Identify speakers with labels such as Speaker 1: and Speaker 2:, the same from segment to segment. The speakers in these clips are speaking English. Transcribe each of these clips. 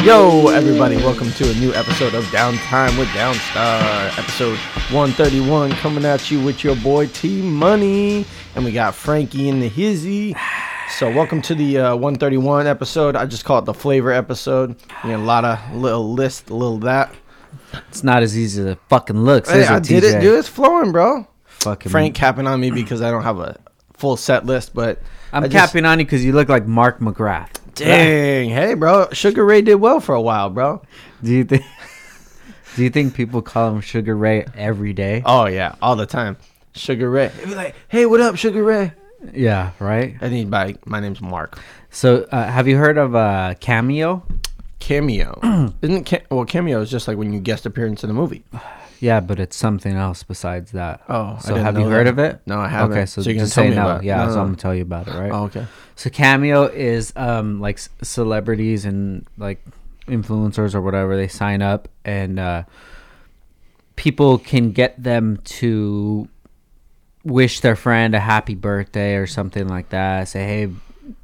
Speaker 1: Yo, everybody, welcome to a new episode of Downtime with Downstar, episode 131, coming at you with your boy T Money, and we got Frankie in the hizzy. So, welcome to the uh, 131 episode. I just call it the flavor episode. You know, a lot of little list, a little that.
Speaker 2: It's not as easy as it fucking looks.
Speaker 1: Hey,
Speaker 2: is it,
Speaker 1: I did it,
Speaker 2: TJ?
Speaker 1: dude. It's flowing, bro.
Speaker 2: Fucking
Speaker 1: Frank capping on me because I don't have a full set list, but
Speaker 2: I'm
Speaker 1: I just-
Speaker 2: capping on you because you look like Mark McGrath.
Speaker 1: Dang, hey, bro, Sugar Ray did well for a while, bro.
Speaker 2: Do you think? do you think people call him Sugar Ray every day?
Speaker 1: Oh yeah, all the time. Sugar Ray. It'd be like, hey, what up, Sugar Ray?
Speaker 2: Yeah, right.
Speaker 1: I need by my name's Mark.
Speaker 2: So, uh, have you heard of uh, cameo?
Speaker 1: Cameo. Isn't ca- well cameo is just like when you guest appearance in a movie.
Speaker 2: Yeah, but it's something else besides that.
Speaker 1: Oh, I
Speaker 2: so
Speaker 1: didn't
Speaker 2: have
Speaker 1: know
Speaker 2: you heard
Speaker 1: that.
Speaker 2: of it?
Speaker 1: No, I haven't.
Speaker 2: Okay, so,
Speaker 1: So you're gonna
Speaker 2: just
Speaker 1: tell
Speaker 2: say
Speaker 1: me
Speaker 2: no.
Speaker 1: about it.
Speaker 2: Yeah,
Speaker 1: No,
Speaker 2: so
Speaker 1: no,
Speaker 2: I'm
Speaker 1: no.
Speaker 2: gonna tell you about it, right?
Speaker 1: Oh, okay.
Speaker 2: So Cameo is um like c- celebrities and like influencers or whatever they sign up and uh people can get them to wish their friend a happy birthday or something like that. Say, "Hey,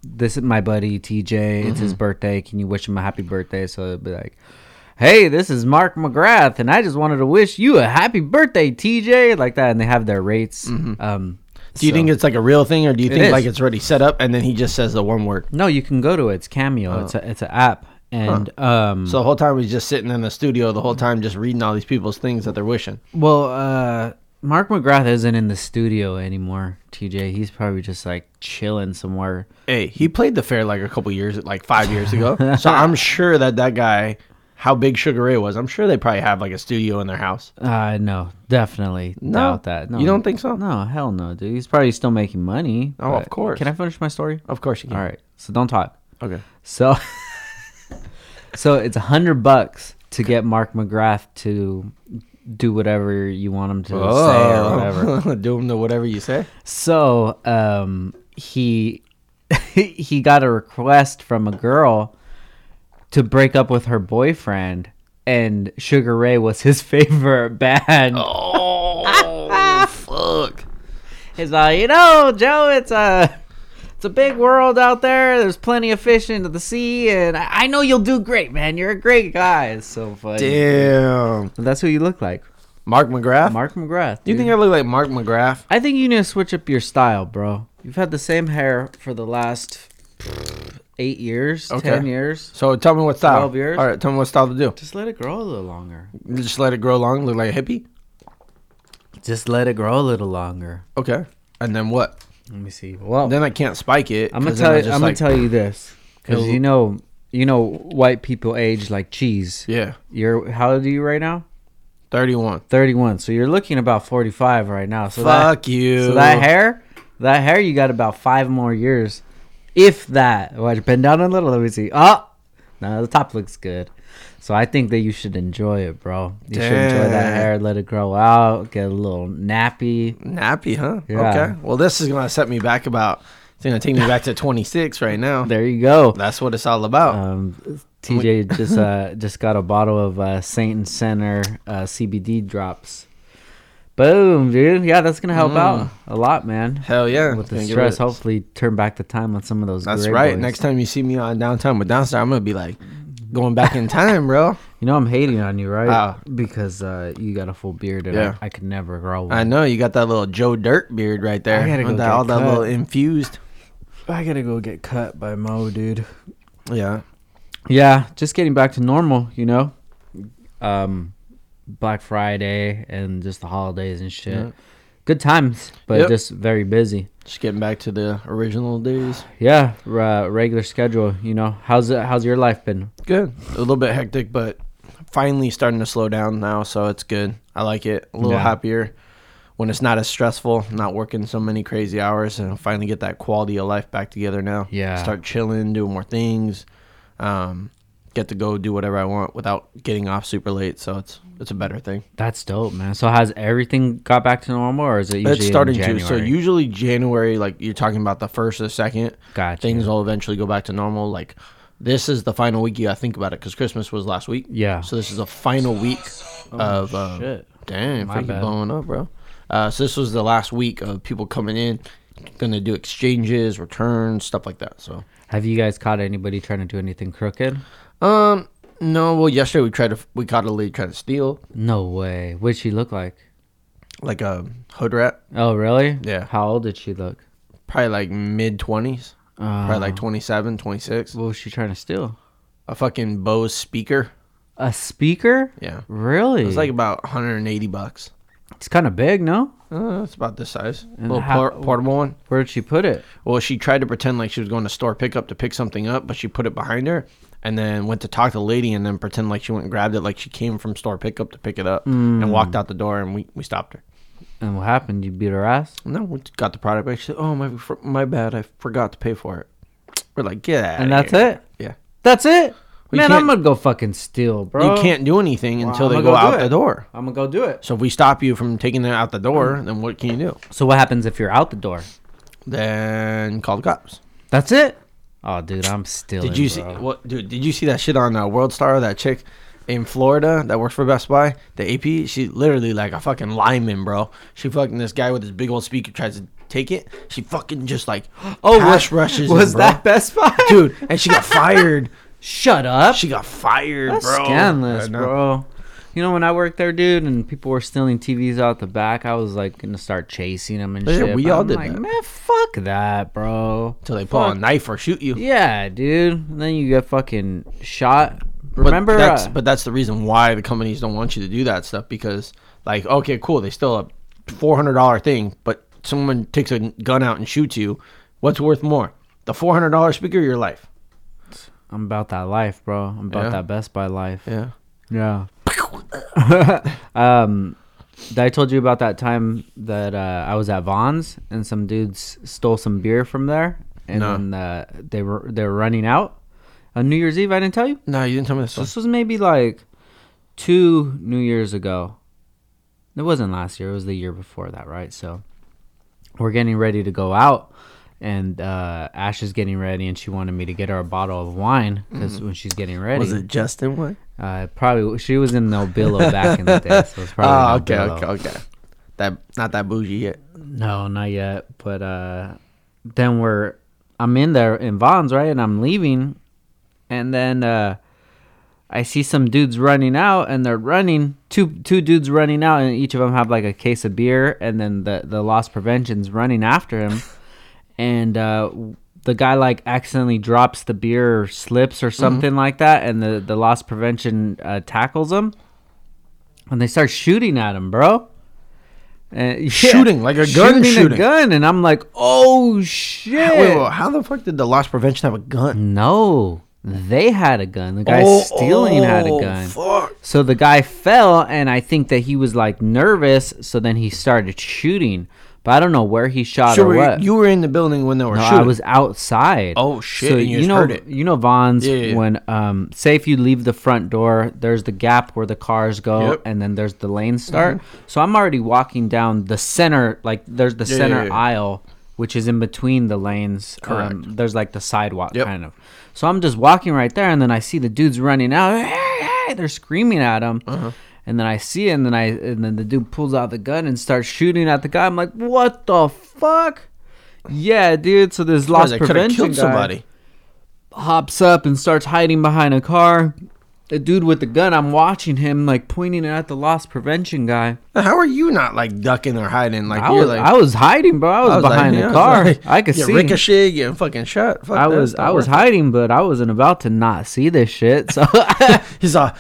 Speaker 2: this is my buddy TJ. It's
Speaker 1: Mm-hmm.
Speaker 2: his birthday. Can you wish him a happy birthday?" So it'd be like Hey, this is Mark McGrath, and I just wanted to wish you a happy birthday, TJ, like that. And they have their rates. Um,
Speaker 1: Mm-hmm. Do you
Speaker 2: so-
Speaker 1: think it's like a real thing, or do you think
Speaker 2: is.
Speaker 1: like it's already set up and then he just says the one word?
Speaker 2: No, you can go to it. It's Cameo.
Speaker 1: Oh.
Speaker 2: It's a it's an app, and um,
Speaker 1: So the whole time he's just sitting in the studio, the whole time just reading all these people's things that they're wishing.
Speaker 2: well, uh, Mark McGrath isn't in the studio anymore. TJ, he's probably just like chilling somewhere.
Speaker 1: Hey, he played the fair like a couple years, like five years ago. so I'm sure that that guy, how big Sugar Ray was, I'm sure they probably have like a studio in their house.
Speaker 2: Uh, no, definitely
Speaker 1: No.
Speaker 2: doubt that. No,
Speaker 1: You don't think so?
Speaker 2: No, hell no, dude. He's probably still making money.
Speaker 1: Oh, of
Speaker 2: but-
Speaker 1: course.
Speaker 2: Can I finish my story?
Speaker 1: Of course you can.
Speaker 2: All right, so don't talk.
Speaker 1: Okay.
Speaker 2: So, so it's a hundred bucks to get Mark McGrath to do whatever you want him to say or whatever.
Speaker 1: Oh. Do him to whatever you say.
Speaker 2: So um, he he got a request from a girl to break up with her boyfriend, and Sugar Ray was his favorite band.
Speaker 1: Oh fuck!
Speaker 2: It's like you know, Joe, it's a it's a big world out there. There's plenty of fish into the sea, and I, I know you'll do great, man. You're a great guy. It's so funny.
Speaker 1: Damn,
Speaker 2: That's who you look like,
Speaker 1: Mark McGrath.
Speaker 2: Mark McGrath.
Speaker 1: Do you
Speaker 2: dude.
Speaker 1: think I look like Mark McGrath?
Speaker 2: I think you need to switch up your style, bro. You've had the same hair for the last eight years,
Speaker 1: Okay.
Speaker 2: ten years.
Speaker 1: So tell me what style.
Speaker 2: 12 years.
Speaker 1: All right, tell me what style to do.
Speaker 2: Just let it grow a little longer.
Speaker 1: Just let it grow long, look like a hippie.
Speaker 2: Just let it grow a little longer.
Speaker 1: Okay, and then what?
Speaker 2: Let me see. Well,
Speaker 1: Then I can't spike it.
Speaker 2: I'm gonna
Speaker 1: 'cause then
Speaker 2: tell
Speaker 1: I
Speaker 2: you. I'm
Speaker 1: just,
Speaker 2: gonna
Speaker 1: like-
Speaker 2: tell you this because
Speaker 1: It'll-
Speaker 2: you know, you know, white people age like cheese.
Speaker 1: Yeah,
Speaker 2: You're how old are you right now?
Speaker 1: thirty-one.
Speaker 2: Thirty-one. So you're looking about forty-five right now. So that-
Speaker 1: Fuck you.
Speaker 2: So that hair, that hair, you got about five more years, if that. Watch, bend down a little. Let me see. Oh, no, the top looks good. So I think that you should enjoy it, bro. You should enjoy that
Speaker 1: Damn.
Speaker 2: hair. Let it grow out. Get a little nappy.
Speaker 1: nappy, huh?
Speaker 2: Yeah.
Speaker 1: Okay. Well, this is gonna set me back about. It's gonna take me back to twenty-six right now.
Speaker 2: There you go.
Speaker 1: That's what it's all about.
Speaker 2: Um, TJ just uh, just got a bottle of uh, Saint and Center uh, CBD drops. Boom, dude. Yeah, that's gonna help out a lot, man.
Speaker 1: Hell yeah.
Speaker 2: With the
Speaker 1: Gonna Mm. get rid
Speaker 2: stress,
Speaker 1: of-
Speaker 2: hopefully turn back the time on some of those.
Speaker 1: That's
Speaker 2: gray
Speaker 1: right.
Speaker 2: boys.
Speaker 1: Next time you see me on Downtown with Downstar, I'm gonna be like going back in time, bro.
Speaker 2: You know I'm hating on you, right?
Speaker 1: Ah.
Speaker 2: because uh, you got a full beard and
Speaker 1: Yeah.
Speaker 2: I, I could never grow one.
Speaker 1: I know you got that little Joe Dirt beard right there.
Speaker 2: I gotta
Speaker 1: With
Speaker 2: go
Speaker 1: that-
Speaker 2: get
Speaker 1: all that
Speaker 2: cut.
Speaker 1: little infused.
Speaker 2: I gotta go get cut by Mo, dude.
Speaker 1: Yeah.
Speaker 2: Yeah, just getting back to normal, you know. Um, Black Friday and just the holidays and shit.
Speaker 1: Yeah.
Speaker 2: Good times, but
Speaker 1: Yep.
Speaker 2: just very busy.
Speaker 1: Just getting back to the original days.
Speaker 2: Yeah, r- uh, regular schedule. You know, how's uh, how's your life been?
Speaker 1: Good. A little bit hectic, but finally starting to slow down now, so it's good. I like it. A little
Speaker 2: Yeah.
Speaker 1: happier when it's not as stressful, not working so many crazy hours, and finally get that quality of life back together now.
Speaker 2: Yeah.
Speaker 1: Start chilling, doing more things. Um, get to go do whatever I want without getting off super late, so it's it's a better thing.
Speaker 2: That's dope, man. So has everything got back to normal, or is it usually
Speaker 1: It's starting
Speaker 2: in
Speaker 1: to.
Speaker 2: January?
Speaker 1: So usually January, like you're talking about the first or the second,
Speaker 2: Gotcha.
Speaker 1: things will eventually go back to normal. Like this is the final week you got to think about it because Christmas was last week.
Speaker 2: Yeah.
Speaker 1: So this is the final week of. Uh,
Speaker 2: Oh, shit.
Speaker 1: Damn,
Speaker 2: My
Speaker 1: freaking
Speaker 2: bad.
Speaker 1: blowing up, bro. Uh, so this was the last week of people coming in, gonna do exchanges, returns, stuff like that. So
Speaker 2: Have you guys caught anybody trying to do anything crooked?
Speaker 1: Um, No, well, yesterday we tried to we caught a lady trying to steal
Speaker 2: No way. What'd she look like?
Speaker 1: like a hood rat,
Speaker 2: Oh, really?
Speaker 1: Yeah.
Speaker 2: How old did she look?
Speaker 1: probably like mid twenties,
Speaker 2: Uh,
Speaker 1: probably like 27, 26.
Speaker 2: What was she trying to steal?
Speaker 1: A fucking Bose speaker.
Speaker 2: A speaker?
Speaker 1: Yeah,
Speaker 2: Really?
Speaker 1: it was like about 180 bucks.
Speaker 2: it's kind of big, no?
Speaker 1: Uh, it's about this size,
Speaker 2: And
Speaker 1: little
Speaker 2: how-
Speaker 1: por- portable one.
Speaker 2: Where'd she put it?
Speaker 1: Well, she tried to pretend like she was going to store pickup to pick something up, but she put it behind her and then went to talk to the lady and then pretend like she went and grabbed it like she came from store pickup to pick it up
Speaker 2: Hmm.
Speaker 1: and walked out the door and we, we stopped her.
Speaker 2: And what happened? You beat her ass?
Speaker 1: And then we got the product back. She said, Oh, my, fr- my bad. I forgot to pay for it. We're like, Get out.
Speaker 2: And that's it?
Speaker 1: Yeah.
Speaker 2: That's it?
Speaker 1: We
Speaker 2: Man,
Speaker 1: can't-
Speaker 2: I'm gonna go fucking steal, bro.
Speaker 1: You can't do anything
Speaker 2: Oh. Well,
Speaker 1: until they
Speaker 2: I'ma
Speaker 1: go,
Speaker 2: do
Speaker 1: out
Speaker 2: it.
Speaker 1: the door.
Speaker 2: I'm gonna go do it.
Speaker 1: So if we stop you from taking it out the door, then what can you do?
Speaker 2: So what happens if you're out the door?
Speaker 1: Then call the cops.
Speaker 2: That's it? Oh, dude, I'm stealing.
Speaker 1: Did you see
Speaker 2: bro.
Speaker 1: what, dude? Did you see that shit on uh, World Star? That chick in Florida that works for Best Buy, the AP. She's literally like a fucking lineman, bro. She fucking this guy with his big old speaker tries to take it. She fucking just like
Speaker 2: Oh,
Speaker 1: pass
Speaker 2: what
Speaker 1: rushes.
Speaker 2: was
Speaker 1: him, bro.
Speaker 2: that Best Buy?
Speaker 1: dude? And she got fired.
Speaker 2: Shut up.
Speaker 1: She got fired,
Speaker 2: That's
Speaker 1: bro.
Speaker 2: scandalous,
Speaker 1: I know.
Speaker 2: bro. You know when I worked there, dude, and people were stealing TVs out the back, I was like gonna start chasing them and
Speaker 1: Yeah,
Speaker 2: shit.
Speaker 1: we
Speaker 2: but
Speaker 1: all
Speaker 2: I'm
Speaker 1: did
Speaker 2: like,
Speaker 1: that.
Speaker 2: Man, fuck that, bro.
Speaker 1: Till they pull a
Speaker 2: Fuck.
Speaker 1: knife or shoot you.
Speaker 2: Yeah, dude. And then you get fucking shot.
Speaker 1: But
Speaker 2: Remember?
Speaker 1: that's,
Speaker 2: uh,
Speaker 1: but that's the reason why the companies don't want you to do that stuff because, like, okay, cool, they still a four hundred dollar thing, but someone takes a gun out and shoots you. What's worth more, the four hundred dollar speaker or your life?
Speaker 2: I'm about that life, bro. I'm about
Speaker 1: Yeah.
Speaker 2: that Best Buy life.
Speaker 1: Yeah.
Speaker 2: Yeah. um, that I told you about that time that uh, I was at Vaughn's and some dudes stole some beer from there, and
Speaker 1: No.
Speaker 2: then uh, they were they were running out on New Year's Eve. I didn't tell you.
Speaker 1: No, you didn't tell me this.
Speaker 2: This was maybe like two New Years ago. It wasn't last year. It was the year before that, right? So we're getting ready to go out, and uh, Ash is getting ready, and she wanted me to get her a bottle of wine because when she's getting ready,
Speaker 1: Mm-hmm. Was it Justin one?
Speaker 2: uh, probably she was in Nobillo back in the day, so it's
Speaker 1: Oh, okay,
Speaker 2: probably Nobillo.
Speaker 1: okay, okay. That not that bougie yet.
Speaker 2: No, not yet. But uh, then we're I'm in there in Vaughn's, right? And I'm leaving, and then uh, I see some dudes running out, and they're running two two dudes running out, and each of them have like a case of beer, and then the the loss prevention's running after him, and uh, the guy like accidentally drops the beer or slips
Speaker 1: Mm-hmm.
Speaker 2: or something like that, and the the loss prevention uh, tackles him, and they start shooting at him, bro. And, yeah,
Speaker 1: Shooting, like a gun shooting.
Speaker 2: a gun, and I'm like, oh shit!
Speaker 1: Wait, wait, how the fuck did the loss prevention have a gun?
Speaker 2: No, they had a gun. The guy
Speaker 1: Oh,
Speaker 2: stealing had a
Speaker 1: oh,
Speaker 2: gun.
Speaker 1: Fuck.
Speaker 2: So the guy fell, and I think that he was like nervous. So then he started shooting, but I don't know where he shot
Speaker 1: So
Speaker 2: or
Speaker 1: were you-
Speaker 2: what.
Speaker 1: you were in the building when they were
Speaker 2: No,
Speaker 1: shooting.
Speaker 2: I was outside.
Speaker 1: Oh, shit,
Speaker 2: So
Speaker 1: and you
Speaker 2: you
Speaker 1: just
Speaker 2: know,
Speaker 1: heard it.
Speaker 2: you know, Vaughn's
Speaker 1: Yeah, yeah, yeah.
Speaker 2: when um, say if you leave the front door, there's the gap where the cars go,
Speaker 1: Yep. Mm-hmm.
Speaker 2: and then there's the lanes start. So I'm already walking down the center, like there's the
Speaker 1: yeah,
Speaker 2: center
Speaker 1: yeah.
Speaker 2: aisle, which is in between the lanes. um,
Speaker 1: Correct.
Speaker 2: there's like the sidewalk
Speaker 1: Yep.
Speaker 2: kind of. So I'm just walking right there, and then I see the dudes running out. Hey, hey, they're screaming at him.
Speaker 1: Uh-huh.
Speaker 2: And then I see it, and then I and then the dude pulls out the gun and starts shooting at the guy. I'm like, what the fuck? Yeah, dude. So this loss
Speaker 1: Guys, I could have
Speaker 2: prevention
Speaker 1: killed
Speaker 2: guy
Speaker 1: somebody.
Speaker 2: hops up and starts hiding behind a car. The dude with the gun, I'm watching him like pointing it at the loss prevention guy.
Speaker 1: How are you not like ducking or hiding? Like
Speaker 2: I
Speaker 1: you're
Speaker 2: was,
Speaker 1: like
Speaker 2: I was hiding, bro. I was,
Speaker 1: like,
Speaker 2: behind
Speaker 1: yeah,
Speaker 2: the car.
Speaker 1: like,
Speaker 2: I could
Speaker 1: get
Speaker 2: see.
Speaker 1: ricochet, getting fucking shot. Fuck
Speaker 2: I
Speaker 1: that,
Speaker 2: was
Speaker 1: it's not
Speaker 2: I was
Speaker 1: worth
Speaker 2: hiding, but I wasn't about to not see this shit. So
Speaker 1: it. He's all,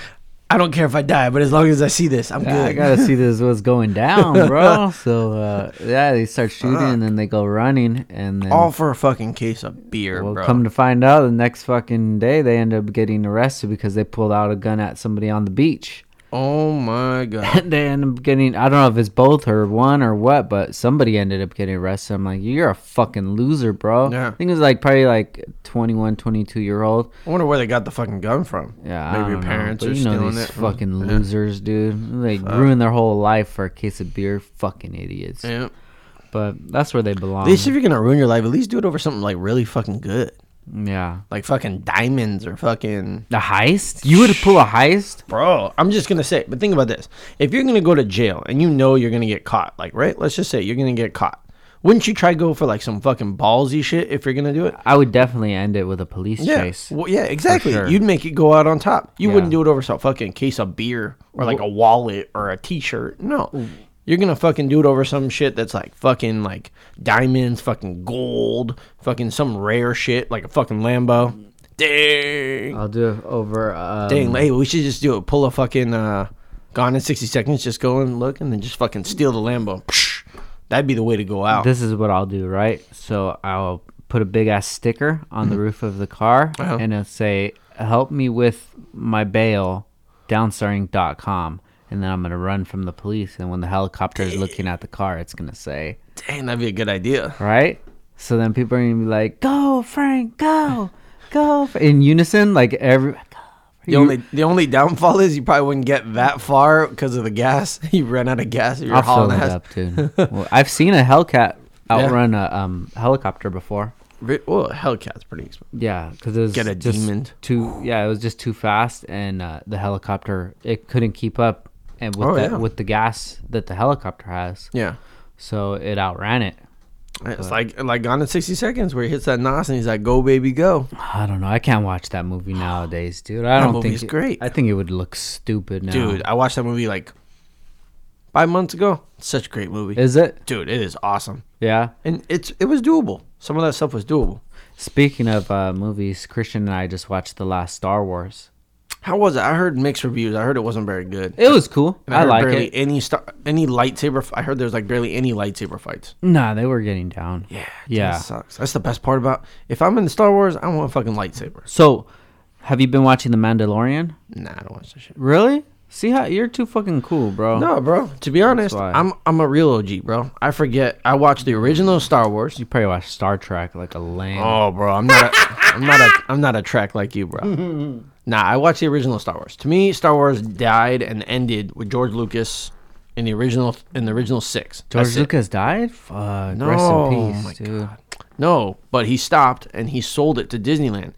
Speaker 1: I don't care if I die, but as long as I see this, I'm
Speaker 2: I
Speaker 1: good.
Speaker 2: gotta see this what's going down, bro. So uh, yeah, they start shooting and then they go running and then
Speaker 1: all for a fucking case of beer,
Speaker 2: Well,
Speaker 1: bro.
Speaker 2: come to find out, the next fucking day they end up getting arrested because they pulled out a gun at somebody on the beach.
Speaker 1: oh my god.
Speaker 2: And they end up getting, I don't know if it's both or one or what, but somebody ended up getting arrested. I'm like, you're a fucking loser, bro.
Speaker 1: Yeah.
Speaker 2: I think it was like probably like 21, 22 year old.
Speaker 1: I wonder where they got the fucking gun from.
Speaker 2: Yeah,
Speaker 1: maybe
Speaker 2: I don't know.
Speaker 1: parents
Speaker 2: But
Speaker 1: are
Speaker 2: you know
Speaker 1: stealing
Speaker 2: these
Speaker 1: it.
Speaker 2: fucking
Speaker 1: Yeah.
Speaker 2: losers, dude. They ruin their whole life for a case of beer. Fucking idiots.
Speaker 1: Yeah.
Speaker 2: But that's where they belong.
Speaker 1: At least if you're gonna ruin your life, at least do it over something like really fucking good,
Speaker 2: yeah.
Speaker 1: like fucking diamonds or fucking.
Speaker 2: The heist? You would pull a heist?
Speaker 1: Bro, I'm just gonna say, but think about this: if you're gonna go to jail and you know you're gonna get caught, like right, let's just say you're gonna get caught. Wouldn't you try go for like some fucking ballsy shit if you're gonna do it?
Speaker 2: I would definitely end it with a police
Speaker 1: Yeah,
Speaker 2: chase.
Speaker 1: well, yeah, exactly.
Speaker 2: sure.
Speaker 1: You'd make it go out on top. You
Speaker 2: Yeah.
Speaker 1: wouldn't do it over some fucking case of beer or like a wallet or a T-shirt. No, you're gonna fucking do it over some shit that's like fucking like diamonds, fucking gold, fucking some rare shit like a fucking Lambo. Dang,
Speaker 2: I'll do it over. Um,
Speaker 1: dang. Hey, we should just do it. Pull a fucking uh, gone in sixty seconds. Just go and look, and then just fucking steal the Lambo. Psh, That'd be the way to go out.
Speaker 2: This is what I'll do, right? So I'll put a big ass sticker on the roof of the car
Speaker 1: Mm-hmm. Uh-huh.
Speaker 2: and it'll say, Help me with my bail, downstarring.com. And then I'm going to run from the police. And when the helicopter is looking at the car, it's going to say,
Speaker 1: Dang, that'd be a good idea.
Speaker 2: Right? So then people are going to be like, Go, Frank, go, go. Fr-" In unison, like every. Go,
Speaker 1: The only the only downfall is you probably wouldn't get that far because of the gas. You ran out of gas. You're
Speaker 2: I'll fill
Speaker 1: hauling
Speaker 2: it
Speaker 1: ass.
Speaker 2: up, dude. well, I've seen a Hellcat
Speaker 1: Yeah.
Speaker 2: outrun a um, helicopter before.
Speaker 1: Re- Well, Hellcat's pretty expensive.
Speaker 2: Yeah, because it was
Speaker 1: Get a
Speaker 2: just
Speaker 1: demon.
Speaker 2: too. Yeah, it was just too fast, and uh, the helicopter it couldn't keep up, and with
Speaker 1: Oh,
Speaker 2: the,
Speaker 1: yeah.
Speaker 2: with the gas that the helicopter has,
Speaker 1: Yeah,
Speaker 2: so it outran it.
Speaker 1: it's like like Gone in sixty seconds where he hits that nos and he's like, "Go baby, go."
Speaker 2: I don't know. I can't watch that movie nowadays, dude. I don't
Speaker 1: movie's
Speaker 2: think it-
Speaker 1: great.
Speaker 2: I think it would look stupid now.
Speaker 1: Dude, I watched that movie like five months ago. Such a great movie,
Speaker 2: is it?
Speaker 1: dude. It is awesome,
Speaker 2: Yeah.
Speaker 1: and it's it was doable. Some of that stuff was doable.
Speaker 2: Speaking of uh, movies, Christian and I just watched the last Star Wars.
Speaker 1: How was it? I heard mixed reviews. I heard it wasn't very good.
Speaker 2: It was cool.
Speaker 1: And
Speaker 2: I,
Speaker 1: heard
Speaker 2: like
Speaker 1: barely
Speaker 2: it.
Speaker 1: Any star, any lightsaber. f- I heard there's like barely any lightsaber fights.
Speaker 2: Nah, they were getting down.
Speaker 1: Yeah, yeah,
Speaker 2: Yeah.
Speaker 1: sucks. That's the best part about. If I'm in the Star Wars, I want a fucking lightsaber.
Speaker 2: So, have you been watching The Mandalorian?
Speaker 1: Nah, I don't watch that shit.
Speaker 2: Really? See how you're too fucking cool, bro.
Speaker 1: No, bro. To be honest,
Speaker 2: why.
Speaker 1: I'm I'm a real OG, bro. I forget. I watched the original Star Wars.
Speaker 2: You probably watch Star Trek like a lame.
Speaker 1: Oh, bro, I'm not. A, I'm not a. I'm not a track like you, bro. nah, I watched the original Star Wars. To me, Star Wars died and ended with George Lucas in the original in the original six.
Speaker 2: George
Speaker 1: That's it.
Speaker 2: Lucas died? Fuck.
Speaker 1: No, Oh
Speaker 2: rest in
Speaker 1: my
Speaker 2: peace, dude.
Speaker 1: No, but he stopped and he sold it to Disneyland,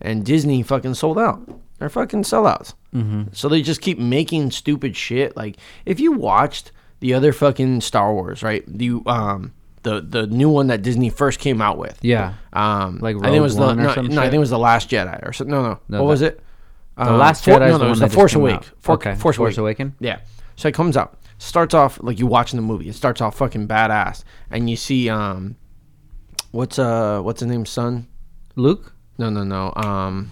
Speaker 1: and Disney fucking sold out. They're fucking sellouts. Mm-hmm. So they just keep making stupid shit. Like if you watched the other fucking Star Wars, right? The um the the new one that Disney first came out with.
Speaker 2: Yeah.
Speaker 1: Um,
Speaker 2: Like
Speaker 1: I think it
Speaker 2: Rogue
Speaker 1: was
Speaker 2: One
Speaker 1: the
Speaker 2: or
Speaker 1: no,
Speaker 2: some
Speaker 1: no, I
Speaker 2: shit?
Speaker 1: think it was the Last Jedi or something. No, no, what
Speaker 2: No, the-
Speaker 1: was it?
Speaker 2: The
Speaker 1: Um,
Speaker 2: Last Jedi is
Speaker 1: it
Speaker 2: the one
Speaker 1: was
Speaker 2: that
Speaker 1: the
Speaker 2: just
Speaker 1: Force
Speaker 2: came
Speaker 1: Awake.
Speaker 2: out.
Speaker 1: For,
Speaker 2: Okay,
Speaker 1: Force,
Speaker 2: Force
Speaker 1: Awaken.
Speaker 2: Awaken?
Speaker 1: Yeah. So it comes out. Starts off like you watching the movie. It starts off fucking badass, and you see um, what's uh, what's his name's son?
Speaker 2: Luke?
Speaker 1: No, no, no. Um,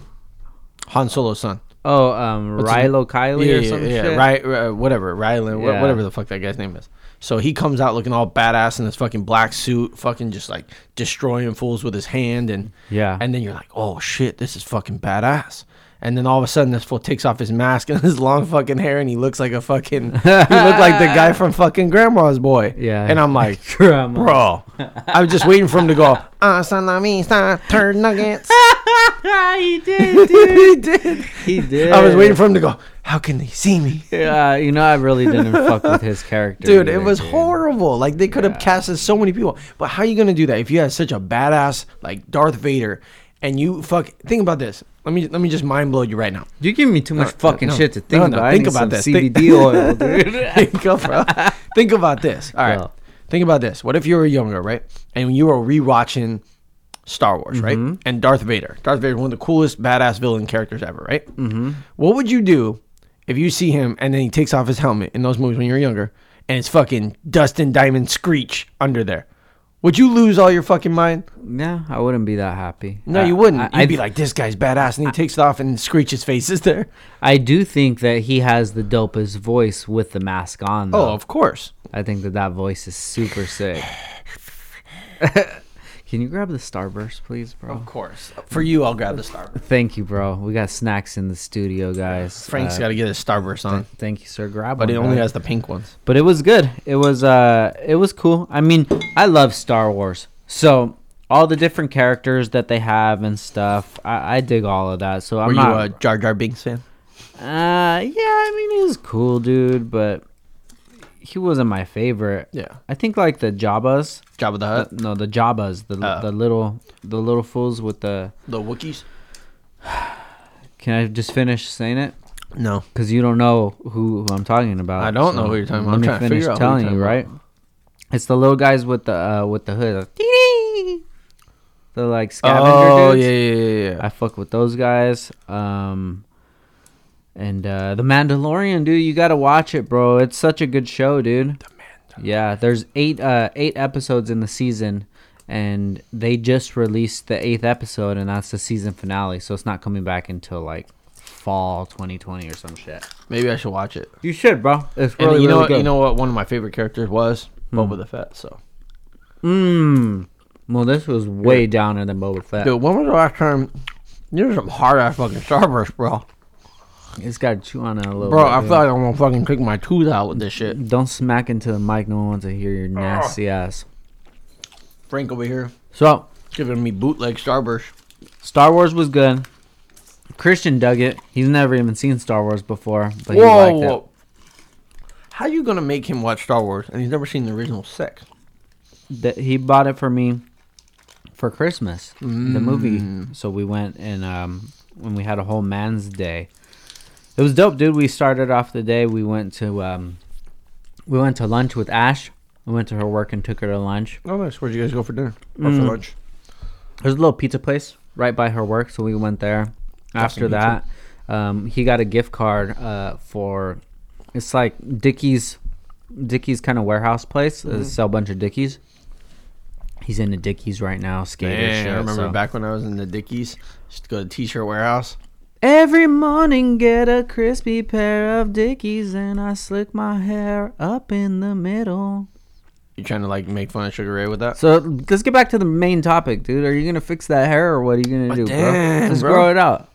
Speaker 1: Han Solo's son.
Speaker 2: Oh, um,
Speaker 1: his-
Speaker 2: Rilo Kiley
Speaker 1: yeah,
Speaker 2: or some
Speaker 1: yeah, yeah.
Speaker 2: shit.
Speaker 1: Ry- uh, whatever, Rylan, wha-
Speaker 2: Yeah.
Speaker 1: whatever the fuck that guy's name is. So he comes out looking all badass in his fucking black suit, fucking just like destroying fools with his hand, and
Speaker 2: Yeah.
Speaker 1: and then you're like, oh shit, this is fucking badass. And then all of a sudden, this fool takes off his mask and his long fucking hair, and he looks like a fucking, he looked like the guy from fucking Grandma's Boy.
Speaker 2: Yeah.
Speaker 1: And I'm like,
Speaker 2: Grandma.
Speaker 1: bro, I was just waiting for him to go, ah, son of me, son, turd nuggets.
Speaker 2: he did, dude.
Speaker 1: he did.
Speaker 2: he did.
Speaker 1: I was waiting for him to go, how can they see me?
Speaker 2: Yeah, you know, I really didn't fuck with his character.
Speaker 1: Dude, it
Speaker 2: either,
Speaker 1: was
Speaker 2: dude.
Speaker 1: horrible. Like they could have
Speaker 2: Yeah.
Speaker 1: casted so many people. But how you gonna do that if you had such a badass like Darth Vader and you fuck think about this. Let me let me just mind blow you right now.
Speaker 2: You're giving me too much fucking
Speaker 1: no.
Speaker 2: shit to
Speaker 1: No,
Speaker 2: think
Speaker 1: no,
Speaker 2: about. I
Speaker 1: think
Speaker 2: need
Speaker 1: about
Speaker 2: some
Speaker 1: this. Think-
Speaker 2: CBD oil, dude.
Speaker 1: think, about, think about this. All right.
Speaker 2: Yeah.
Speaker 1: Think about this. What if you were younger, right? And you were rewatching Star Wars, right? And Darth Vader. Darth Vader, one of the coolest badass villain characters ever, right? Mm-hmm. What would you do if you see him and then he takes off his helmet in those movies when you were younger and it's fucking dust and diamond screech under there? Would you lose all your fucking mind?
Speaker 2: no, I wouldn't be that happy.
Speaker 1: No,
Speaker 2: I-
Speaker 1: you wouldn't.
Speaker 2: I-
Speaker 1: You'd
Speaker 2: I'd
Speaker 1: be like, this guy's badass. And he takes it off and Screech's face is there.
Speaker 2: I do think that he has the dopest voice with the mask on. Though.
Speaker 1: Oh, of course.
Speaker 2: I think that that voice is super sick. Can you grab the Starburst, please,
Speaker 1: Oh.
Speaker 2: bro?
Speaker 1: course. For you, I'll grab the Starburst.
Speaker 2: Thank you, bro. We got snacks in the studio, guys. Uh,
Speaker 1: Frank's got to get his Starburst on.
Speaker 2: Thank you, sir. Grab
Speaker 1: But
Speaker 2: one.
Speaker 1: it only
Speaker 2: bud.
Speaker 1: has the pink ones.
Speaker 2: but it was good. It was uh, it was cool. I mean, I love Star Wars, so all the different characters that they have and stuff. I, I dig all of that. So I'm
Speaker 1: Were you
Speaker 2: not.
Speaker 1: a Jar Jar Binks fan?
Speaker 2: Uh, yeah, I mean, he was cool, dude, but he wasn't my favorite.
Speaker 1: Yeah.
Speaker 2: I think like the Jabba's,
Speaker 1: Jabba the
Speaker 2: uh,
Speaker 1: Hutt,
Speaker 2: no, the Jabba's, the
Speaker 1: Uh.
Speaker 2: the little the little fools with the.
Speaker 1: the Wookiees.
Speaker 2: Can I just finish saying it?
Speaker 1: No,
Speaker 2: Because you don't know who, who I'm talking about.
Speaker 1: I don't know who you're talking about. I'm
Speaker 2: Let
Speaker 1: trying to
Speaker 2: me finish
Speaker 1: figure out who you're
Speaker 2: telling you,
Speaker 1: talking
Speaker 2: right? It's the little guys with the uh, with the hood. The like scavenger
Speaker 1: Oh
Speaker 2: dudes.
Speaker 1: yeah, yeah, yeah, yeah.
Speaker 2: I fuck with those guys. Um, and uh, the Mandalorian, dude, you gotta watch it, bro. It's such a good show, dude. Yeah, there's eight uh, eight episodes in the season, and they just released the eighth episode, and that's the season finale. So it's not coming back until like fall 2020 or some shit.
Speaker 1: Maybe I should watch it.
Speaker 2: You should, bro. It's
Speaker 1: And
Speaker 2: really,
Speaker 1: you know,
Speaker 2: really
Speaker 1: what,
Speaker 2: good.
Speaker 1: you know what? One of my favorite characters was Boba the Fett. So,
Speaker 2: Mm. Well, this was way downer than Boba Fett.
Speaker 1: dude, when was the last time? You're some hard ass fucking Starburst, bro.
Speaker 2: It's got to chew on it a little.
Speaker 1: Bro,
Speaker 2: bit,
Speaker 1: I
Speaker 2: dude.
Speaker 1: feel like I'm gonna fucking take my tooth out with this shit.
Speaker 2: Don't smack into the mic. No one wants to hear your nasty ass.
Speaker 1: Frank over here
Speaker 2: So,
Speaker 1: giving me bootleg Starburst.
Speaker 2: Star Wars was good. Christian dug it. He's never even seen Star Wars before, but he
Speaker 1: Whoa,
Speaker 2: liked it.
Speaker 1: whoa. How you gonna make him watch Star Wars and he's never seen the original six?
Speaker 2: Th- he bought it for me for Christmas, the movie. So we went and um, when we had a whole man's day, it was dope, dude. We started off the day. We went to um, we went to lunch with Ash. We went to her work and took her to lunch.
Speaker 1: Oh, nice. Where'd you guys go for dinner or for
Speaker 2: Mm.
Speaker 1: lunch?
Speaker 2: There's a little pizza place right by her work, so we went there. After
Speaker 1: pizza.
Speaker 2: that, um, he got a gift card uh, for it's like Dickies, Dickies kind of warehouse place.
Speaker 1: Mm-hmm.
Speaker 2: They sell a bunch of Dickies. He's into Dickies right now, skater
Speaker 1: Man,
Speaker 2: shit.
Speaker 1: I remember
Speaker 2: so.
Speaker 1: back when I was in the Dickies, used to go to T-shirt warehouse.
Speaker 2: Every morning, get a crispy pair of Dickies, and I slick my hair up in the middle.
Speaker 1: You trying to like make fun of Sugar Ray with that?
Speaker 2: So let's get back to the main topic, dude. Are you gonna fix that hair, or what are you gonna
Speaker 1: But
Speaker 2: do, bro?
Speaker 1: damn,
Speaker 2: Let's
Speaker 1: bro.
Speaker 2: grow it out.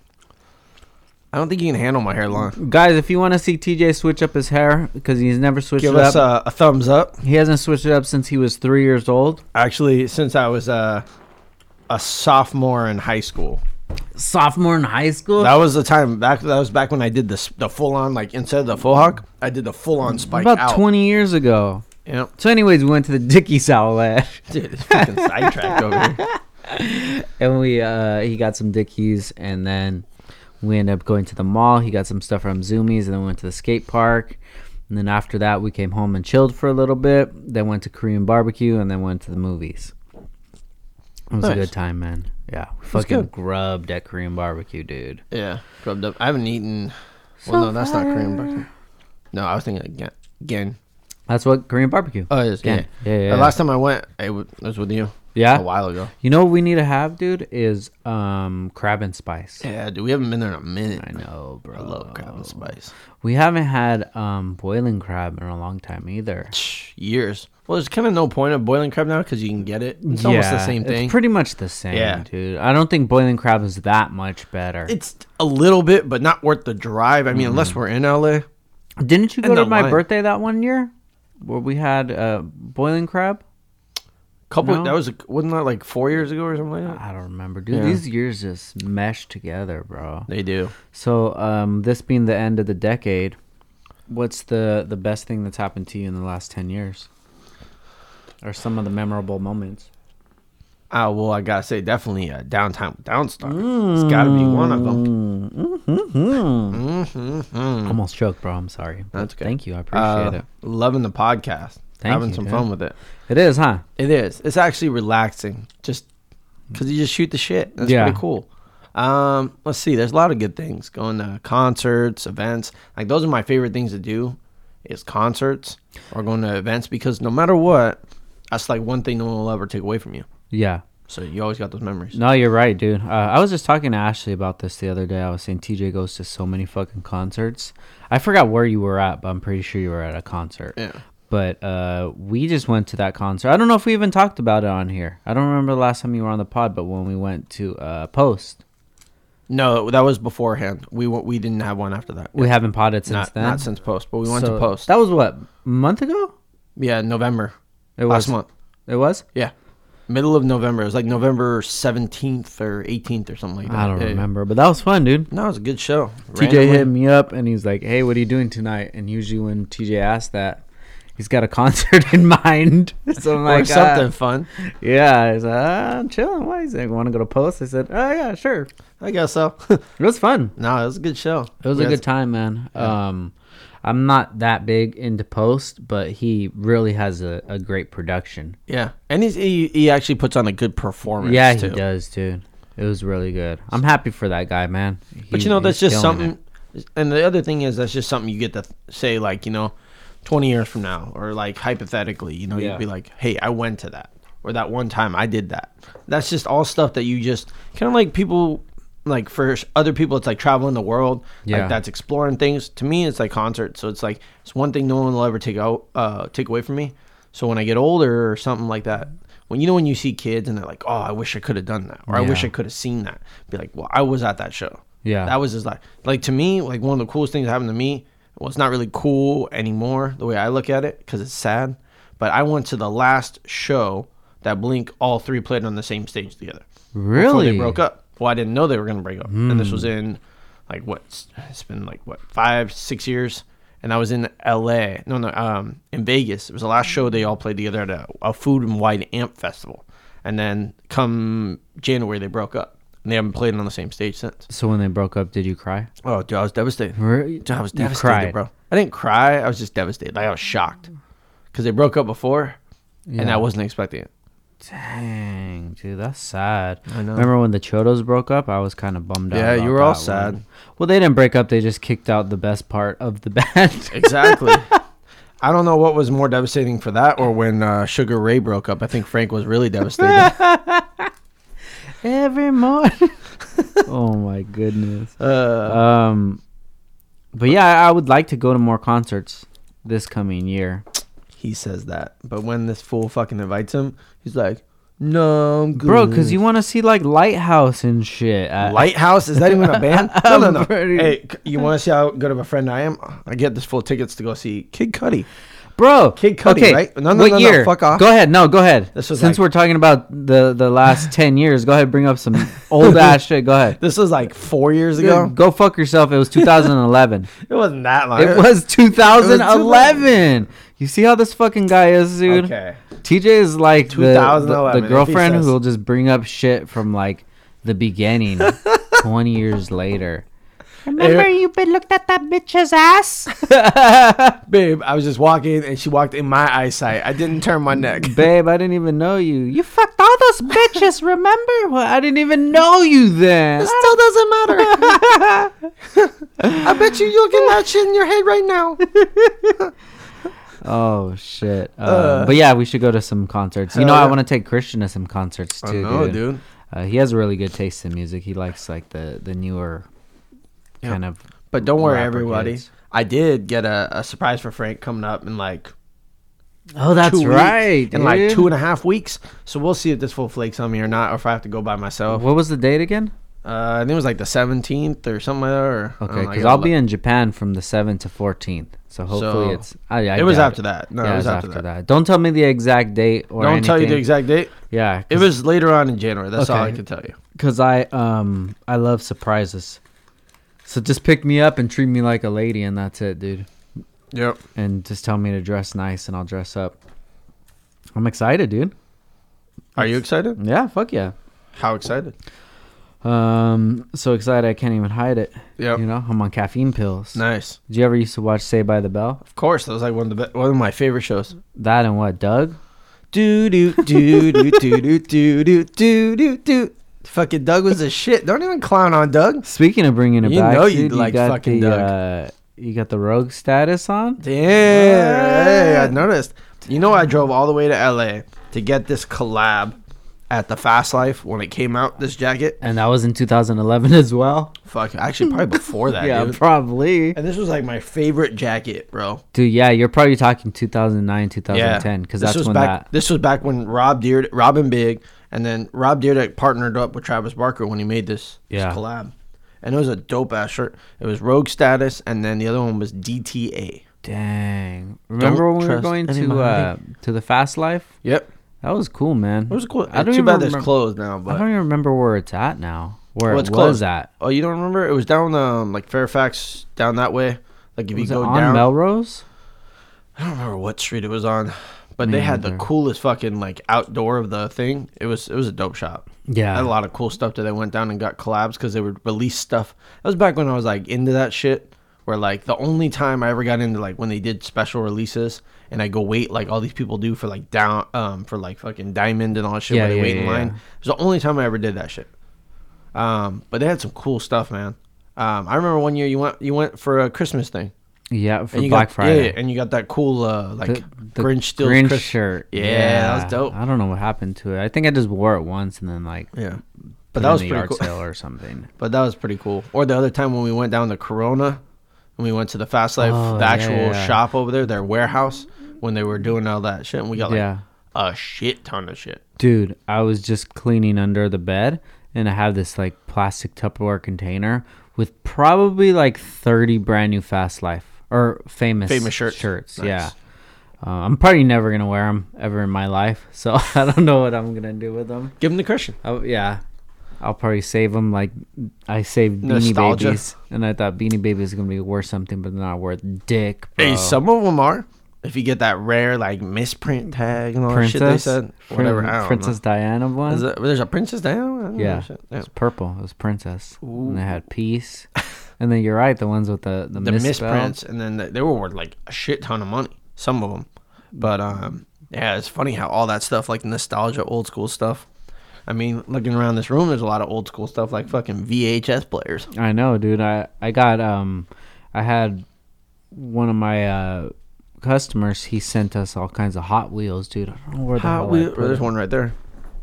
Speaker 1: I don't think you can handle my hair long.
Speaker 2: Guys, if you want to see TJ switch up his hair because he's never switched
Speaker 1: Give
Speaker 2: it
Speaker 1: us
Speaker 2: up,
Speaker 1: uh, a thumbs up.
Speaker 2: he hasn't switched it up since he was three years old.
Speaker 1: Actually, since I was uh, a sophomore in high school,
Speaker 2: Sophomore in high school.
Speaker 1: that was the time back. That was back when I did this the full on like instead of the full hawk, I did the full on spike
Speaker 2: about
Speaker 1: out.
Speaker 2: 20 years ago.
Speaker 1: Yep.
Speaker 2: So, anyways, we went to the Dickies outlet
Speaker 1: Dude, it's fucking sidetracked over here.
Speaker 2: and we uh, he got some Dickies, and then we ended up going to the mall. He got some stuff from Zoomies, and then went to the skate park. And then after that, we came home and chilled for a little bit. Then went to Korean barbecue, and then went to the movies. It was a
Speaker 1: Nice.
Speaker 2: good time, man. Yeah, we fucking
Speaker 1: good.
Speaker 2: grubbed at Korean barbecue, dude.
Speaker 1: Yeah, grubbed up. I haven't eaten. Well, no, that's not Korean barbecue. No, I was thinking again. Again.
Speaker 2: That's what Korean barbecue.
Speaker 1: Oh, it is.
Speaker 2: Yeah,
Speaker 1: Yeah.
Speaker 2: yeah, yeah.
Speaker 1: The last time I went, it wa- it was with you.
Speaker 2: Yeah?
Speaker 1: A while ago.
Speaker 2: you know what we need to have, dude, is um crab and spice.
Speaker 1: Yeah, dude, we haven't been there in a minute.
Speaker 2: I know, Oh. bro.
Speaker 1: I love crab and spice.
Speaker 2: We haven't had um boiling crab in a long time either.
Speaker 1: Shh, Years. Well, there's kind of no point of boiling crab now because you can get it. It's almost the
Speaker 2: Yeah,
Speaker 1: same thing.
Speaker 2: It's pretty much the same,
Speaker 1: Yeah.
Speaker 2: dude. I don't think boiling crab is that much better.
Speaker 1: it's a little bit, but not worth the drive. I mean, unless
Speaker 2: Mm-hmm.
Speaker 1: we're in LA.
Speaker 2: Didn't you go
Speaker 1: and
Speaker 2: to
Speaker 1: the
Speaker 2: my
Speaker 1: line.
Speaker 2: birthday that one year where we had uh boiling crab?
Speaker 1: Couple.
Speaker 2: No. Ah.
Speaker 1: That was a, wasn't that like four years ago or something like that.
Speaker 2: I don't remember, dude.
Speaker 1: Yeah.
Speaker 2: These years just mesh together, bro.
Speaker 1: They do.
Speaker 2: So, um, this being the end of the decade, what's the the best thing that's happened to you in the last ten years? Or some of the memorable moments?
Speaker 1: Ah, well, I gotta say, definitely uh, downtown downstar. It's gotta
Speaker 2: Mm.
Speaker 1: be one of them.
Speaker 2: Almost choked, bro. I'm sorry. But
Speaker 1: Hmm. That's okay.
Speaker 2: Thank you. I appreciate
Speaker 1: Uh,
Speaker 2: it.
Speaker 1: loving the podcast.
Speaker 2: Thank
Speaker 1: having
Speaker 2: you,
Speaker 1: some
Speaker 2: dude.
Speaker 1: fun with it.
Speaker 2: It is, huh?
Speaker 1: It is. It's actually relaxing, just because you just shoot the shit. That's
Speaker 2: Yeah.
Speaker 1: pretty cool. Um, let's see. There's a lot of good things. Going to concerts, events. Like those are my favorite things to do, is concerts or going to events because no matter what, that's like one thing no one will ever take away from you.
Speaker 2: Yeah.
Speaker 1: So you always got those memories.
Speaker 2: No, you're right, dude. Uh, I was just talking to Ashley about this the other day. I was saying TJ goes to so many fucking concerts. I forgot where you were at, but I'm pretty sure you were at a concert.
Speaker 1: Yeah.
Speaker 2: But uh, we just went to that concert. I don't know if we even talked about it on here. I don't remember the last time you were on the pod, but when we went to uh, Post,
Speaker 1: No, that was beforehand. We wa- we didn't have one after that.
Speaker 2: we haven't potted since
Speaker 1: not
Speaker 2: then.
Speaker 1: not since post, but we went
Speaker 2: So
Speaker 1: to post.
Speaker 2: That was what a month ago.
Speaker 1: yeah, November.
Speaker 2: It
Speaker 1: last
Speaker 2: was
Speaker 1: month.
Speaker 2: It was.
Speaker 1: Yeah. Middle of November. It was like November 17th or 18th or something like that.
Speaker 2: I don't
Speaker 1: Yeah, yeah.
Speaker 2: remember, but that was fun, dude.
Speaker 1: No, it was a good show.
Speaker 2: TJ hit
Speaker 1: Randomly-
Speaker 2: me up and he's like, "Hey, what are you doing tonight?" And usually when TJ asks that, he's got a concert in mind. So I'm
Speaker 1: or
Speaker 2: like,
Speaker 1: something
Speaker 2: "Ah."
Speaker 1: fun.
Speaker 2: Yeah, I was like, ah, I'm chilling. Why? He's like, want to go to post? I said, oh yeah, sure.
Speaker 1: I guess so.
Speaker 2: It was fun.
Speaker 1: no, it was a good show.
Speaker 2: It was
Speaker 1: We
Speaker 2: a
Speaker 1: had
Speaker 2: good time, man. Um, I'm not that big into post, but he really has a, a great production.
Speaker 1: Yeah, and he's, he he actually puts on a good performance.
Speaker 2: yeah,
Speaker 1: too.
Speaker 2: he does, dude. It was really good. I'm happy for that guy, man.
Speaker 1: But
Speaker 2: He-
Speaker 1: you know, that's
Speaker 2: he's
Speaker 1: just
Speaker 2: killing
Speaker 1: something.
Speaker 2: it.
Speaker 1: And the other thing is, that's just something you get to th- say, like you know, twenty years from now, or like hypothetically, you know,
Speaker 2: Yeah.
Speaker 1: you'd be like, "Hey, I went to that," or that one time I did that. That's just all stuff that you just kind of like people, like for s- other people, it's like traveling the world,
Speaker 2: Yeah.
Speaker 1: like that's exploring things. To me, it's like concerts. So it's like it's one thing no one will ever take out, uh, take away from me. So when I get older or something like that. When you know when you see kids and they're like, "Oh, I wish I could have done that," or "I wish
Speaker 2: Yeah.
Speaker 1: I could have seen that," be like, "Well, I was at that show."
Speaker 2: Yeah.
Speaker 1: That was just like like to me, like one of the coolest things that happened to me. Well, it's not really cool anymore the way I look at it because it's sad. But I went to the last show that Blink all three played on the same stage together. Before
Speaker 2: Really? Hmm.
Speaker 1: they broke up. Well, I didn't know they were gonna break up, and this was in like what? It's been like what five, six years, and I was in L.A. No, no, um, in Vegas. It was the last show they all played together at a, a Food and Wine Amp Festival, and then come January they broke up, and they haven't played on the same stage since.
Speaker 2: So when they broke up, did you cry?
Speaker 1: Oh, dude, I was devastated.
Speaker 2: Re-
Speaker 1: Dude, I was
Speaker 2: you
Speaker 1: devastated,
Speaker 2: cried. Mm.
Speaker 1: bro. I didn't cry. I was just devastated. Like I was shocked because they broke up before, and
Speaker 2: Yeah.
Speaker 1: I wasn't expecting it.
Speaker 2: Dang, dude, that's sad.
Speaker 1: I know.
Speaker 2: Remember when the Chodos broke up? I was kind of bummed out.
Speaker 1: Yeah, you
Speaker 2: about
Speaker 1: were all
Speaker 2: that
Speaker 1: sad.
Speaker 2: one. Well, they didn't break up. They just kicked out the best part of the band.
Speaker 1: Exactly. I don't know what was more devastating for that or when uh, Sugar Ray broke up. I think Frank was really devastated.
Speaker 2: Every morning. oh my goodness.
Speaker 1: uh,
Speaker 2: Um, but yeah, I I would like to go to more concerts this coming year.
Speaker 1: he says that, but when this fool fucking invites him, he's like, "No, I'm good."
Speaker 2: Bro, because you want to see like Lighthouse and shit. at-
Speaker 1: Lighthouse is that even a band? No, no, no.
Speaker 2: Pretty-
Speaker 1: Hey, c- you want to see how good of a friend I am? I get this full tickets to go see Kid Cudi.
Speaker 2: Bro,
Speaker 1: Kid Cudi, right? No, no,
Speaker 2: what
Speaker 1: no, no,
Speaker 2: year?
Speaker 1: fuck off.
Speaker 2: Go ahead. No, go ahead.
Speaker 1: This was
Speaker 2: Since
Speaker 1: like-
Speaker 2: we're talking about the the last ten years, go ahead. Bring up some old ass shit. Go ahead.
Speaker 1: This was like four years
Speaker 2: Dude,
Speaker 1: ago.
Speaker 2: go fuck yourself. It was 2011.
Speaker 1: It wasn't that long.
Speaker 2: it was 2011. you see how this fucking guy is, dude.
Speaker 1: Okay.
Speaker 2: TJ is like the- the,
Speaker 1: 2011,
Speaker 2: the,
Speaker 1: if he
Speaker 2: girlfriend
Speaker 1: says-
Speaker 2: who will just bring up shit from like the beginning, 20 years later.
Speaker 1: Remember
Speaker 2: you been looked at that bitch's ass,
Speaker 1: Babe, I was just walking and she walked in my eyesight. I didn't turn my neck.
Speaker 2: babe? I didn't even know you. You fucked all those bitches. Remember? Well, I didn't even know you then.
Speaker 1: Still doesn't matter. I bet you you'll get that shit in your head right now.
Speaker 2: Oh shit! Uh,
Speaker 1: Uh.
Speaker 2: but yeah, we should go to some concerts. You
Speaker 1: Hell
Speaker 2: know, I
Speaker 1: yeah.
Speaker 2: want to take Christian to some concerts too,
Speaker 1: I know,
Speaker 2: dude.
Speaker 1: dude.
Speaker 2: Uh, he has really good taste in music. He likes like the the newer
Speaker 1: Yeah.
Speaker 2: kind of.
Speaker 1: But don't worry,
Speaker 2: Rapper
Speaker 1: everybody.
Speaker 2: kids.
Speaker 1: I did get a, a surprise for Frank coming up in like
Speaker 2: Oh, that's
Speaker 1: two
Speaker 2: right.
Speaker 1: weeks, in like two and a half weeks. So we'll see if this full flakes on me or not, or if I have to go by myself.
Speaker 2: What was the date again?
Speaker 1: Uh, I think it was like the seventeenth or something like that. Or, I don't
Speaker 2: Okay,
Speaker 1: know, I
Speaker 2: because
Speaker 1: gotta
Speaker 2: I'll be
Speaker 1: look.
Speaker 2: in Japan from the seventh to fourteenth. So hopefully
Speaker 1: So-
Speaker 2: it's. I, I
Speaker 1: It was
Speaker 2: doubt
Speaker 1: after that. No,
Speaker 2: yeah,
Speaker 1: it was after, that.
Speaker 2: Don't tell me the exact date or
Speaker 1: Don't tell you the
Speaker 2: anything.
Speaker 1: exact date.
Speaker 2: Yeah,
Speaker 1: It was later on in January. That's all I
Speaker 2: Okay.
Speaker 1: can tell you.
Speaker 2: because I um I love surprises. So just pick me up and treat me like a lady, and that's it, dude.
Speaker 1: Yep.
Speaker 2: And just tell me to dress nice, and I'll dress up. I'm excited, dude.
Speaker 1: Are you excited?
Speaker 2: Yeah, fuck yeah.
Speaker 1: How excited?
Speaker 2: Um, so excited I can't even hide it.
Speaker 1: Yep.
Speaker 2: You know, I'm on caffeine pills.
Speaker 1: Nice.
Speaker 2: Did you ever used to watch Say by the Bell?
Speaker 1: Of course, that was like one of the be- one of my favorite shows.
Speaker 2: That and what, Doug?
Speaker 1: Do do do do do do do do do do do. Fucking Doug was a shit. Don't even clown on Doug.
Speaker 2: Speaking of bringing it
Speaker 1: You
Speaker 2: back,
Speaker 1: know
Speaker 2: dude,
Speaker 1: you'd like
Speaker 2: got
Speaker 1: fucking
Speaker 2: the,
Speaker 1: Doug.
Speaker 2: Uh, you got the rogue status on.
Speaker 1: Damn. Hey, I noticed. You know, I drove all the way to LA to get this collab at the Fast Life when it came out. This jacket.
Speaker 2: And that was in 2011 as well.
Speaker 1: Fuck. Actually, probably before that.
Speaker 2: yeah,
Speaker 1: Dude.
Speaker 2: probably.
Speaker 1: And this was like my favorite jacket, bro.
Speaker 2: Dude, yeah, you're probably talking 2009, 2010, because
Speaker 1: This
Speaker 2: that's
Speaker 1: was
Speaker 2: when
Speaker 1: back,
Speaker 2: that.
Speaker 1: This was back when Rob Deer, Robin Big, and then Rob Deerdeck partnered up with Travis Barker when he made this, this
Speaker 2: Yeah.
Speaker 1: collab, and it was a dope ass shirt. It was Rogue Status, and then the other one was DTA.
Speaker 2: Dang. Remember when we were
Speaker 1: trust
Speaker 2: going to
Speaker 1: anybody.
Speaker 2: uh, to the Fast Life?
Speaker 1: Yep,
Speaker 2: That was cool, man.
Speaker 1: it was cool.
Speaker 2: I don't
Speaker 1: Too
Speaker 2: even
Speaker 1: bad it's
Speaker 2: remem-
Speaker 1: closed now,
Speaker 2: I
Speaker 1: but
Speaker 2: don't even remember where it's at now. Where
Speaker 1: Well,
Speaker 2: it
Speaker 1: it's
Speaker 2: was
Speaker 1: closed.
Speaker 2: at?
Speaker 1: oh, you don't remember? It was down um like Fairfax, down that way. Like if
Speaker 2: Was it
Speaker 1: you go
Speaker 2: on
Speaker 1: down,
Speaker 2: Melrose?
Speaker 1: I don't remember what street it was on, but
Speaker 2: Me
Speaker 1: they had the
Speaker 2: neither.
Speaker 1: coolest fucking like outdoor of the thing. It was it was a dope shop.
Speaker 2: Yeah.
Speaker 1: had a lot of cool stuff that they went down and got collabs because they would release stuff. That was back when I was like into that shit. where like the only time I ever got into like when they did special releases and I go wait like all these people do for like down um for like fucking diamond and all that shit where
Speaker 2: Yeah,
Speaker 1: they
Speaker 2: yeah,
Speaker 1: wait in
Speaker 2: yeah,
Speaker 1: line.
Speaker 2: yeah.
Speaker 1: It was the only time I ever did that shit. Um, but they had some cool stuff, man. Um, I remember one year you went you went for a Christmas thing
Speaker 2: Yeah, for
Speaker 1: and you
Speaker 2: Black
Speaker 1: got,
Speaker 2: Friday.
Speaker 1: yeah, and you got that cool uh like
Speaker 2: The- the
Speaker 1: Grinch steals
Speaker 2: Grinch
Speaker 1: Chris-
Speaker 2: shirt. Uh,
Speaker 1: Yeah, that was dope.
Speaker 2: I don't know what happened to it. I think I just wore it once and then like
Speaker 1: Yeah,
Speaker 2: put
Speaker 1: but
Speaker 2: it
Speaker 1: that was
Speaker 2: in the
Speaker 1: pretty
Speaker 2: yard
Speaker 1: cool.
Speaker 2: sale or something.
Speaker 1: But that was pretty cool. Or the other time when we went down to Corona, when we went to the Fast Life,
Speaker 2: Oh,
Speaker 1: the
Speaker 2: yeah,
Speaker 1: actual
Speaker 2: yeah.
Speaker 1: shop over there, their warehouse, when they were doing all that shit, and we got like
Speaker 2: Yeah.
Speaker 1: a shit ton of shit.
Speaker 2: Dude, I was just cleaning under the bed and I have this like plastic Tupperware container with probably like 30 brand new Fast Life or famous
Speaker 1: Famous shirts. Nice.
Speaker 2: Yeah. Uh, I'm probably never going to wear them ever in my life. So I don't know what I'm going to do with them.
Speaker 1: Give them the Christian.
Speaker 2: Oh yeah, I'll probably save them. Like I saved Beanie
Speaker 1: Nostalgia.
Speaker 2: Babies, and I thought Beanie Babies was gonna be worth something, but they're not worth dick. Bro.
Speaker 1: Hey, some of them are. If you get that rare like misprint tag and all that oh, shit they said,
Speaker 2: Prin-
Speaker 1: whatever. I don't
Speaker 2: Princess Diana
Speaker 1: Know.
Speaker 2: one.
Speaker 1: Is that- there's a princess down. I don't know
Speaker 2: yeah,
Speaker 1: that Oh, shit. yeah.
Speaker 2: it's purple. It was princess, and they had peace. and then you're right, the ones with the the,
Speaker 1: The
Speaker 2: misspelled-
Speaker 1: misprints, and then they- they were worth like a shit ton of money. Some of them, but um, yeah, it's funny how all that stuff, like nostalgia, old school stuff. I mean, looking around this room, there's a lot of old school stuff, like fucking VHS players.
Speaker 2: I know, dude. I I got um, I had one of my uh customers. He sent us all kinds of Hot Wheels, dude. I don't know where the
Speaker 1: Hot
Speaker 2: hell I
Speaker 1: Wheel-
Speaker 2: put
Speaker 1: there's
Speaker 2: them.
Speaker 1: one right there.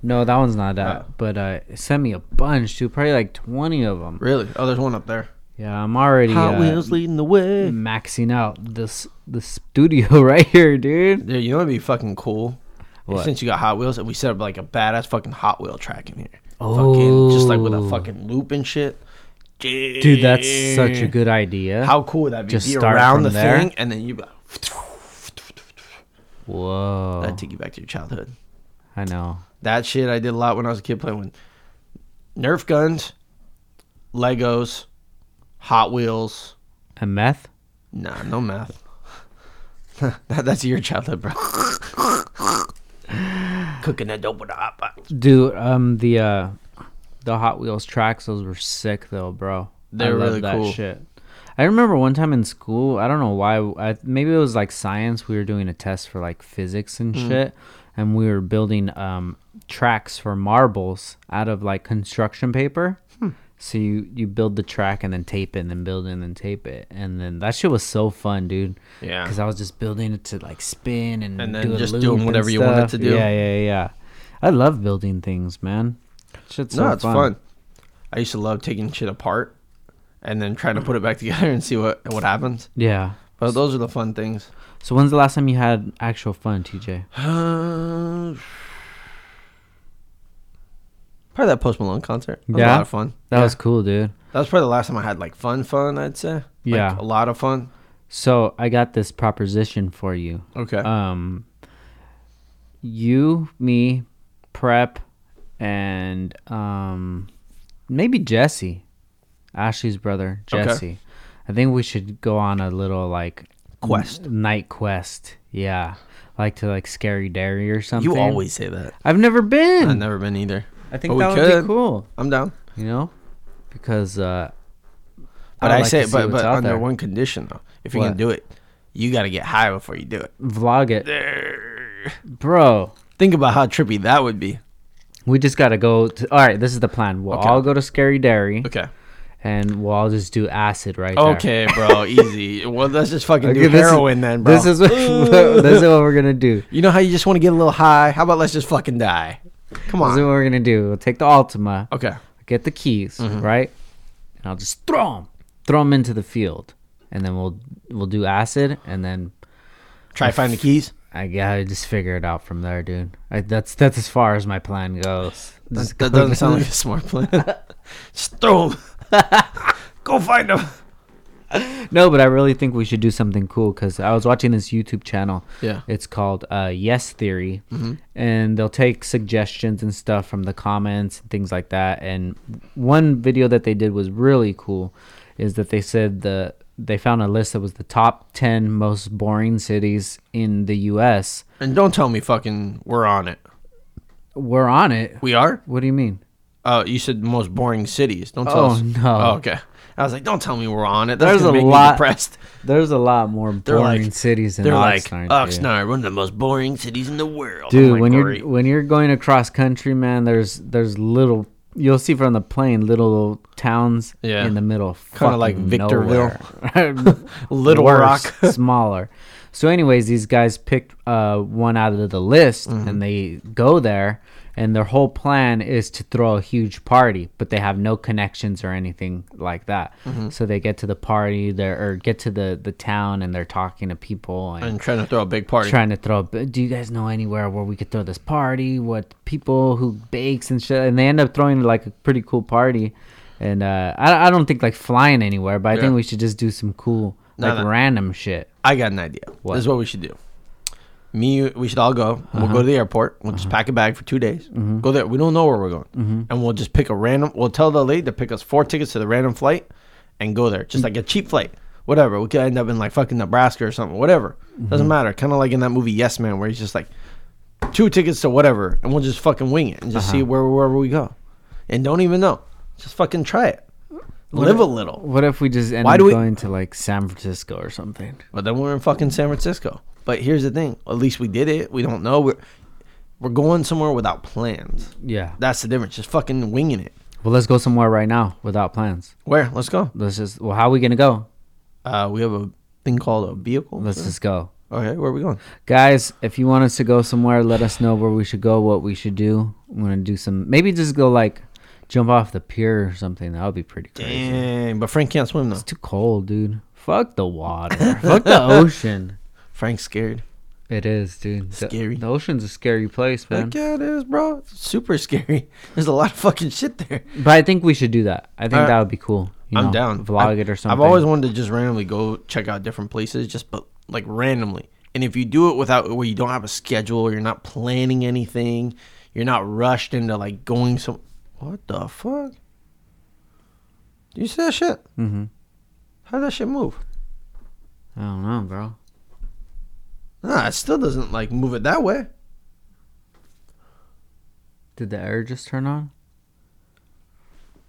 Speaker 2: No, that one's not that.
Speaker 1: Oh.
Speaker 2: But uh, it sent me a bunch, dude. Probably like twenty of them.
Speaker 1: Really? Oh, there's one up there.
Speaker 2: Yeah, I'm already
Speaker 1: Hot
Speaker 2: uh,
Speaker 1: Wheels leading the way.
Speaker 2: maxing out this the studio right here, dude.
Speaker 1: Dude, you know what'd be fucking cool?
Speaker 2: What?
Speaker 1: Since you got Hot Wheels, and we set up like a badass fucking Hot Wheel track in here. Fucking, just like with a
Speaker 2: Oh.
Speaker 1: fucking loop and shit.
Speaker 2: Dude, that's such a good idea.
Speaker 1: How cool would that be?
Speaker 2: Just
Speaker 1: be
Speaker 2: start
Speaker 1: around
Speaker 2: from
Speaker 1: the
Speaker 2: there.
Speaker 1: thing, and then you. Be like,
Speaker 2: Whoa.
Speaker 1: That'd take you back to your childhood.
Speaker 2: I know.
Speaker 1: That shit I did a lot when I was a kid playing with Nerf guns, Legos, Hot Wheels.
Speaker 2: And meth?
Speaker 1: Nah, no math. that, that's your childhood, bro. Cooking that dope with a hot box.
Speaker 2: Dude, um the uh the Hot Wheels tracks, those were sick though, bro.
Speaker 1: They were
Speaker 2: love
Speaker 1: really cool.
Speaker 2: Shit. I remember one time in school, I don't know why, I, maybe it was like science. We were doing a test for like physics and
Speaker 1: Hmm.
Speaker 2: shit, and we were building um, tracks for marbles out of like construction paper.
Speaker 1: Hmm.
Speaker 2: So you you build the track and then tape it, and then build it, and then tape it, and then that shit was so fun, dude.
Speaker 1: Yeah.
Speaker 2: because I was just building it to like spin and
Speaker 1: And then
Speaker 2: do a
Speaker 1: just
Speaker 2: loop
Speaker 1: doing
Speaker 2: and
Speaker 1: whatever you wanted
Speaker 2: stuff.
Speaker 1: to do.
Speaker 2: Yeah, yeah, yeah. I love building things, man. Shit's so
Speaker 1: no, it's fun. I used to love taking shit apart and then trying to put it back together and see what, what happens.
Speaker 2: Yeah.
Speaker 1: But those are the fun things.
Speaker 2: So when's the last time you had actual fun, TJ?
Speaker 1: Uh, probably that Post Malone concert. That was a
Speaker 2: Yeah?
Speaker 1: lot of fun.
Speaker 2: That
Speaker 1: Yeah.
Speaker 2: was cool, dude.
Speaker 1: That was probably the last time I had like fun, fun. I'd say. Like,
Speaker 2: Yeah.
Speaker 1: a lot of fun.
Speaker 2: So I got this proposition for you.
Speaker 1: Okay.
Speaker 2: Um, you, me, prep, and um, maybe Jesse, Ashley's brother,
Speaker 1: Okay.
Speaker 2: Jesse. I think we should go on a little like
Speaker 1: Quest.
Speaker 2: n- night quest. Yeah, like to like scary dairy or something.
Speaker 1: you always say that.
Speaker 2: I've never been.
Speaker 1: I've never been either.
Speaker 2: I think
Speaker 1: but
Speaker 2: that
Speaker 1: we
Speaker 2: would
Speaker 1: could.
Speaker 2: be cool.
Speaker 1: I'm down.
Speaker 2: You know, because uh,
Speaker 1: But
Speaker 2: would
Speaker 1: I,
Speaker 2: like
Speaker 1: say
Speaker 2: to
Speaker 1: it,
Speaker 2: see
Speaker 1: but,
Speaker 2: what's
Speaker 1: but
Speaker 2: out
Speaker 1: under
Speaker 2: there.
Speaker 1: one condition though. If you're gonna
Speaker 2: What?
Speaker 1: do it, you gotta get high before you do it.
Speaker 2: vlog it,
Speaker 1: There.
Speaker 2: bro.
Speaker 1: Think about how trippy that would be.
Speaker 2: We just gotta go. To, all right, this is the plan. We'll
Speaker 1: Okay.
Speaker 2: all go to Scary Dairy,
Speaker 1: Okay.
Speaker 2: and we'll all just do acid right there.
Speaker 1: Okay, bro. Easy. Well, let's just fucking
Speaker 2: Okay,
Speaker 1: do
Speaker 2: this is-
Speaker 1: heroin then, bro.
Speaker 2: This is what, this is what we're gonna do.
Speaker 1: You know how you just want to get a little high? How about let's just fucking die? Come
Speaker 2: This is
Speaker 1: on.
Speaker 2: what we're gonna do. We'll take the Altima,
Speaker 1: Okay. Mm-hmm.
Speaker 2: get the keys, right? And I'll just throw them, throw them into the field, and then we'll we'll do acid, and then
Speaker 1: Try to find the keys.
Speaker 2: I gotta just figure it out from there, dude. I, that's that's as far as my plan goes. Just
Speaker 1: That, that
Speaker 2: go-
Speaker 1: doesn't sound like a smart plan. just throw 'em. Go find them.
Speaker 2: No, but I really think we should do something cool because I was watching this YouTube channel.
Speaker 1: Yeah. Mm-hmm.
Speaker 2: It's called uh, Yes Theory. And they'll take suggestions and stuff from the comments and things like that. And one video that they did was really cool is that they said the they found a list that was the top 10 most boring cities in the US.
Speaker 1: And don't tell me fucking we're on it.
Speaker 2: We're on it.
Speaker 1: We are?
Speaker 2: What do you mean?
Speaker 1: Uh, you said most boring cities. Don't tell
Speaker 2: Oh,
Speaker 1: us.
Speaker 2: no.
Speaker 1: okay. I was like, don't tell me we're on it. That's
Speaker 2: There's
Speaker 1: gonna
Speaker 2: a
Speaker 1: make
Speaker 2: lot-
Speaker 1: Me depressed.
Speaker 2: There's a lot more
Speaker 1: They're like-
Speaker 2: boring cities than
Speaker 1: They're like
Speaker 2: Oxnard, dude.
Speaker 1: Oxnard, one of the most boring cities in the world. I'm
Speaker 2: Dude,
Speaker 1: like,
Speaker 2: when
Speaker 1: "Great."
Speaker 2: you're when you're going across country, man, there's there's little you'll see from the plane little towns
Speaker 1: Yeah.
Speaker 2: in the middle,
Speaker 1: Kinda like
Speaker 2: fucking
Speaker 1: Victorville.
Speaker 2: nowhere.
Speaker 1: Little Rock.
Speaker 2: smaller. So, anyways, these guys picked uh, one out of the list,
Speaker 1: Mm-hmm.
Speaker 2: and they go there, and their whole plan is to throw a huge party, but they have no connections or anything like that.
Speaker 1: Mm-hmm.
Speaker 2: So they get to the party, there or get to the the town, and they're talking to people and
Speaker 1: and trying to throw a big party.
Speaker 2: trying to throw. a b- Do you guys know anywhere where we could throw this party? What people who bakes and shit, and they end up throwing like a pretty cool party. And uh, I, I don't think like flying anywhere, but I
Speaker 1: Yeah.
Speaker 2: think we should just do some cool
Speaker 1: No,
Speaker 2: like
Speaker 1: no.
Speaker 2: random shit.
Speaker 1: I got an idea.
Speaker 2: What?
Speaker 1: This is what we should do. Me, we should all go. We'll
Speaker 2: Uh-huh.
Speaker 1: go to the airport. We'll just pack a bag for two days.
Speaker 2: Mm-hmm.
Speaker 1: Go there. We don't know where we're going, and we'll just pick a random. We'll tell the lady to pick us four tickets to the random flight, and go there.
Speaker 2: Mm.
Speaker 1: Just like a cheap flight, whatever. We could end up in like fucking Nebraska or something. Whatever.
Speaker 2: Mm-hmm.
Speaker 1: Doesn't matter. Kind of like in that movie Yes Man, where he's just like two tickets to whatever, and we'll just fucking wing it and just
Speaker 2: Uh-huh.
Speaker 1: see where wherever we go, and don't even know. Just fucking try it. Live a little.
Speaker 2: What if we just end
Speaker 1: Why
Speaker 2: up
Speaker 1: do we-
Speaker 2: going to like San Francisco or something?
Speaker 1: But then we're in fucking San Francisco. But here's the thing: at least we did it. We don't know. We're we're going somewhere without plans.
Speaker 2: Yeah.
Speaker 1: That's the difference. Just fucking winging it.
Speaker 2: Well, let's go somewhere right now without plans.
Speaker 1: Where? Let's go.
Speaker 2: Let's just. Well, how are we gonna go?
Speaker 1: Uh, we have a thing called a vehicle.
Speaker 2: Let's just go,
Speaker 1: okay, where are we going?
Speaker 2: guys. If you want us to go somewhere, let us know where we should go, what we should do. I'm gonna do some. Maybe just go like jump off the pier or something. That would be pretty crazy.
Speaker 1: Dang, but Frank can't swim though.
Speaker 2: It's too cold, dude. Fuck the water. Fuck the ocean.
Speaker 1: Frank's scared.
Speaker 2: It is, dude. The-
Speaker 1: Scary.
Speaker 2: The, ocean's a scary place, man.
Speaker 1: Like, yeah, it is, bro. It's super scary. There's a lot of fucking shit there.
Speaker 2: But I think we should do that. I think
Speaker 1: Alright.
Speaker 2: that would be cool. You
Speaker 1: Uh, I'm
Speaker 2: know,
Speaker 1: down.
Speaker 2: Vlog
Speaker 1: I've-
Speaker 2: it or something.
Speaker 1: I've always wanted to just randomly go check out different places, just but like randomly. And if you do it without where you don't have a schedule, you're not planning anything, you're not rushed into like going some. What the fuck? Do you see that shit?
Speaker 2: Mm-hmm.
Speaker 1: How did that shit move?
Speaker 2: I don't know, bro.
Speaker 1: Nah, it still doesn't like move it that way.
Speaker 2: Did the air just turn on?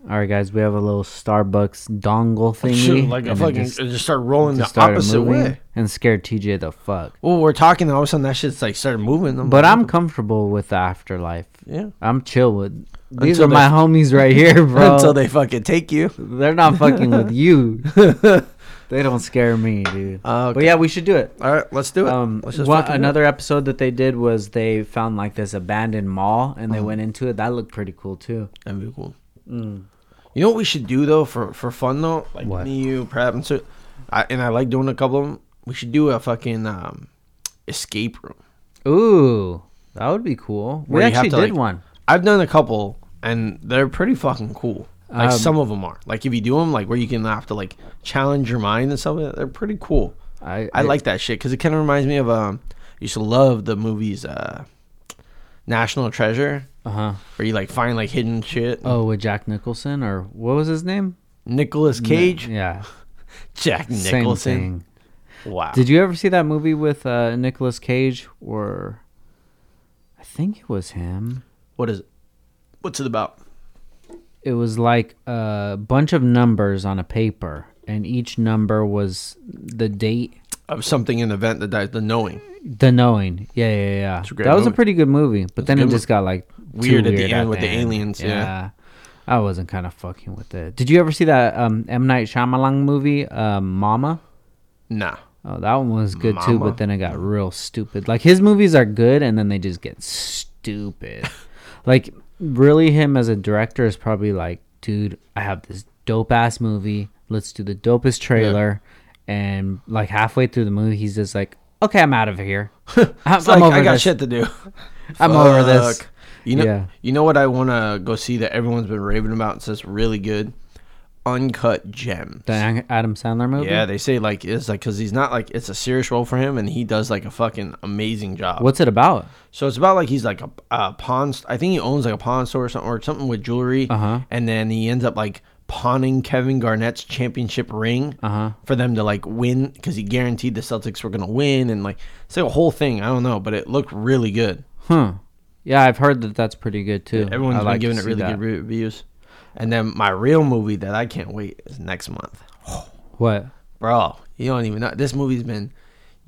Speaker 2: All right, guys, we have a little Starbucks dongle thingy.
Speaker 1: Shit, like a
Speaker 2: and it
Speaker 1: fucking,
Speaker 2: just-
Speaker 1: it just started rolling
Speaker 2: just
Speaker 1: the
Speaker 2: started
Speaker 1: opposite
Speaker 2: moving
Speaker 1: way.
Speaker 2: and scared TJ the fuck.
Speaker 1: Well, we're talking, and all of a sudden that shit's like started moving.
Speaker 2: But
Speaker 1: like,
Speaker 2: I'm comfortable with the afterlife.
Speaker 1: yeah.
Speaker 2: I'm chill with. These
Speaker 1: Until
Speaker 2: are my
Speaker 1: they-
Speaker 2: homies right here, bro.
Speaker 1: Until they fucking take you.
Speaker 2: They're not fucking with you. they don't scare me, dude.
Speaker 1: Uh,
Speaker 2: But yeah, we should do it.
Speaker 1: All right, let's do it.
Speaker 2: Um,
Speaker 1: let's just
Speaker 2: one-
Speaker 1: fucking do it.
Speaker 2: another episode that they did was they found like this abandoned mall and they
Speaker 1: Uh-huh.
Speaker 2: went into it. That looked pretty cool too.
Speaker 1: That'd be cool. You know what we should do though for for fun though, like
Speaker 2: Mm. What?
Speaker 1: me, you, Prab, and so, I, and I like doing a couple of them. We should do a fucking um, escape room.
Speaker 2: Ooh, that would be cool. We
Speaker 1: Where you have
Speaker 2: actually
Speaker 1: to,
Speaker 2: did
Speaker 1: like-
Speaker 2: one.
Speaker 1: I've done a couple, and they're pretty fucking cool. Like
Speaker 2: Um,
Speaker 1: some of them are. Like if you do them, like where you can have to like challenge your mind and stuff, like that, they're pretty cool.
Speaker 2: I,
Speaker 1: I like that shit because it kind of reminds me of um, I used to love the movies uh, National Treasure,
Speaker 2: Uh huh.
Speaker 1: where you like find like hidden shit.
Speaker 2: Oh, with Jack Nicholson or what was his name?
Speaker 1: Nicholas Cage,
Speaker 2: Yeah,
Speaker 1: Jack
Speaker 2: same
Speaker 1: Nicholson.
Speaker 2: thing.
Speaker 1: Wow.
Speaker 2: Did you ever see that movie with uh, Nicolas Cage? Or I think it was him.
Speaker 1: What is it? What's it about?
Speaker 2: it was like a bunch of numbers on a paper and each number was the date
Speaker 1: Of something an event that dies, the knowing.
Speaker 2: the knowing yeah yeah yeah
Speaker 1: a
Speaker 2: that
Speaker 1: great
Speaker 2: was a
Speaker 1: movie.
Speaker 2: pretty good movie but then
Speaker 1: a
Speaker 2: it
Speaker 1: good
Speaker 2: just got like too
Speaker 1: Weird at the end with the aliens, yeah.
Speaker 2: i wasn't kind of fucking with it did you ever see that um m night Shyamalan movie um mama
Speaker 1: Nah.
Speaker 2: oh that one was good too
Speaker 1: Mama?
Speaker 2: but then it got real stupid like his movies are good and then they just get stupid like really him as a director is probably like dude i have this dope ass movie let's do the dopest trailer and like halfway through the movie he's just like okay i'm out of here i'm,
Speaker 1: It's
Speaker 2: I'm
Speaker 1: like,
Speaker 2: over
Speaker 1: I got
Speaker 2: this
Speaker 1: shit to do.
Speaker 2: i'm over this
Speaker 1: Fuck. You know,
Speaker 2: Yeah.
Speaker 1: you know what I want to go see that everyone's been raving about and says really good? Uncut Gems.
Speaker 2: the Ang- adam sandler movie
Speaker 1: Yeah, they say like it's like because he's not like it's a serious role for him and he does like a fucking amazing job.
Speaker 2: what's it about
Speaker 1: So it's about like he's like a, a pawn. st- I think he owns like a pawn store or something, or something with jewelry.
Speaker 2: Uh-huh.
Speaker 1: And then he ends up like pawning Kevin Garnett's championship ring
Speaker 2: Uh-huh.
Speaker 1: for them to like win because he guaranteed the Celtics were gonna win and like it's like a whole thing. I don't know, but it looked really good.
Speaker 2: huh yeah i've heard that that's pretty good too
Speaker 1: Everyone's
Speaker 2: I
Speaker 1: been
Speaker 2: like to
Speaker 1: giving it
Speaker 2: see
Speaker 1: really good
Speaker 2: that.
Speaker 1: re- reviews. And then my real movie that I can't wait is next month.
Speaker 2: What?
Speaker 1: Bro, you don't even know. This movie's been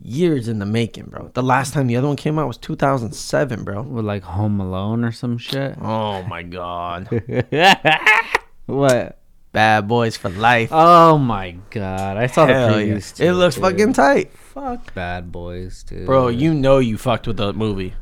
Speaker 1: years in the making, bro. The last time the other one came out was 2007, bro.
Speaker 2: With like Home Alone or some shit?
Speaker 1: Oh my god.
Speaker 2: what?
Speaker 1: Bad Boys for Life.
Speaker 2: Oh my god! I saw
Speaker 1: Hell yeah.
Speaker 2: the previews.
Speaker 1: It
Speaker 2: too,
Speaker 1: looks
Speaker 2: dude.
Speaker 1: fucking tight.
Speaker 2: fuck bad boys, dude.
Speaker 1: Bro, you know you fucked with the movie.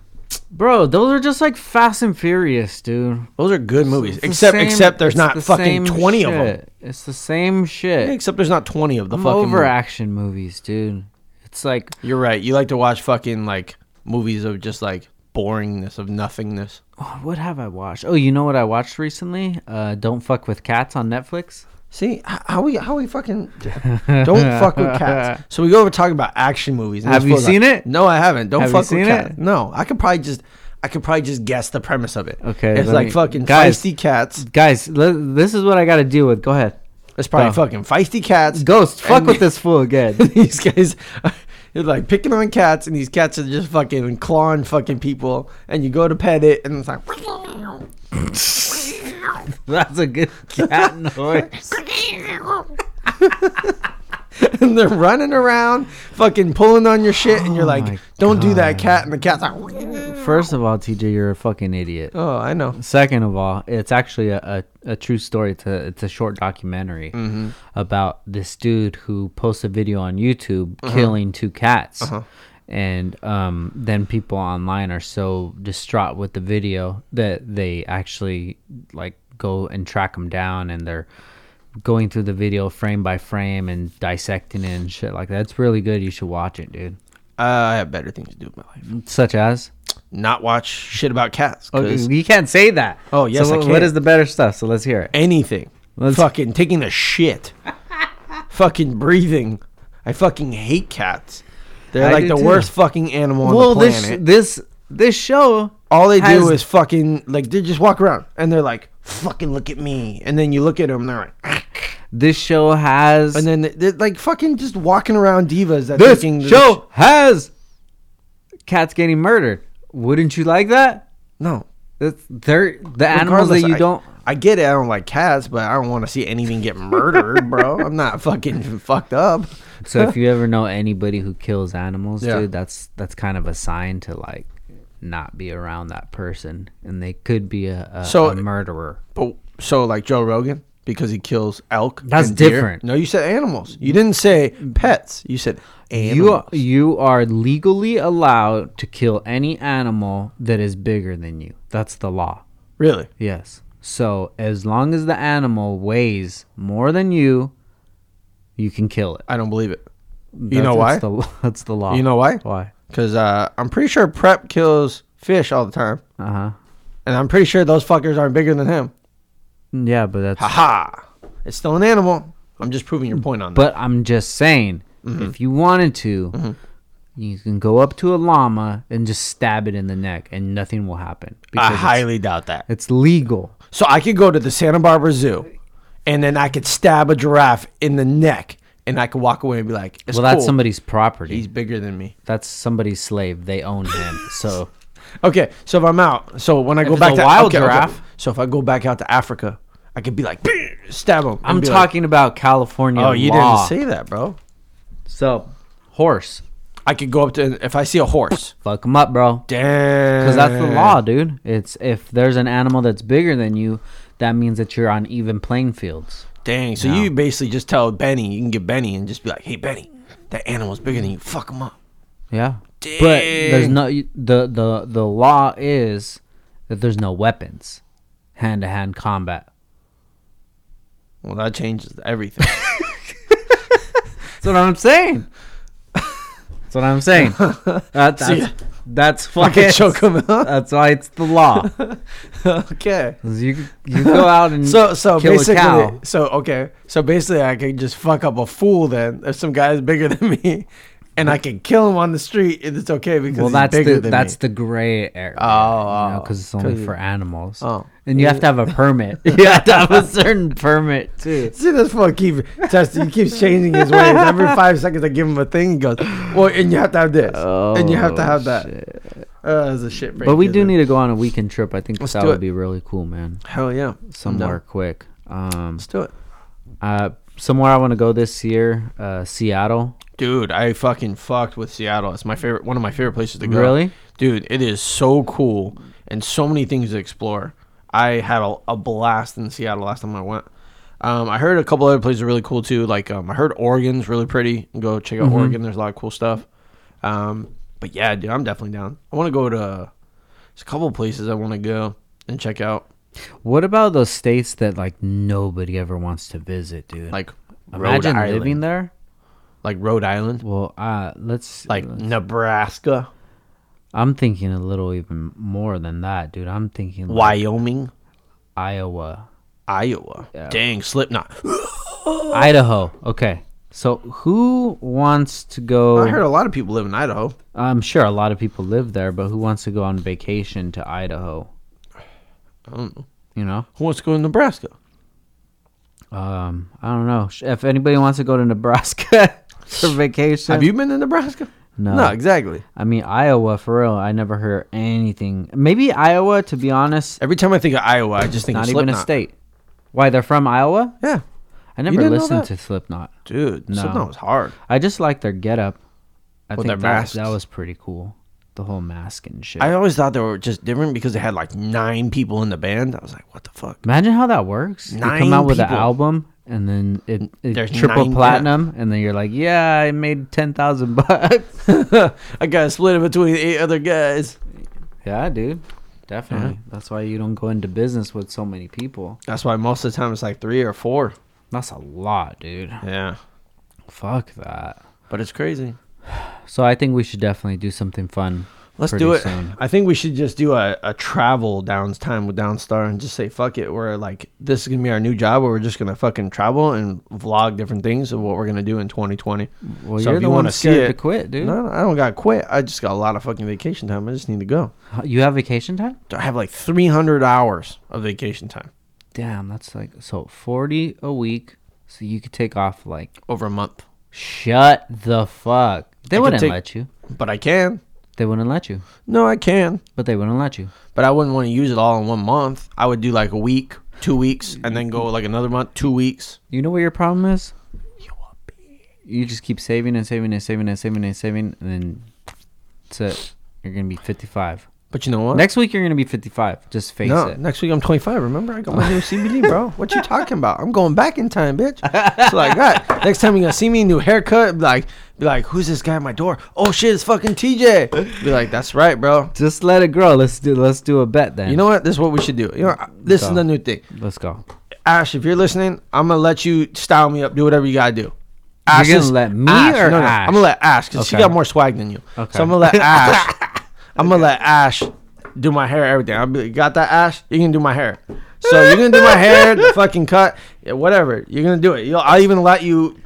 Speaker 2: bro, those are just like Fast and Furious, dude.
Speaker 1: Those are good movies.
Speaker 2: It's the
Speaker 1: except
Speaker 2: same-
Speaker 1: except there's
Speaker 2: it's
Speaker 1: not
Speaker 2: the
Speaker 1: fucking
Speaker 2: same
Speaker 1: 20 of them.
Speaker 2: shit. It's the same shit.
Speaker 1: Yeah, except there's not 20 of the
Speaker 2: I'm
Speaker 1: fucking
Speaker 2: over
Speaker 1: movie.
Speaker 2: action movies, dude. It's like
Speaker 1: You're right. You like to watch fucking like movies of just like boringness of nothingness.
Speaker 2: oh, what have I watched? Oh, you know what I watched recently? Uh, Don't fuck with cats on Netflix.
Speaker 1: See h- how we how we fucking don't fuck with cats. So we go over talking about action movies. and
Speaker 2: Have
Speaker 1: this
Speaker 2: you
Speaker 1: fool's like,
Speaker 2: seen it?
Speaker 1: No, I haven't. Don't
Speaker 2: Have you
Speaker 1: fuck
Speaker 2: seen
Speaker 1: with cats.
Speaker 2: it?
Speaker 1: No, I could probably just I could probably just guess the premise of it.
Speaker 2: Okay,
Speaker 1: it's
Speaker 2: let
Speaker 1: like
Speaker 2: me-
Speaker 1: fucking
Speaker 2: guys-
Speaker 1: feisty cats.
Speaker 2: Guys, l- this is what I got to deal with. Go ahead,
Speaker 1: It's probably
Speaker 2: No.
Speaker 1: fucking feisty cats.
Speaker 2: Ghost. Fuck
Speaker 1: And-
Speaker 2: with this fool again.
Speaker 1: these guys are like picking on cats and these cats are just fucking clawing fucking people and you go to pet it and it's like
Speaker 2: That's a good cat noise.
Speaker 1: and they're running around fucking pulling on your shit and you're
Speaker 2: Oh
Speaker 1: like
Speaker 2: my
Speaker 1: don't do that
Speaker 2: God.
Speaker 1: cat and the cat's like
Speaker 2: First of all, TJ, you're a fucking idiot.
Speaker 1: oh i know
Speaker 2: Second of all, it's actually a, a, a true story. It's a, it's a short documentary about this dude who posts a video on YouTube killing two cats. And um, then people online are so distraught with the video that they actually like go and track him down and they're going through the video frame by frame and dissecting it and shit like that. It's really good. You should watch it, dude.
Speaker 1: i have better things to do with my life
Speaker 2: Such as?
Speaker 1: not watch shit about cats
Speaker 2: Oh,
Speaker 1: 'cause
Speaker 2: you can't say that.
Speaker 1: Oh, yes,
Speaker 2: So
Speaker 1: I
Speaker 2: wh-
Speaker 1: can.
Speaker 2: What is the better stuff? So let's hear it.
Speaker 1: anything
Speaker 2: Let's-
Speaker 1: fucking taking a shit fucking breathing i fucking hate cats they're
Speaker 2: I
Speaker 1: like
Speaker 2: do
Speaker 1: the
Speaker 2: too.
Speaker 1: worst fucking animal on
Speaker 2: well,
Speaker 1: the planet
Speaker 2: this this this show.
Speaker 1: All they do
Speaker 2: has-
Speaker 1: is fucking like they just walk around and they're like, "Fucking look at me," and then you look at them and they're like,
Speaker 2: This show has.
Speaker 1: and then they- they're like fucking just walking around divas. That
Speaker 2: this
Speaker 1: thinking
Speaker 2: show has cats getting murdered. Wouldn't you like that?
Speaker 1: no
Speaker 2: That's, they're the animals that
Speaker 1: Regardless,
Speaker 2: you
Speaker 1: I-
Speaker 2: don't.
Speaker 1: I get it. I don't like cats, but I don't want to see anything get murdered, bro. I'm not fucking fucked up.
Speaker 2: So if you ever know anybody who kills animals,
Speaker 1: Yeah.
Speaker 2: dude, that's that's kind of a sign to like not be around that person, and they could be a, a,
Speaker 1: So-
Speaker 2: a murderer.
Speaker 1: But so like Joe Rogan because he kills elk.
Speaker 2: That's
Speaker 1: and deer.
Speaker 2: different.
Speaker 1: No, you said animals. You didn't say pets. You said animals.
Speaker 2: You are, you are legally allowed to kill any animal that is bigger than you. That's the law.
Speaker 1: really?
Speaker 2: Yes. So as long as the animal weighs more than you, you can kill it.
Speaker 1: I don't believe it.
Speaker 2: That's-
Speaker 1: you know why?
Speaker 2: That's the, that's the law.
Speaker 1: you know why?
Speaker 2: why?
Speaker 1: Because uh, I'm pretty sure prep kills fish all the time.
Speaker 2: Uh huh.
Speaker 1: And I'm pretty sure those fuckers aren't bigger than him.
Speaker 2: Yeah, but that's.
Speaker 1: Haha. It's still an animal. I'm just proving your point on that.
Speaker 2: But I'm just saying,
Speaker 1: Mm-hmm.
Speaker 2: if you wanted to, you can go up to a llama and just stab it in the neck, and nothing will happen
Speaker 1: I
Speaker 2: it's-
Speaker 1: highly doubt that.
Speaker 2: it's legal.
Speaker 1: So I could go to the Santa Barbara Zoo and then I could stab a giraffe in the neck and I could walk away and be like, it's
Speaker 2: Well, that's
Speaker 1: cool.
Speaker 2: somebody's property.
Speaker 1: He's bigger than me.
Speaker 2: That's somebody's slave. They own him. So
Speaker 1: Okay, so if I'm out, so when I go
Speaker 2: it's
Speaker 1: back
Speaker 2: a
Speaker 1: to
Speaker 2: wild
Speaker 1: okay, okay.
Speaker 2: giraffe-
Speaker 1: So if I go back out to Africa, I could be like, "Bing," stab him. and
Speaker 2: I'm
Speaker 1: be like,
Speaker 2: talking about California.
Speaker 1: oh, you
Speaker 2: law.
Speaker 1: didn't say that, bro.
Speaker 2: So horse,
Speaker 1: I could go up to if I see a horse.
Speaker 2: fuck him up, bro.
Speaker 1: Damn.
Speaker 2: Because that's the law, dude. It's if there's an animal that's bigger than you, that means that you're on even playing fields.
Speaker 1: Dang. So you basically just tell Benny, you can get Benny and just be like, hey, Benny, that animal's bigger than you. Fuck him up.
Speaker 2: Yeah. But there's no you- the the the law is that there's no weapons, hand to hand combat.
Speaker 1: Well, that changes everything.
Speaker 2: That's what I'm saying. that's what I'm saying. That, that's
Speaker 1: See?
Speaker 2: that's
Speaker 1: I
Speaker 2: fucking.
Speaker 1: could choke him up.
Speaker 2: That's why it's the law.
Speaker 1: okay.
Speaker 2: 'Cause You you go out and
Speaker 1: So so
Speaker 2: kill a
Speaker 1: basically
Speaker 2: cow.
Speaker 1: so okay so basically I could just fuck up a fool then if some guy's bigger than me, and I can kill him on the street and it's okay because
Speaker 2: Well,
Speaker 1: he's
Speaker 2: that's
Speaker 1: bigger
Speaker 2: the
Speaker 1: than
Speaker 2: that's
Speaker 1: me.
Speaker 2: the gray area.
Speaker 1: Oh, oh,
Speaker 2: because it's only
Speaker 1: 'cause
Speaker 2: for animals.
Speaker 1: Oh.
Speaker 2: and you have to have a permit. you have to have a certain permit too.
Speaker 1: See this fool keep testing. He keeps changing his ways. Every five seconds, I give him a thing. He goes, "Well, and you have to have this, and you have to
Speaker 2: Oh,
Speaker 1: have that." Uh, that's a shit.
Speaker 2: But we
Speaker 1: break,
Speaker 2: do
Speaker 1: isn't it?
Speaker 2: need to go on a weekend trip. I think that
Speaker 1: do
Speaker 2: would
Speaker 1: it.
Speaker 2: be really cool, man.
Speaker 1: Hell yeah,
Speaker 2: Somewhere quick. Um,
Speaker 1: Let's do it.
Speaker 2: uh, somewhere I want to go this year, uh, Seattle.
Speaker 1: Dude, I fucking fucked with Seattle. It's my favorite, one of my favorite places to go.
Speaker 2: Really?
Speaker 1: dude, it is so cool and so many things to explore. I had a, a blast in Seattle last time I went. Um, I heard a couple other places are really cool too. Like um, I heard Oregon's really pretty. Go check out Oregon. There's a lot of cool stuff. Um, but yeah, dude, I'm definitely down. I want to go to. There's a couple places I want to go and check out.
Speaker 2: What about those states that like nobody ever wants to visit, dude?
Speaker 1: Like
Speaker 2: imagine
Speaker 1: Rhode Island.
Speaker 2: living there.
Speaker 1: Like Rhode Island.
Speaker 2: Well, uh, let's
Speaker 1: Like Nebraska,
Speaker 2: I'm thinking a little even more than that, dude. I'm thinking like
Speaker 1: Wyoming,
Speaker 2: Iowa,
Speaker 1: Iowa.
Speaker 2: Yeah.
Speaker 1: Dang, Slipknot.
Speaker 2: Idaho. Okay. So who wants to
Speaker 1: I heard
Speaker 2: go?
Speaker 1: a lot of people live in Idaho.
Speaker 2: I'm sure a lot of people live there, but who wants to go on vacation to Idaho?
Speaker 1: I don't know.
Speaker 2: You know,
Speaker 1: Who wants to go to Nebraska?
Speaker 2: um, I don't know. Sh- If anybody wants to go to Nebraska for vacation,
Speaker 1: Have you been to Nebraska?
Speaker 2: No.
Speaker 1: No, exactly.
Speaker 2: I mean Iowa for real. I never heard anything. Maybe Iowa, to be honest,
Speaker 1: Every time I think of Iowa, I just think
Speaker 2: not
Speaker 1: of
Speaker 2: even
Speaker 1: Slipknot.
Speaker 2: a state. Why they're from Iowa?
Speaker 1: Yeah,
Speaker 2: I never
Speaker 1: didn't know
Speaker 2: listened
Speaker 1: that?
Speaker 2: to Slipknot.
Speaker 1: dude,
Speaker 2: No.
Speaker 1: Slipknot was hard.
Speaker 2: I just like their getup. I
Speaker 1: With
Speaker 2: think
Speaker 1: their
Speaker 2: that,
Speaker 1: masks.
Speaker 2: that was pretty cool. The whole mask and shit.
Speaker 1: I always thought they were just different because they had like nine people in the band. I was like, what the fuck?
Speaker 2: Imagine how that works. you come
Speaker 1: Nine
Speaker 2: out with an
Speaker 1: people.
Speaker 2: album and then it, it
Speaker 1: There's
Speaker 2: triple
Speaker 1: nine-
Speaker 2: platinum and then you're like, yeah, I made 10,000 bucks.
Speaker 1: I got split it between eight other guys.
Speaker 2: yeah, dude. Definitely. That's why you don't go into business with so many people.
Speaker 1: That's why most of the time it's like three or four.
Speaker 2: That's a lot, dude.
Speaker 1: Yeah,
Speaker 2: Fuck that.
Speaker 1: but it's crazy.
Speaker 2: So I think we should definitely do something fun.
Speaker 1: Let's
Speaker 2: pretty
Speaker 1: do it.
Speaker 2: soon.
Speaker 1: I think we should just do a, a travel downs time with Downstar and just say fuck it. We're like this is gonna be our new job where we're just gonna fucking travel and vlog different things of what we're gonna do in 2020.
Speaker 2: Well,
Speaker 1: So
Speaker 2: you're
Speaker 1: if
Speaker 2: the
Speaker 1: you
Speaker 2: one
Speaker 1: wanna see
Speaker 2: scared
Speaker 1: it-
Speaker 2: to quit, dude.
Speaker 1: No, no, I don't got quit. I just got a lot of fucking vacation time. I just need to go.
Speaker 2: You have vacation time?
Speaker 1: I have like 300 hours of vacation time
Speaker 2: Damn, that's like, so 40 a week. So you could take off like,
Speaker 1: over a month,
Speaker 2: shut the fuck. They
Speaker 1: I could
Speaker 2: wouldn't
Speaker 1: take-
Speaker 2: let you.
Speaker 1: but I can.
Speaker 2: They wouldn't let you.
Speaker 1: No, I can,
Speaker 2: But they wouldn't let you.
Speaker 1: but I wouldn't want to use it all in one month. I would do like a week, two weeks, and then go like another month, two weeks.
Speaker 2: You know what your problem is? You just keep saving and saving and saving and saving and saving, and then that's it. You're gonna be 55.
Speaker 1: But you know what?
Speaker 2: Next week you're gonna be 55. Just face
Speaker 1: no,
Speaker 2: it.
Speaker 1: next week I'm 25. Remember, I got my new CBD, bro. What you talking about? I'm going back in time, bitch. It's like that. Next time you gonna see me, new haircut. Be like, be like, who's this guy at my door? Oh shit, it's fucking TJ. Be like, that's right, bro.
Speaker 2: Just let it grow. Let's do. Let's do a bet then.
Speaker 1: You know what? This is what we should do. You know, I- this
Speaker 2: So-
Speaker 1: is the new thing.
Speaker 2: Let's go.
Speaker 1: Ash, if you're listening, I'm gonna let you style me up. Do whatever you gotta do. Ash
Speaker 2: gonna
Speaker 1: is-
Speaker 2: let me
Speaker 1: Ash-
Speaker 2: or
Speaker 1: no, no,
Speaker 2: Ash?
Speaker 1: I'm gonna let Ash because she
Speaker 2: Okay.
Speaker 1: got more swag than you.
Speaker 2: Okay.
Speaker 1: So I'm gonna let Ash. I'm gonna let Ash do my hair, everything. I'll be like, got that Ash? You can do my hair. So you're gonna do my hair, the fucking cut, yeah, whatever. You're gonna do it. You'll, I'll even let you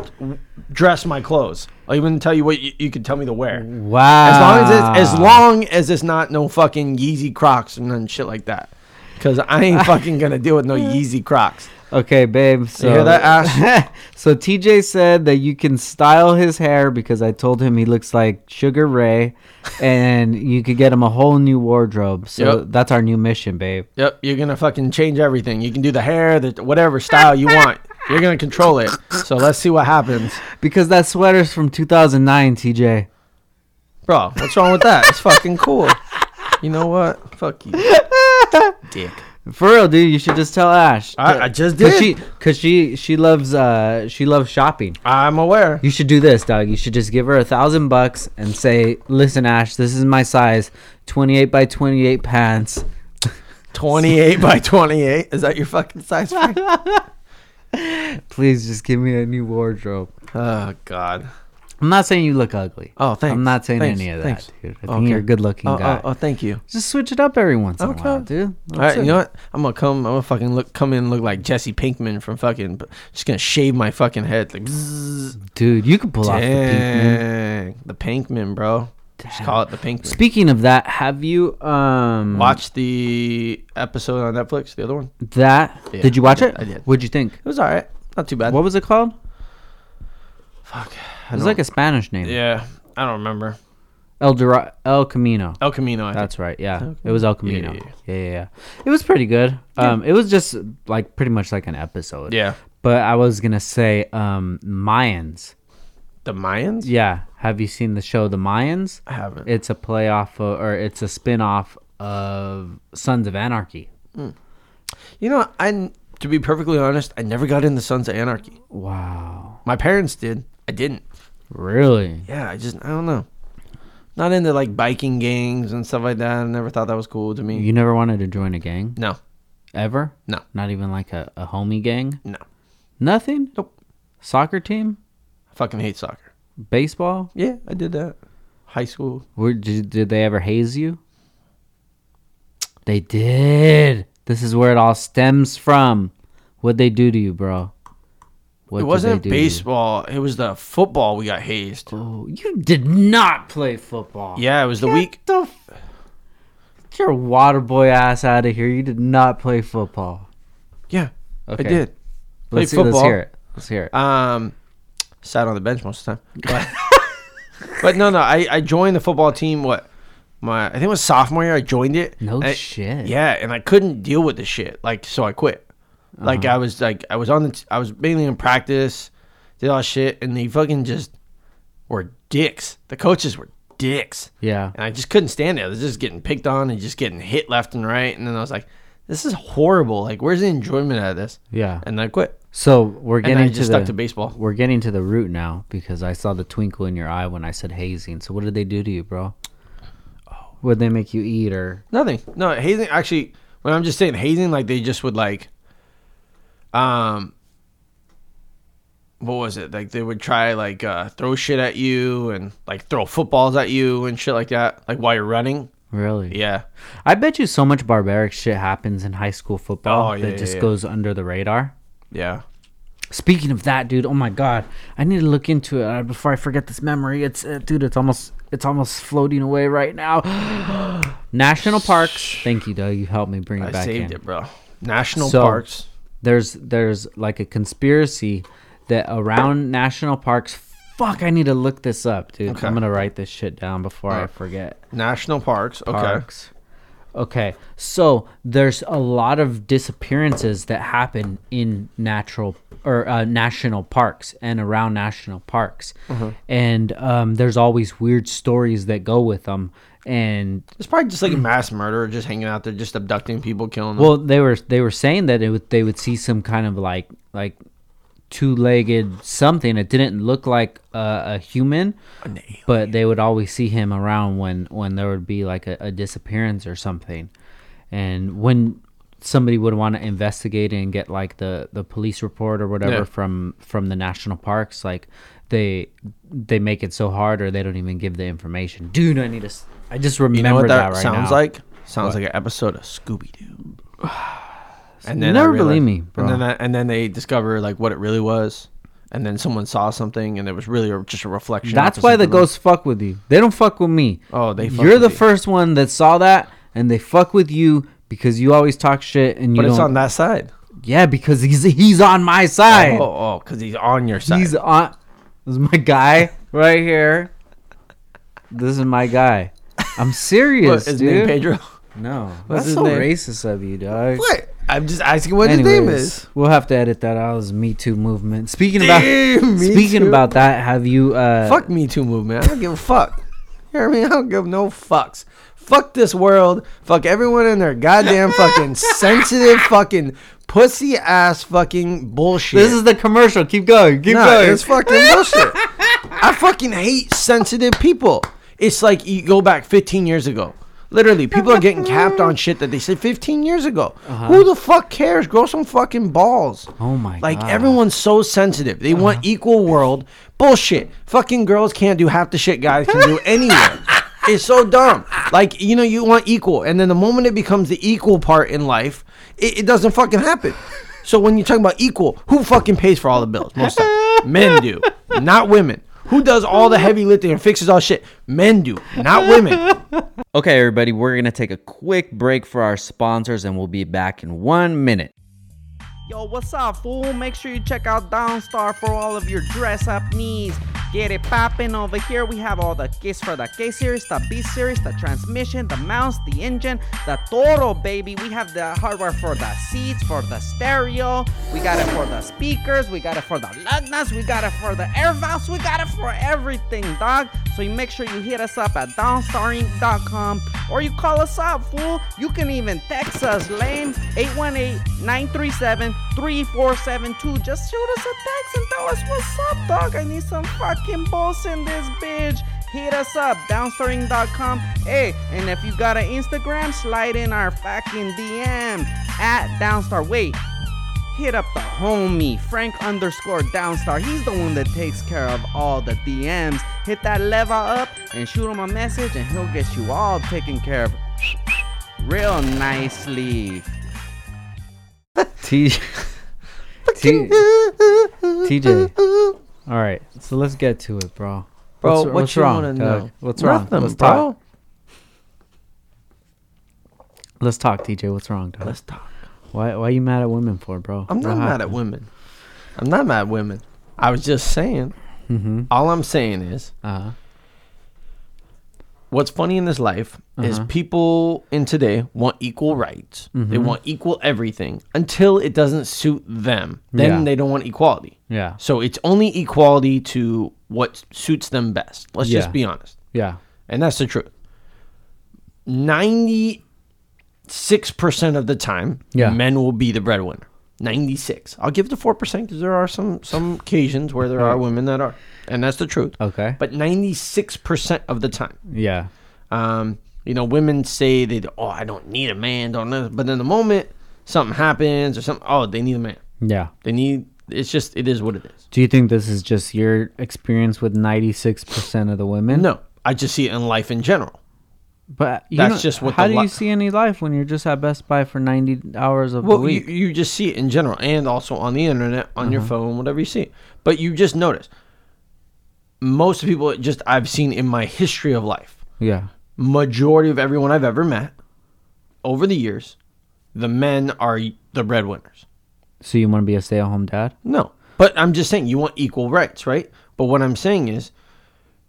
Speaker 1: dress my clothes. I'll even tell you what you, you can tell me to wear.
Speaker 2: Wow.
Speaker 1: As long as
Speaker 2: Ah.
Speaker 1: it's as long as it's not no fucking Yeezy Crocs and none shit like that. Cause I ain't fucking gonna deal with no Yeezy Crocs.
Speaker 2: Okay, babe. So
Speaker 1: hear that, Ash?
Speaker 2: so TJ said that you can style his hair because I told him he looks like Sugar Ray, and you could get him a whole new wardrobe. So
Speaker 1: Yep.
Speaker 2: that's our new mission, babe.
Speaker 1: Yep, you're gonna fucking change everything. You can do the hair, the whatever style you want. You're gonna control it. So let's see what happens,
Speaker 2: Because that sweater's from 2009, TJ.
Speaker 1: bro. What's wrong with that? It's fucking cool. You know what? Fuck you, dick.
Speaker 2: For real, dude, you should just tell Ash.
Speaker 1: I, I just
Speaker 2: Cause
Speaker 1: did.
Speaker 2: she, cause she, she loves, uh, she loves shopping.
Speaker 1: I'm aware.
Speaker 2: You should do this, dog. You should just give her a thousand bucks and say, "Listen, Ash, this is my size, 28 by 28 pants."
Speaker 1: 28 by 28. Is that your fucking size? Frank?
Speaker 2: Please just give me a new wardrobe.
Speaker 1: oh God.
Speaker 2: I'm not saying you look ugly.
Speaker 1: Oh, thanks.
Speaker 2: I'm not saying
Speaker 1: Thanks.
Speaker 2: any of that,
Speaker 1: Thanks.
Speaker 2: dude. I think you're a good-looking
Speaker 1: oh,
Speaker 2: guy.
Speaker 1: Oh, oh, thank you.
Speaker 2: Just switch it up every once in
Speaker 1: Okay.
Speaker 2: a while, dude.
Speaker 1: All right, you know what? I'm gonna come. I'm gonna fucking look, come in, and look like Jesse Pinkman from fucking. Just gonna shave my fucking head, like. bzzz.
Speaker 2: dude, you can pull off the pink man.
Speaker 1: Dang. The Pinkman, bro. Just call it the Pinkman.
Speaker 2: Speaking of that, have you um
Speaker 1: Watch the episode on Netflix, the other one.
Speaker 2: that?
Speaker 1: Yeah,
Speaker 2: did you watch
Speaker 1: I
Speaker 2: it?
Speaker 1: did, I did.
Speaker 2: What'd you think?
Speaker 1: It was all right. Not too bad.
Speaker 2: What was it called?
Speaker 1: Fuck. I
Speaker 2: It was
Speaker 1: don't-
Speaker 2: like a Spanish name.
Speaker 1: yeah, I don't remember.
Speaker 2: El Dora- El Camino.
Speaker 1: El Camino. I think.
Speaker 2: That's right. Yeah,
Speaker 1: El
Speaker 2: it was El
Speaker 1: Camino.
Speaker 2: Camino. Yeah yeah, yeah, It was pretty good. Um, it was just like pretty much like an episode.
Speaker 1: Yeah.
Speaker 2: But I was gonna say, um, Mayans.
Speaker 1: The Mayans.
Speaker 2: Yeah. Have you seen the show The Mayans?
Speaker 1: I haven't.
Speaker 2: It's a playoff o- or it's a spin off of Sons of Anarchy.
Speaker 1: You know, I n- to be perfectly honest, I never got into Sons of Anarchy.
Speaker 2: Wow.
Speaker 1: My parents did. I didn't.
Speaker 2: Really?
Speaker 1: Yeah, I just I don't know. Not into like biking gangs and stuff like that. I never thought that was cool to me.
Speaker 2: You never wanted to join a gang
Speaker 1: No,
Speaker 2: ever?
Speaker 1: Mm. no,
Speaker 2: Not even like a, a homie gang?
Speaker 1: no.
Speaker 2: Nothing?
Speaker 1: Nope.
Speaker 2: Soccer team?
Speaker 1: I fucking hate soccer.
Speaker 2: Baseball?
Speaker 1: Yeah, I did that. High school.
Speaker 2: Where did, did they ever haze you? They did. This is where it all stems from. What'd they do to you, bro? What
Speaker 1: it
Speaker 2: did they
Speaker 1: wasn't
Speaker 2: do to you?
Speaker 1: baseball. It was the football we got hazed.
Speaker 2: Oh, you did not play football.
Speaker 1: Yeah, it was the
Speaker 2: Get
Speaker 1: week.
Speaker 2: the f- Get your water boy ass out of here. You did not play football.
Speaker 1: Yeah,
Speaker 2: Okay.
Speaker 1: I did. Played
Speaker 2: Let's, see, let's
Speaker 1: football.
Speaker 2: hear it. Let's hear it.
Speaker 1: Um, sat on the bench most of the time. But, but no, no. I, I joined the football team. What my I think it was sophomore year. I joined it.
Speaker 2: No
Speaker 1: and I-
Speaker 2: shit.
Speaker 1: Yeah, and I couldn't deal with the shit. Like, so I quit. Like
Speaker 2: Uh-huh.
Speaker 1: I was like I was on the t- I was mainly in practice, did all that shit, and they fucking just were dicks. The coaches were dicks.
Speaker 2: Yeah.
Speaker 1: And I just couldn't stand it. I was just getting picked on and just getting hit left and right. And then I was like, this is horrible. Like, where's the enjoyment out of this?
Speaker 2: Yeah.
Speaker 1: And I quit.
Speaker 2: So we're
Speaker 1: And
Speaker 2: getting
Speaker 1: I
Speaker 2: to
Speaker 1: just
Speaker 2: the,
Speaker 1: stuck to baseball.
Speaker 2: We're getting to the root now because I saw the twinkle in your eye when I said hazing. So what did they do to you, bro? Would they make you eat or
Speaker 1: Nothing. No, hazing actually when I'm just saying hazing, like they just would like um what was it? Like they would try like uh throw shit at you and like throw footballs at you and shit like that. Like while you're running.
Speaker 2: really?
Speaker 1: Yeah.
Speaker 2: I bet you so much barbaric shit happens in high school football
Speaker 1: Oh, yeah,
Speaker 2: that
Speaker 1: yeah,
Speaker 2: just
Speaker 1: yeah.
Speaker 2: goes under the radar.
Speaker 1: Yeah.
Speaker 2: Speaking of that, dude, oh my god, I need to look into it uh, before I forget this memory. It's uh, dude, it's almost it's almost floating away right now. National parks. Thank you, Doug. You helped me bring it
Speaker 1: I
Speaker 2: back
Speaker 1: saved
Speaker 2: in.
Speaker 1: it, bro. National
Speaker 2: So-
Speaker 1: parks.
Speaker 2: There's there's like a conspiracy that around national parks. Fuck, I need to look this up, dude.
Speaker 1: Okay.
Speaker 2: I'm gonna write this shit down before I forget.
Speaker 1: National parks. Okay.
Speaker 2: Parks. Okay, so there's a lot of disappearances that happen in natural or uh, national parks and around national parks, and um, there's always weird stories that go with them. And
Speaker 1: It's probably just like a mass murderer just hanging out there, just abducting people, killing them.
Speaker 2: Well, they were they were saying that it would, they would see some kind of like like two legged something. It didn't look like a, a human, but they would always see him around when when there would be like a, a disappearance or something, and when somebody would want to investigate and get like the the police report or whatever
Speaker 1: Yeah.
Speaker 2: from from the national parks, like they they make it so hard or they don't even give the information. Dude, I need to. s- I just remember
Speaker 1: you know what that,
Speaker 2: right
Speaker 1: sounds
Speaker 2: now.
Speaker 1: like? Sounds like an episode of Scooby Doo. And
Speaker 2: You
Speaker 1: I
Speaker 2: never
Speaker 1: realized-
Speaker 2: believe me, bro.
Speaker 1: And then, I, and then they discover like what it really was, and then someone saw something, and it was really a- just a reflection.
Speaker 2: That's
Speaker 1: of
Speaker 2: why the
Speaker 1: something else.
Speaker 2: ghosts fuck with you. They don't fuck with me.
Speaker 1: Oh, they fuck
Speaker 2: You're
Speaker 1: with
Speaker 2: the
Speaker 1: you.
Speaker 2: first one that saw that, and they fuck with you because you always talk shit and you
Speaker 1: But it's
Speaker 2: don't-
Speaker 1: on that side.
Speaker 2: Yeah, because he's he's on my side.
Speaker 1: Oh, oh, because he's on your side.
Speaker 2: he's on. This is my guy right here. This is my guy. I'm serious,
Speaker 1: what, his
Speaker 2: dude.
Speaker 1: name Pedro.
Speaker 2: No,
Speaker 1: What's
Speaker 2: that's is
Speaker 1: his name?
Speaker 2: racist of you, dog.
Speaker 1: What? I'm just asking what his name
Speaker 2: Anyways,
Speaker 1: is.
Speaker 2: we'll have to edit that out. It was Me Too movement. Speaking
Speaker 1: Damn,
Speaker 2: about
Speaker 1: Me
Speaker 2: speaking
Speaker 1: Too.
Speaker 2: about that, have you? Uh,
Speaker 1: Fuck Me Too movement. I don't give a fuck. You know what I mean? I don't give no fucks. Fuck this world. Fuck everyone and their goddamn fucking sensitive fucking pussy ass fucking bullshit.
Speaker 2: This is the commercial. Keep going. Keep
Speaker 1: Nah,
Speaker 2: going.
Speaker 1: it's fucking bullshit. I fucking hate sensitive people. It's like you go back 15 years ago. Literally, people are getting capped on shit that they said 15 years ago. Who the fuck cares? Grow some fucking balls.
Speaker 2: Uh-huh. Oh my
Speaker 1: Like
Speaker 2: God.
Speaker 1: everyone's so sensitive. They want equal world. Bullshit. Fucking girls can't do half the shit guys can do anywhere. It's so dumb. Like, you know, you want equal. And then the moment it becomes the equal part in life, it, it doesn't fucking happen. So when you're talking about equal, who fucking pays for all the bills? Most of the time. Men do, not women. Who does all the heavy lifting and fixes all shit? Men do, not women.
Speaker 2: Okay, everybody, we're going to take a quick break for our sponsors and we'll be back in one minute.
Speaker 3: Yo, what's up, fool? Make sure you check out Downstar for all of your dress up needs.
Speaker 2: Get it poppin' over here. We have all the keys for the K series, the B series, the transmission, the mounts, the engine, the Toro, baby. We have the hardware for the seats, for the stereo. We got it for the speakers. We got it for the lug nuts. We got it for the air valves. We got it for everything, dog. So you make sure you hit us up at downstarring.com or you call us up, fool. You can even text us, lame, 818-937-3472. Just shoot us a text and tell us what's up, dog. I need some fucking balls in this bitch. Hit us up, downstarring.com. Hey, and if you got an Instagram, slide in our fucking DM at downstar. Wait, hit up the homie Frank underscore Downstar. He's the one that takes care of all the DMs. Hit that lever up and shoot him a message, and he'll get you all taken care of real nicely.
Speaker 4: T- T- TJ. All right, so let's get to it, bro.
Speaker 1: Bro,
Speaker 4: what's,
Speaker 1: what
Speaker 4: what's
Speaker 1: you
Speaker 4: wrong?
Speaker 1: wanna
Speaker 4: Doug?
Speaker 1: know?
Speaker 4: What's wrong?
Speaker 1: Nothing,
Speaker 4: let's
Speaker 1: bro.
Speaker 4: talk. Let's talk, TJ. What's wrong, Doug?
Speaker 1: Let's talk.
Speaker 4: Why why you mad at women for, bro?
Speaker 1: I'm not mad at women. I'm not mad at women. I was just saying.
Speaker 4: Mm-hmm.
Speaker 1: All I'm saying is,
Speaker 4: Uh-huh.
Speaker 1: what's funny in this life is
Speaker 4: Uh-huh. Mm-hmm.
Speaker 1: people in today want equal rights. They want equal everything until it doesn't suit them. Then
Speaker 4: Yeah.
Speaker 1: they don't want equality.
Speaker 4: Yeah.
Speaker 1: So it's only equality to what suits them best. Let's
Speaker 4: Yeah.
Speaker 1: just be honest.
Speaker 4: Yeah.
Speaker 1: And that's the truth. 96% of the time,
Speaker 4: Yeah.
Speaker 1: men will be the breadwinner. 96. I'll give it to 4% because there are some, some occasions where there are women that are. And that's the truth.
Speaker 4: Okay.
Speaker 1: But 96% of the time.
Speaker 4: Yeah.
Speaker 1: Um, you know, women say that, oh, I don't need a man, don't know. But in the moment, something happens or something, oh, they need a man.
Speaker 4: Yeah.
Speaker 1: They need, it's just, it is what it is.
Speaker 4: Do you think this is just your experience with 96% of the women?
Speaker 1: No, I just see it in life in general.
Speaker 4: But you
Speaker 1: That's
Speaker 4: don't-
Speaker 1: just what
Speaker 4: How
Speaker 1: the
Speaker 4: do
Speaker 1: li-
Speaker 4: you see any life when you're just at Best Buy for 90 hours of the
Speaker 1: Well, you,
Speaker 4: week?
Speaker 1: you just see it in general and also on the internet, on your phone, whatever you see. But you just notice most people just I've seen in my history of life,
Speaker 4: yeah.
Speaker 1: majority of everyone I've ever met over the years, the men are the breadwinners.
Speaker 4: So you want to be a stay-at-home dad?
Speaker 1: No. But I'm just saying you want equal rights, right? But what I'm saying is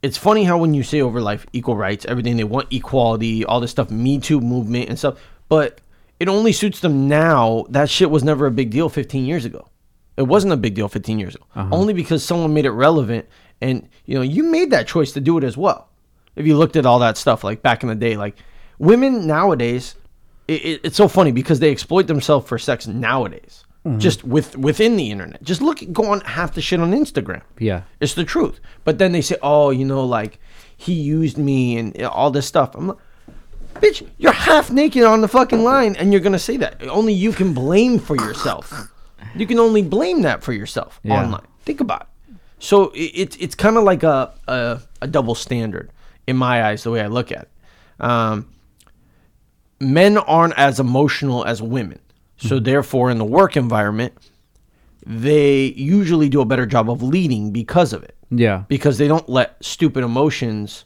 Speaker 1: it's funny how when you say over life equal rights, everything they want equality, all this stuff, Me Too movement and stuff, but it only suits them now. That shit was never a big deal 15 years ago. It wasn't a big deal 15 years ago. Only because someone made it relevant and you know, you made that choice to do it as well. If you looked at all that stuff like back in the day like women nowadays it, it, it's so funny because they exploit themselves for sex nowadays just with within the internet just look go on half the shit on instagram
Speaker 4: Yeah.
Speaker 1: it's the truth but then they say oh you know like he used me and all this stuff i'm like bitch you're half naked on the fucking line and you're gonna say that only you can blame for yourself you can only blame that for yourself
Speaker 4: Yeah.
Speaker 1: online think about it so it, it's it's kind of like a, a a double standard in my eyes the way i look at it um men aren't as emotional as women. So therefore in the work environment, they usually do a better job of leading because of it.
Speaker 4: Yeah.
Speaker 1: Because they don't let stupid emotions,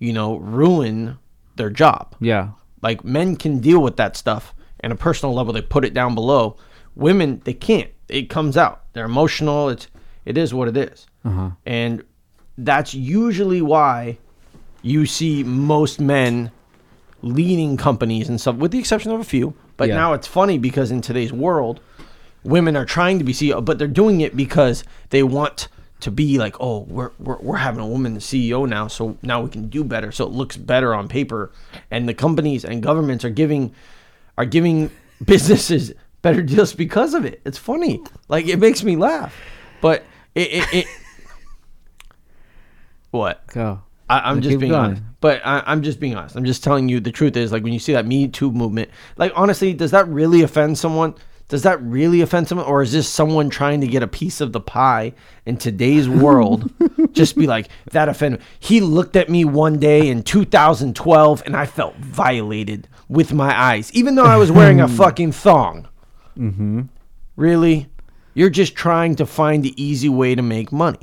Speaker 1: you know, ruin their job.
Speaker 4: Yeah.
Speaker 1: Like men can deal with that stuff and a personal level they put it down below. Women they can't. It comes out. They're emotional. It's it is what it is. And that's usually why you see most men leading companies and stuff, with the exception of a few. But
Speaker 4: Yeah.
Speaker 1: now it's funny because in today's world, women are trying to be CEO, but they're doing it because they want to be like, oh, we're, we're, we're having a woman CEO now, so now we can do better. So it looks better on paper. And the companies and governments are giving are giving businesses better deals because of it. It's funny. Like it makes me laugh. But it, it, it what?
Speaker 4: Go.
Speaker 1: I, I'm just
Speaker 4: keep
Speaker 1: being
Speaker 4: going.
Speaker 1: honest. But I, I'm just being honest. I'm just telling you the truth is like when you see that Me Too movement, like honestly, does that really offend someone? Does that really offend someone? Or is this someone trying to get a piece of the pie in today's world? just be like, that offended. He looked at me one day in 2012 and I felt violated with my eyes, even though I was wearing a fucking thong.
Speaker 4: Mm-hmm.
Speaker 1: Really? You're just trying to find the easy way to make money.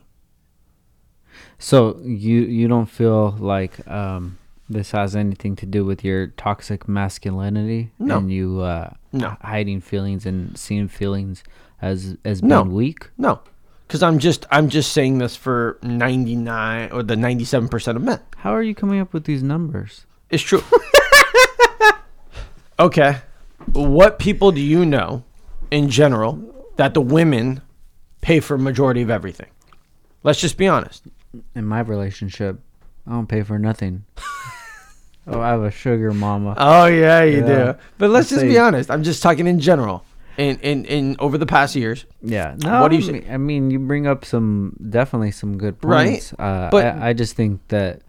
Speaker 4: So you you don't feel like um this has anything to do with your toxic masculinity
Speaker 1: No.
Speaker 4: and you uh
Speaker 1: No.
Speaker 4: hiding feelings and seeing feelings as as
Speaker 1: No.
Speaker 4: being weak?
Speaker 1: No. because I'm just I'm just saying this for 99 or the 97 percent of men.
Speaker 4: How are you coming up with these numbers?
Speaker 1: It's true. okay, what people do you know in general that the women pay for majority of everything? Let's just be honest.
Speaker 4: In my relationship, I don't pay for nothing. oh, I have a sugar mama.
Speaker 1: Oh yeah, you
Speaker 4: Yeah.
Speaker 1: do. But let's
Speaker 4: Let's
Speaker 1: just
Speaker 4: see.
Speaker 1: be honest. I'm just talking in general. In in in over the past years,
Speaker 4: Yeah. No,
Speaker 1: What do you
Speaker 4: I
Speaker 1: say?
Speaker 4: mean- I mean, you bring up some definitely some good
Speaker 1: Right,
Speaker 4: points. Uh,
Speaker 1: but-
Speaker 4: I, I just think that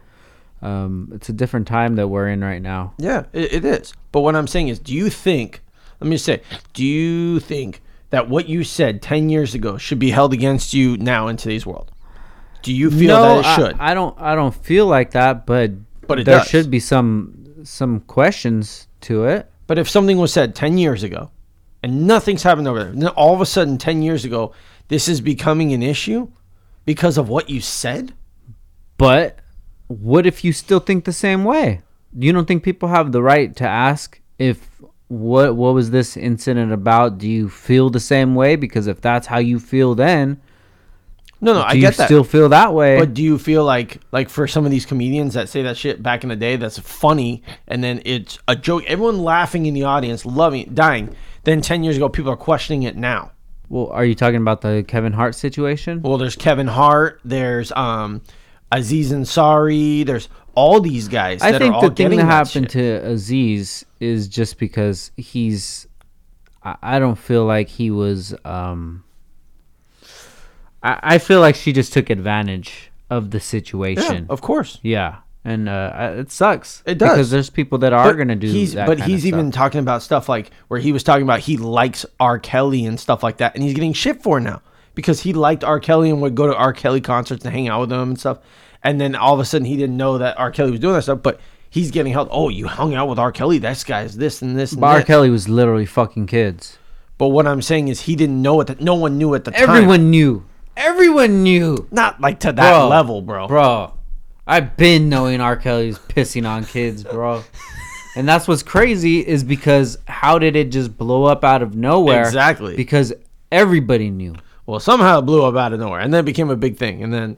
Speaker 4: um, it's a different time that we're in right now.
Speaker 1: Yeah, it, it is. But what I'm saying is, do you think? Let me say, do you think that what you said ten years ago should be held against you now in today's world? Do you feel that
Speaker 4: I-
Speaker 1: it should?
Speaker 4: I, don't. I don't feel like that, but
Speaker 1: But it
Speaker 4: there
Speaker 1: does.
Speaker 4: should be some some questions to it.
Speaker 1: but if something was said ten years ago, and nothing's happened over there, and then all of a sudden ten years ago, this is becoming an issue because of what you said.
Speaker 4: But what if you still think the same way? You don't think people have the right to ask if what what was this incident about? Do you feel the same way? Because if that's how you feel, then
Speaker 1: No, no,
Speaker 4: do
Speaker 1: I
Speaker 4: you
Speaker 1: get that.
Speaker 4: still feel that way?
Speaker 1: But do you feel like like for some of these comedians that say that shit back in the day that's funny and then it's a joke, everyone laughing in the audience, loving it, dying. Then ten years ago people are questioning it now.
Speaker 4: Well, are you talking about the Kevin Hart situation?
Speaker 1: Well, there's Kevin Hart, there's um Aziz Ansari, there's all these guys.
Speaker 4: I
Speaker 1: that are
Speaker 4: think
Speaker 1: all
Speaker 4: the thing
Speaker 1: getting shit.
Speaker 4: that happened to Aziz is just because he's. I, I don't feel like he was. Um, I, I feel like she just took advantage of the
Speaker 1: yeah,
Speaker 4: situation. Yeah,
Speaker 1: of course.
Speaker 4: and uh, I- it sucks.
Speaker 1: It does.
Speaker 4: because there's people that are
Speaker 1: But
Speaker 4: going to do
Speaker 1: he's,
Speaker 4: that.
Speaker 1: But
Speaker 4: kind of
Speaker 1: he's even
Speaker 4: stuff.
Speaker 1: talking about stuff like where he was talking about he likes R. Kelly and stuff like that, and he's getting shit for it now because he liked R. Kelly and would go to R. Kelly concerts and hang out with him and stuff. And then all of a sudden he didn't know that R. Kelly was doing that stuff, but he's getting held. Oh, you hung out with R. Kelly. This guy's this and this. And
Speaker 4: But R.
Speaker 1: that."
Speaker 4: Kelly was literally fucking kids.
Speaker 1: But what I'm saying is he didn't know it. That no one knew at the time.
Speaker 4: Everyone knew. Everyone knew.
Speaker 1: not like to that
Speaker 4: Bro,
Speaker 1: level, bro.
Speaker 4: Bro, I've been knowing R. Kelly's pissing on kids, bro. and that's what's crazy is because how did it just blow up out of nowhere?
Speaker 1: Exactly.
Speaker 4: Because everybody knew.
Speaker 1: Well, somehow it blew up out of nowhere, and then it became a big thing, and then.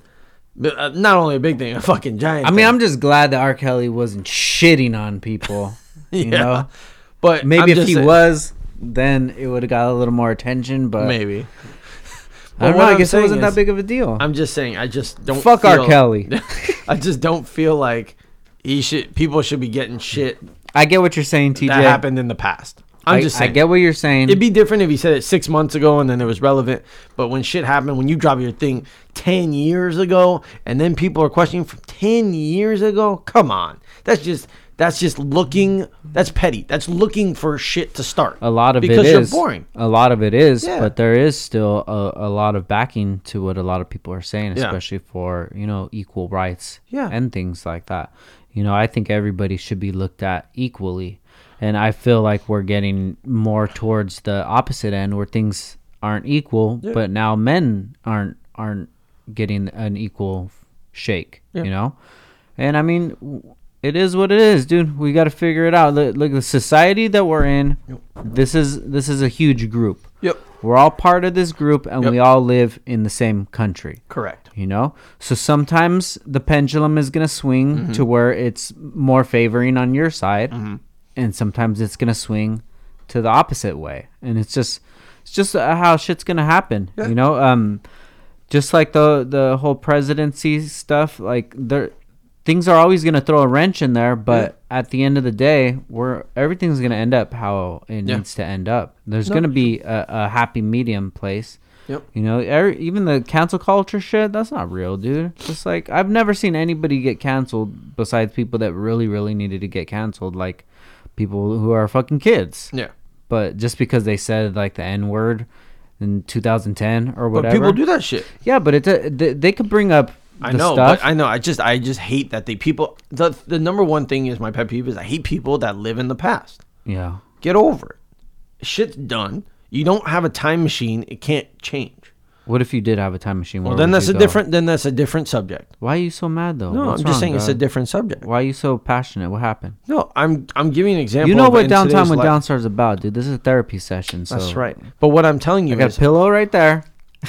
Speaker 1: but, uh, Not only a big thing, a fucking giant.
Speaker 4: I mean,
Speaker 1: thing.
Speaker 4: I'm just glad that R. Kelly wasn't shitting on people. You
Speaker 1: Yeah.
Speaker 4: know?
Speaker 1: But I'm
Speaker 4: Maybe if
Speaker 1: just
Speaker 4: he
Speaker 1: saying-
Speaker 4: was, then it would have got a little more attention, but
Speaker 1: maybe.
Speaker 4: I
Speaker 1: But
Speaker 4: don't know.
Speaker 1: what
Speaker 4: I
Speaker 1: I'm
Speaker 4: guess it
Speaker 1: saying
Speaker 4: wasn't
Speaker 1: is-
Speaker 4: that big of a deal.
Speaker 1: I'm just saying. I just don't
Speaker 4: Fuck R.
Speaker 1: feel-
Speaker 4: Kelly.
Speaker 1: I just don't feel like he should. People should be getting shit
Speaker 4: I get what you're saying, TJ.
Speaker 1: that happened in the past. I'm
Speaker 4: I,
Speaker 1: just
Speaker 4: I
Speaker 1: saying.
Speaker 4: get what you're saying.
Speaker 1: It'd be different if he said it six months ago and then it was relevant. But when shit happened, when you drop your thing ten years ago, and then people are questioning from ten years ago, come on, that's just that's just looking. That's petty. That's looking for shit to start.
Speaker 4: a lot of
Speaker 1: because
Speaker 4: it
Speaker 1: you're
Speaker 4: is-
Speaker 1: boring.
Speaker 4: A lot of it is,
Speaker 1: Yeah.
Speaker 4: but there is still a, a lot of backing to what a lot of people are saying,
Speaker 1: Yeah.
Speaker 4: especially for you know equal rights
Speaker 1: Yeah.
Speaker 4: and things like that. You know, I think everybody should be looked at equally, and I feel like we're getting more towards the opposite end where things aren't equal, but now men aren't aren't getting an equal shake. You know, and I mean. w- It is what it is, dude. We got to figure it out. Look, look, the society that we're in. This is this is a huge group.
Speaker 1: Yep.
Speaker 4: We're all part of this group, and we
Speaker 1: Yep.
Speaker 4: all live in the same country.
Speaker 1: Correct.
Speaker 4: You know, so sometimes the pendulum is gonna swing
Speaker 1: Mm-hmm.
Speaker 4: to where it's more favoring on your side, and sometimes it's gonna swing to the opposite way, and it's just it's just uh, how shit's gonna happen. You know, um, just like the the whole presidency stuff, like there things are always going to throw a wrench in there, but at the end of the day, we're everything's going to end up how it
Speaker 1: Yeah.
Speaker 4: needs to end up. There's going to be a, a happy medium place.
Speaker 1: Yep.
Speaker 4: You know, er, even the cancel culture shit, that's not real, dude. Just like I've never seen anybody get canceled besides people that really really needed to get canceled like people who are fucking kids.
Speaker 1: Yeah.
Speaker 4: But just because they said like the N word in 2010 or
Speaker 1: But
Speaker 4: whatever.
Speaker 1: people do that shit.
Speaker 4: Yeah, but it uh, they, they could bring up the
Speaker 1: I know,
Speaker 4: stuff.
Speaker 1: but I know. I just, I just hate that they people. The the number one thing is my pet peeve is I hate people that live in the past.
Speaker 4: yeah.
Speaker 1: Get over it. Shit's done. You don't have a time machine. It can't change.
Speaker 4: What if you did have a time machine?
Speaker 1: Well,
Speaker 4: where
Speaker 1: then
Speaker 4: would
Speaker 1: that's a
Speaker 4: you go?
Speaker 1: different. Then that's a different subject.
Speaker 4: Why are you so mad though?
Speaker 1: No,
Speaker 4: What's
Speaker 1: I'm just
Speaker 4: wrong,
Speaker 1: saying it's a
Speaker 4: dog?
Speaker 1: different subject.
Speaker 4: Why are you so passionate? What happened?
Speaker 1: No, I'm I'm giving an example.
Speaker 4: You know
Speaker 1: of
Speaker 4: what
Speaker 1: in
Speaker 4: downtime
Speaker 1: today's
Speaker 4: with
Speaker 1: life.
Speaker 4: downstar is about, dude. This is a therapy session. So
Speaker 1: That's right. But what I'm telling you
Speaker 4: I got a
Speaker 1: is
Speaker 4: pillow right there.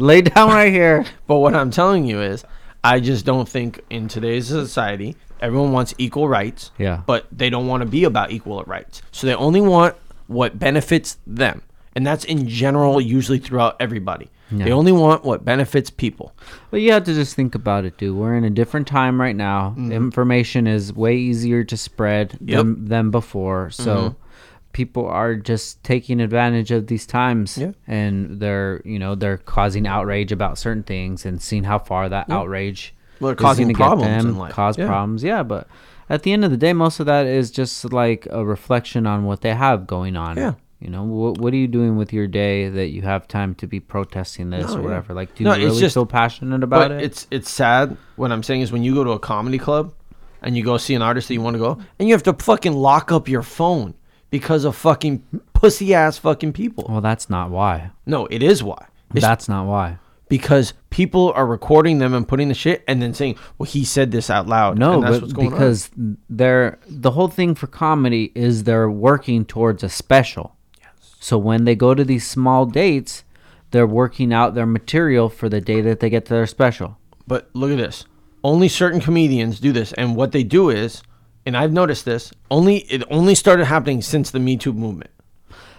Speaker 4: Lay down right here.
Speaker 1: But what I'm telling you is, I just don't think in today's society everyone wants equal rights.
Speaker 4: Yeah.
Speaker 1: But they don't want to be about equal rights. So they only want what benefits them, and that's in general usually throughout everybody. They
Speaker 4: Yeah.
Speaker 1: only want what benefits people.
Speaker 4: But you have to just think about it, dude. We're in a different time right now.
Speaker 1: Mm-hmm.
Speaker 4: Information is way easier to spread than, than before. So
Speaker 1: Mm-hmm.
Speaker 4: people are just taking advantage of these times
Speaker 1: Yeah.
Speaker 4: and they're, you know, they're causing outrage about certain things and seeing how far that outrage
Speaker 1: Well, they're
Speaker 4: is
Speaker 1: causing
Speaker 4: gonna get
Speaker 1: problems in life.
Speaker 4: cause
Speaker 1: Yeah.
Speaker 4: problems. Yeah, but at the end of the day, most of that is just like a reflection on what they have going on.
Speaker 1: Yeah.
Speaker 4: You know, what, what are you doing with your day that you have time to be protesting this
Speaker 1: No,
Speaker 4: or
Speaker 1: yeah.
Speaker 4: whatever? Like, do
Speaker 1: No, it's
Speaker 4: you really
Speaker 1: just-
Speaker 4: feel passionate about
Speaker 1: but
Speaker 4: it?
Speaker 1: it's it's sad. What I'm saying is when you go to a comedy club and you go see an artist that you want to go, and you have to fucking lock up your phone because of fucking pussy ass fucking people.
Speaker 4: Well, that's not why.
Speaker 1: No, it is why. It's
Speaker 4: that's not why.
Speaker 1: because people are recording them and putting the shit and then saying, "Well, he said this out loud." and
Speaker 4: No, but because they're the whole thing for comedy is they're working towards a special. Yes. So when they go to these small dates, they're working out their material for the day that they get to their special.
Speaker 1: on. But look at this. Only certain comedians do this, and what they do is, and I've noticed this. Only it only started happening since the Me Too movement.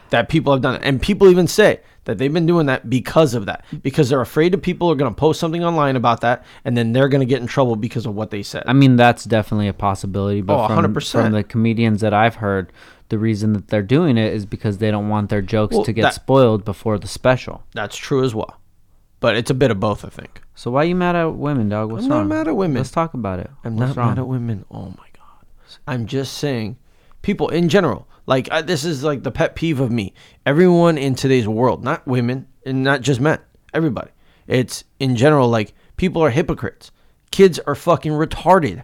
Speaker 1: That people have done it, and people even say that they've been doing that because of that, because they're afraid that people are going to post something online about that, and then they're going to get in trouble because of what they said.
Speaker 4: I mean, that's definitely a possibility. But
Speaker 1: Oh,
Speaker 4: from,
Speaker 1: 100%.
Speaker 4: from the comedians that I've heard, the reason that they're doing it is because they don't want their jokes
Speaker 1: Well,
Speaker 4: to get
Speaker 1: that-
Speaker 4: spoiled before the special.
Speaker 1: That's true as well, but it's a bit of both, I think.
Speaker 4: So why you mad at women, dog? What's
Speaker 1: I'm not
Speaker 4: wrong?
Speaker 1: mad at women.
Speaker 4: Let's talk about it.
Speaker 1: I'm
Speaker 4: What's
Speaker 1: not mad at women. Oh my god. I'm just saying, people in general. Like I, this is like the pet peeve of me. Everyone in today's world, not women and not just men, everybody. It's in general like people are hypocrites. Kids are fucking retarded.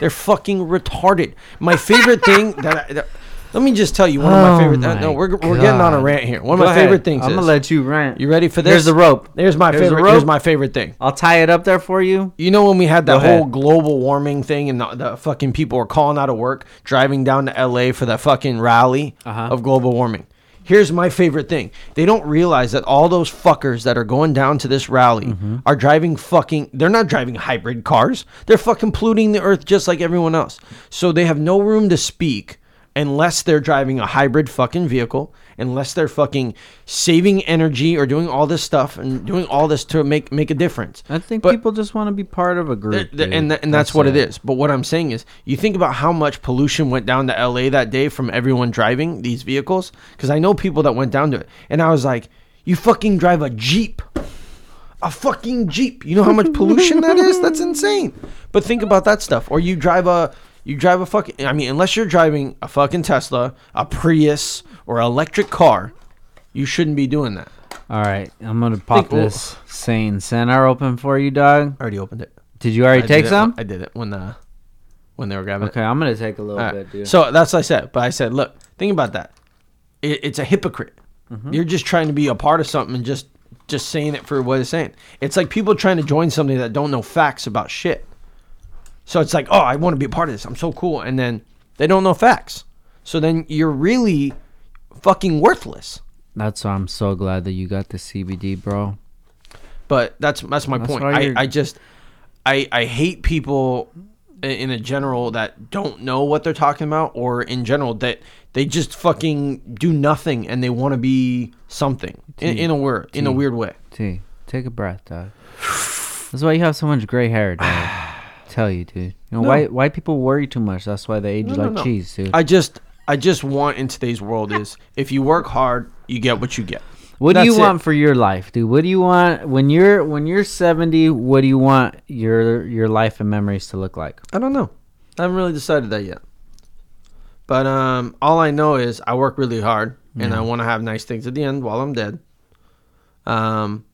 Speaker 1: They're fucking retarded. My favorite thing that, I, that- let me just tell you one of my
Speaker 4: Oh
Speaker 1: favorite. uh,
Speaker 4: my
Speaker 1: no, we're, we're getting on a
Speaker 4: God.
Speaker 1: rant here. One of
Speaker 4: Go
Speaker 1: my
Speaker 4: ahead.
Speaker 1: favorite things.
Speaker 4: I'm
Speaker 1: is,
Speaker 4: gonna let you rant.
Speaker 1: You ready for this?
Speaker 4: Here's the rope.
Speaker 1: There's my
Speaker 4: Here's the
Speaker 1: favorite.
Speaker 4: rope.
Speaker 1: Here's my favorite thing.
Speaker 4: I'll tie it up there for you.
Speaker 1: You know when we had that
Speaker 4: Go
Speaker 1: whole
Speaker 4: ahead.
Speaker 1: global warming thing and the, the fucking people were calling out of work, driving down to LA for that fucking rally
Speaker 4: Uh-huh.
Speaker 1: of global warming. Here's my favorite thing. They don't realize that all those fuckers that are going down to this rally
Speaker 4: Mm-hmm.
Speaker 1: are driving fucking they're not driving hybrid cars. They're fucking polluting the earth just like everyone else. So they have no room to speak unless they're driving a hybrid fucking vehicle, unless they're fucking saving energy or doing all this stuff and doing all this to make make a difference.
Speaker 4: I think
Speaker 1: But-
Speaker 4: people just want to be part of a
Speaker 1: Th-
Speaker 4: group,
Speaker 1: th-
Speaker 4: dude.
Speaker 1: and, th- and that's, what it is. But what I'm saying is, you think about how much pollution went down to LA that day from everyone driving these vehicles. Because I know people that went down to it, and I was like, "You fucking drive a jeep, a fucking jeep. You know how much pollution that is? That's insane." But think about that stuff. Or you drive a, you drive a fucking. I mean, unless you're driving a fucking Tesla, a Prius, or an electric car, you shouldn't be doing that.
Speaker 4: All right, I'm gonna pop
Speaker 1: Think- oh.
Speaker 4: this Sane Center open for you, dog.
Speaker 1: I already opened it.
Speaker 4: Did you already
Speaker 1: I
Speaker 4: take
Speaker 1: did it-
Speaker 4: some?
Speaker 1: I did it when the, when they were grabbing. it.
Speaker 4: okay, I'm gonna take a little
Speaker 1: Alright,
Speaker 4: bit, dude.
Speaker 1: So that's what I said. But I said, look, think about that. It, it's a hypocrite.
Speaker 4: Mm-hmm.
Speaker 1: You're just trying to be a part of something and just just saying it for what it's saying. It's like people trying to join something that don't know facts about shit. So it's like, oh, I want to be a part of this. I'm so cool, and then they don't know facts. So then you're really fucking worthless.
Speaker 4: that's why I'm so glad that you got the CBD, bro.
Speaker 1: But that's that's my point.
Speaker 4: why
Speaker 1: I,
Speaker 4: you're-
Speaker 1: I just I I hate people i- in a general that don't know what they're talking about or in general that they just fucking do nothing and they want to be something in, in a word in a weird way.
Speaker 4: T, take a breath, dog. That's why you have so much gray hair, dog. Tell you, dude. You know why? Why people worry too much? That's why they age
Speaker 1: No,
Speaker 4: like
Speaker 1: no.
Speaker 4: cheese, dude.
Speaker 1: I just I just want in today's world is if you work hard, you get what you get.
Speaker 4: What do
Speaker 1: That's
Speaker 4: you
Speaker 1: it.
Speaker 4: want for your life, dude? What do you want when you're when you're 70? What do you want your your life and memories to look like?
Speaker 1: I don't know. I haven't really decided that yet. But um, all I know is I work really hard and I want to have nice things at the end while I'm dead. Um,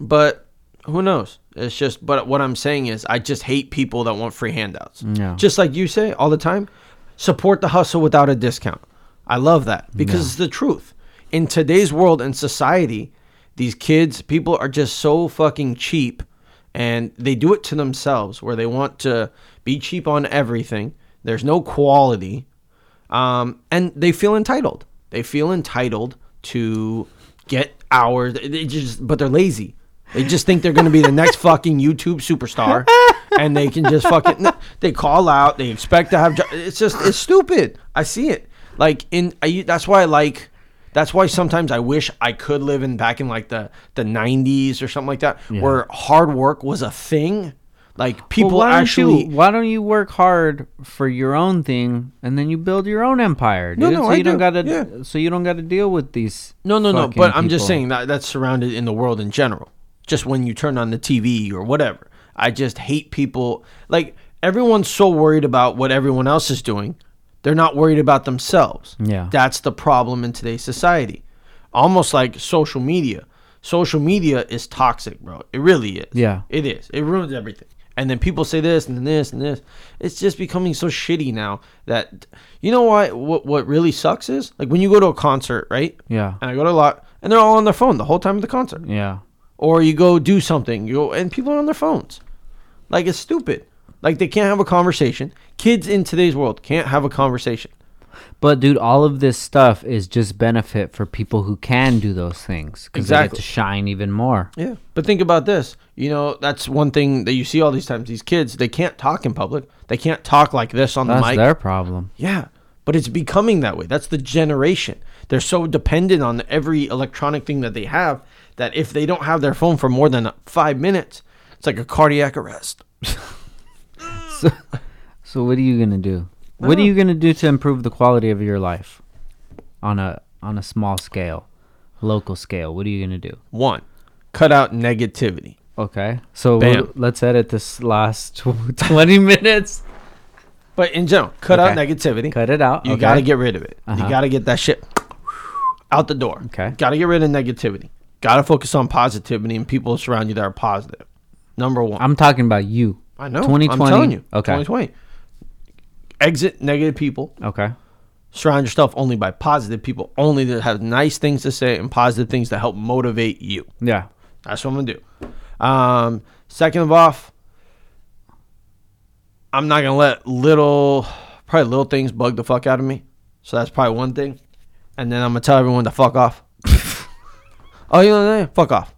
Speaker 1: but who knows? It's just. But what I'm saying is, I just hate people that want free handouts.
Speaker 4: No.
Speaker 1: Just like you say all the time, support the hustle without a discount. I love that because it's the truth. In today's world and society, these kids, people are just so fucking cheap and they do it to themselves where they want to be cheap on everything. There's no quality. Um, and they feel entitled. They feel entitled to get hours. They just, but they're lazy. They just think they're going to be the next fucking YouTube superstar, and they can just fucking. no, They call out. They expect to have. jo- It's just it's stupid. I see it. Like in I, that's why I like. That's why sometimes I wish I could live in back in like the the '90s or something like that, where hard work was a thing. Like people
Speaker 4: why don't
Speaker 1: actually.
Speaker 4: you, why don't you work hard for your own thing and then you build your own empire, dude?
Speaker 1: No, no,
Speaker 4: so
Speaker 1: I
Speaker 4: you
Speaker 1: do,
Speaker 4: not gotta
Speaker 1: yeah.
Speaker 4: so you don't gotta deal with these.
Speaker 1: No, no, no.
Speaker 4: fucking
Speaker 1: But I'm just
Speaker 4: people.
Speaker 1: saying that that's surrounded in the world in general. Just when you turn on the TV or whatever. I just hate people. Like everyone's so worried about what everyone else is doing, they're not worried about themselves.
Speaker 4: Yeah.
Speaker 1: That's the problem in today's society. Almost like social media. Social media is toxic, bro. It really is.
Speaker 4: Yeah.
Speaker 1: It is. It ruins everything. And then people say this and this and this. It's just becoming so shitty now that you know why what what really sucks is like when you go to a concert, right?
Speaker 4: Yeah.
Speaker 1: And I go to a lot and they're all on their phone the whole time of the concert.
Speaker 4: Yeah.
Speaker 1: Or you go do something, you go and people are on their phones. Like it's stupid. Like they can't have a conversation. Kids in today's world can't have a conversation.
Speaker 4: But dude, all of this stuff is just benefit for people who can do those things because they get
Speaker 1: Exactly.
Speaker 4: to shine even more.
Speaker 1: Yeah. But think about this. You know, that's one thing that you see all these times. These kids, they can't talk in public. They can't talk like this on
Speaker 4: That's
Speaker 1: the mic.
Speaker 4: their problem.
Speaker 1: Yeah, but it's becoming that way. That's the generation. They're so dependent on every electronic thing that they have that if they don't have their phone for more than five minutes, it's like a cardiac arrest.
Speaker 4: So what are you gonna do? What are you gonna do to improve the quality of your life on a on a small scale, local scale? What are you gonna do?
Speaker 1: One, cut out negativity.
Speaker 4: Okay, so
Speaker 1: Bam.
Speaker 4: we'll- let's edit this last tw- twenty minutes.
Speaker 1: But in general, cut out
Speaker 4: Okay.
Speaker 1: negativity.
Speaker 4: Cut it out.
Speaker 1: You
Speaker 4: okay.
Speaker 1: got to get rid of it.
Speaker 4: Uh-huh.
Speaker 1: You got to get that shit out the door.
Speaker 4: Okay.
Speaker 1: Got to get rid of negativity. Got to focus on positivity and people surround you that are positive. Number one.
Speaker 4: I'm talking about you.
Speaker 1: I know.
Speaker 4: 2020.
Speaker 1: I'm telling you.
Speaker 4: Okay.
Speaker 1: 2020. Exit negative people.
Speaker 4: Okay.
Speaker 1: surround yourself only by positive people, only that have nice things to say and positive things to help motivate you.
Speaker 4: Yeah.
Speaker 1: That's what I'm gonna do. Um, second of all, I'm not gonna let little, probably little things bug the fuck out of me. So that's probably one thing. And then I'm gonna tell everyone to fuck off. oh, you know what I mean? Fuck off.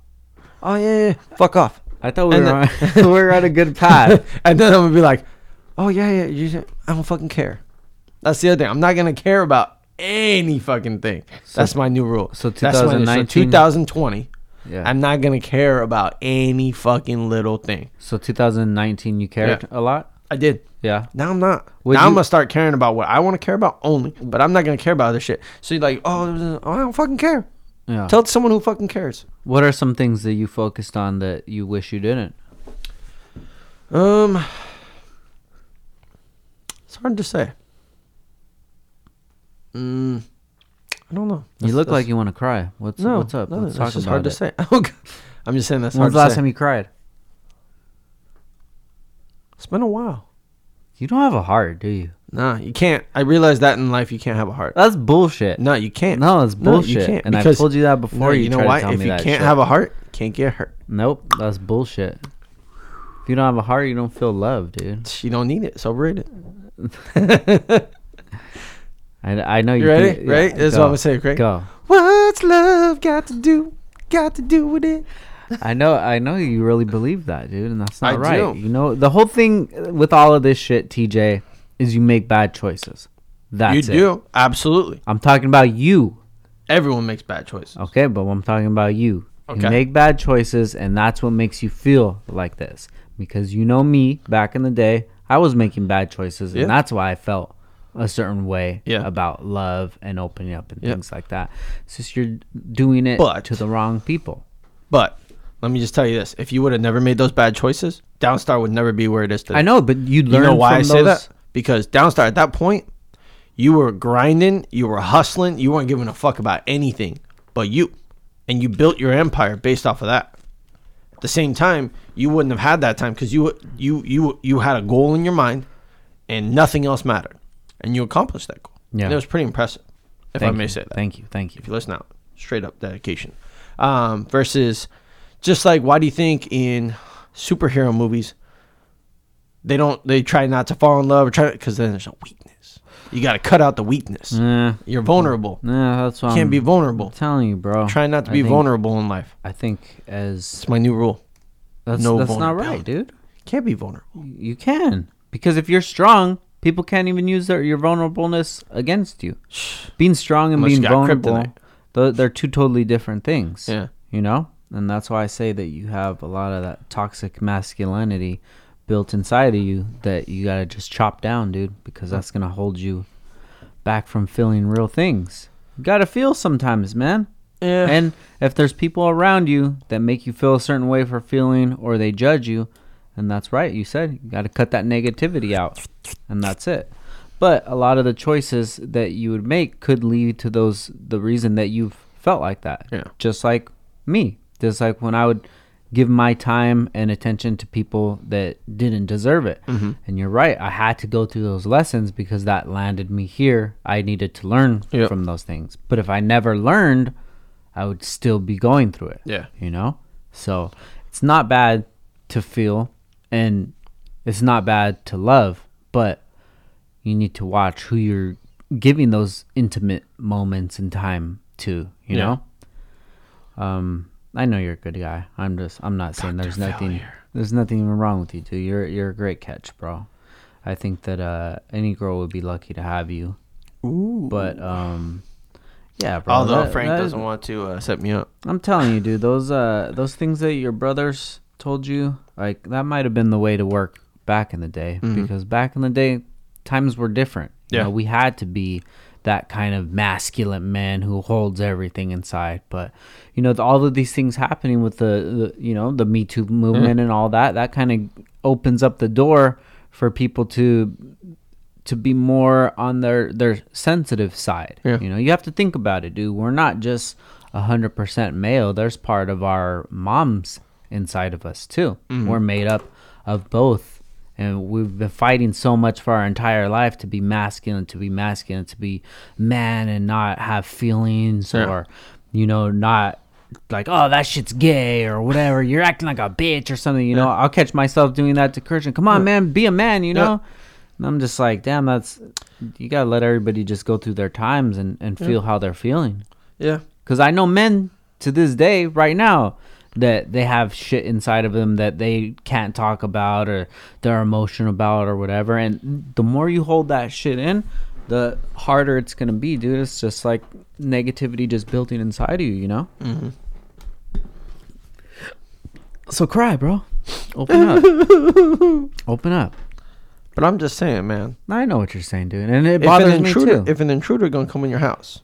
Speaker 1: Oh yeah, yeah, yeah. fuck off.
Speaker 4: I thought we
Speaker 1: And
Speaker 4: were on, we were on a good path.
Speaker 1: and then I'm gonna be like, oh yeah, yeah, you, should- I don't fucking care. That's the other thing. I'm not gonna care about any fucking thing. That's my new rule.
Speaker 4: so
Speaker 1: That's my new-
Speaker 4: 2019
Speaker 1: 2020.
Speaker 4: Yeah.
Speaker 1: I'm not gonna care about any fucking little thing.
Speaker 4: So 2019, you cared
Speaker 1: Yeah.
Speaker 4: a lot.
Speaker 1: I did.
Speaker 4: Yeah.
Speaker 1: Now I'm not.
Speaker 4: Would
Speaker 1: now I'm
Speaker 4: you-
Speaker 1: gonna start caring about what I want to care about only, but I'm not gonna care about other shit. So you're like, oh, I don't fucking care.
Speaker 4: Yeah.
Speaker 1: Tell it to someone who fucking cares.
Speaker 4: What are some things that you focused on that you wish you didn't?
Speaker 1: Um, it's hard to say. Mm, I don't know.
Speaker 4: you look like you want to cry. What's
Speaker 1: no.
Speaker 4: what's up?
Speaker 1: No,
Speaker 4: Let's
Speaker 1: that's
Speaker 4: talk
Speaker 1: just
Speaker 4: about
Speaker 1: hard to
Speaker 4: it.
Speaker 1: say. Okay. I'm just saying that's hard
Speaker 4: When's the last
Speaker 1: to say.
Speaker 4: time you cried?
Speaker 1: It's been a while.
Speaker 4: You don't have a heart, do you?
Speaker 1: Nah, you can't. I realized that in life, you can't have a heart.
Speaker 4: That's bullshit.
Speaker 1: No, you can't.
Speaker 4: No, it's bullshit.
Speaker 1: you can't.
Speaker 4: And I've
Speaker 1: because-
Speaker 4: told you that before.
Speaker 1: No,
Speaker 4: you,
Speaker 1: you know
Speaker 4: tried
Speaker 1: why?
Speaker 4: To tell
Speaker 1: If
Speaker 4: me
Speaker 1: you
Speaker 4: that
Speaker 1: can't
Speaker 4: shit.
Speaker 1: have a heart, can't get hurt.
Speaker 4: Nope, that's bullshit. If you don't have a heart, you don't feel love, dude.
Speaker 1: You don't need it. So read it.
Speaker 4: I, I know you.
Speaker 1: You ready?
Speaker 4: can- yeah,
Speaker 1: right? That's what I'm
Speaker 4: go.
Speaker 1: gonna say, Craig.
Speaker 4: Go.
Speaker 1: What's love got to do? Got to do with it?
Speaker 4: I know, I know you really believe that, dude, and that's not
Speaker 1: I
Speaker 4: right.
Speaker 1: do.
Speaker 4: You know, the whole thing with all of this shit, TJ, is you make bad choices. That's
Speaker 1: you
Speaker 4: it.
Speaker 1: do absolutely.
Speaker 4: I'm talking about you,
Speaker 1: Everyone makes bad choices.
Speaker 4: okay? But I'm talking about you.
Speaker 1: Okay.
Speaker 4: You make bad choices, and that's what makes you feel like this. Because you know me, back in the day, I was making bad choices,
Speaker 1: Yeah.
Speaker 4: and that's why I felt a certain way
Speaker 1: Yeah.
Speaker 4: about love and opening up and things like that. It's just you're doing it
Speaker 1: But-
Speaker 4: to the wrong people.
Speaker 1: But let me just tell you this: if you would have never made those bad choices, Downstar would never be where it is today.
Speaker 4: I know, but you
Speaker 1: You
Speaker 4: learn
Speaker 1: know why
Speaker 4: from
Speaker 1: I
Speaker 4: those.
Speaker 1: say that? Because Downstar, at that point, you were grinding, you were hustling, you weren't giving a fuck about anything but you, and you built your empire based off of that. At the same time, you wouldn't have had that time because you you you you had a goal in your mind, and nothing else mattered, and you accomplished that goal.
Speaker 4: Yeah.
Speaker 1: and it was pretty impressive, if
Speaker 4: Thank
Speaker 1: I may
Speaker 4: you.
Speaker 1: say that
Speaker 4: Thank you. Thank you.
Speaker 1: if you listen out, straight up dedication. Um, versus just like why do you think in superhero movies They don't. They try not to fall in love or try because then there's a weakness. You got to cut out the weakness.
Speaker 4: Nah,
Speaker 1: You're vulnerable.
Speaker 4: nah, that's why
Speaker 1: Can't
Speaker 4: I'm
Speaker 1: be vulnerable.
Speaker 4: telling you, bro.
Speaker 1: Try not to
Speaker 4: Mm. I
Speaker 1: be
Speaker 4: think-
Speaker 1: vulnerable in life.
Speaker 4: I think as
Speaker 1: It's my new rule.
Speaker 4: that's
Speaker 1: no
Speaker 4: that's not right,
Speaker 1: vulnerability.
Speaker 4: dude.
Speaker 1: Can't be vulnerable.
Speaker 4: You can because if you're strong, people can't even use their your vulnerableness against you. Being strong and
Speaker 1: Unless you
Speaker 4: being
Speaker 1: got
Speaker 4: vulnerable,
Speaker 1: kryptonite.
Speaker 4: tho- they're two totally different things.
Speaker 1: Yeah.
Speaker 4: you know, and that's why I say that you have a lot of that toxic masculinity built inside of you that you gotta just chop down, dude, because that's gonna hold you back from feeling real things. You gotta feel sometimes, man.
Speaker 1: Yeah.
Speaker 4: And if there's people around you that make you feel a certain way for feeling or they judge you, and that's right, you said you got to cut that negativity out, and that's it. But a lot of the choices that you would make could lead to those the reason that you felt like that.
Speaker 1: Yeah.
Speaker 4: Just like me, just like when I would give my time and attention to people that didn't deserve it.
Speaker 1: Mm-hmm.
Speaker 4: And you're right, I had to go through those lessons because that landed me here. I needed to learn
Speaker 1: Yep.
Speaker 4: from those things. But if I never learned, I would still be going through it.
Speaker 1: Yeah.
Speaker 4: You know? So it's not bad to feel and it's not bad to love, but you need to watch who you're giving those intimate moments and time to, you
Speaker 1: Yeah.
Speaker 4: know? Um I know you're a good guy. I'm just I'm not saying there's nothing there's nothing even wrong with you, dude. You're you're a great catch, bro. I think that uh any girl would be lucky to have you.
Speaker 1: Ooh.
Speaker 4: But um yeah, bro.
Speaker 1: Although
Speaker 4: that-
Speaker 1: Frank
Speaker 4: that-
Speaker 1: doesn't want to uh, set me up.
Speaker 4: I'm telling you, dude, those uh those things that your brothers told you, like that might have been the way to work back in the day because back in the day times were different. You
Speaker 1: Yeah.
Speaker 4: know, we had to be that kind of masculine man who holds everything inside, but you know, the, all of these things happening with the, the you know, the Me Too movement and all that, that kind of opens up the door for people to to be more on their their sensitive side.
Speaker 1: Yeah.
Speaker 4: You know, you have to think about it, dude. We're not just hundred percent male. There's part of our moms inside of us too.
Speaker 1: Mm-hmm.
Speaker 4: We're made up of both, and we've been fighting so much for our entire life to be masculine, to be masculine, to be man, and not have feelings
Speaker 1: Yeah.
Speaker 4: or you know not like oh that shit's gay or whatever you're acting like a bitch or something you know i'll catch myself doing that to christian come on man be a man you know and I'm just like, damn, that's you gotta let everybody just go through their times and, and feel how they're feeling.
Speaker 1: Yeah.
Speaker 4: Cause I know men to this day, right now, that they have shit inside of them that they can't talk about or they're emotional about or whatever. And the more you hold that shit in, the harder it's gonna be, dude. It's just like negativity just building inside of you, you know. Mm-hmm. So cry, bro. Open up. Open up.
Speaker 1: But I'm just saying, man.
Speaker 4: I know what you're saying, dude, and it
Speaker 1: If an
Speaker 4: bothers me
Speaker 1: intruder,
Speaker 4: too.
Speaker 1: if an intruder gonna come in your house,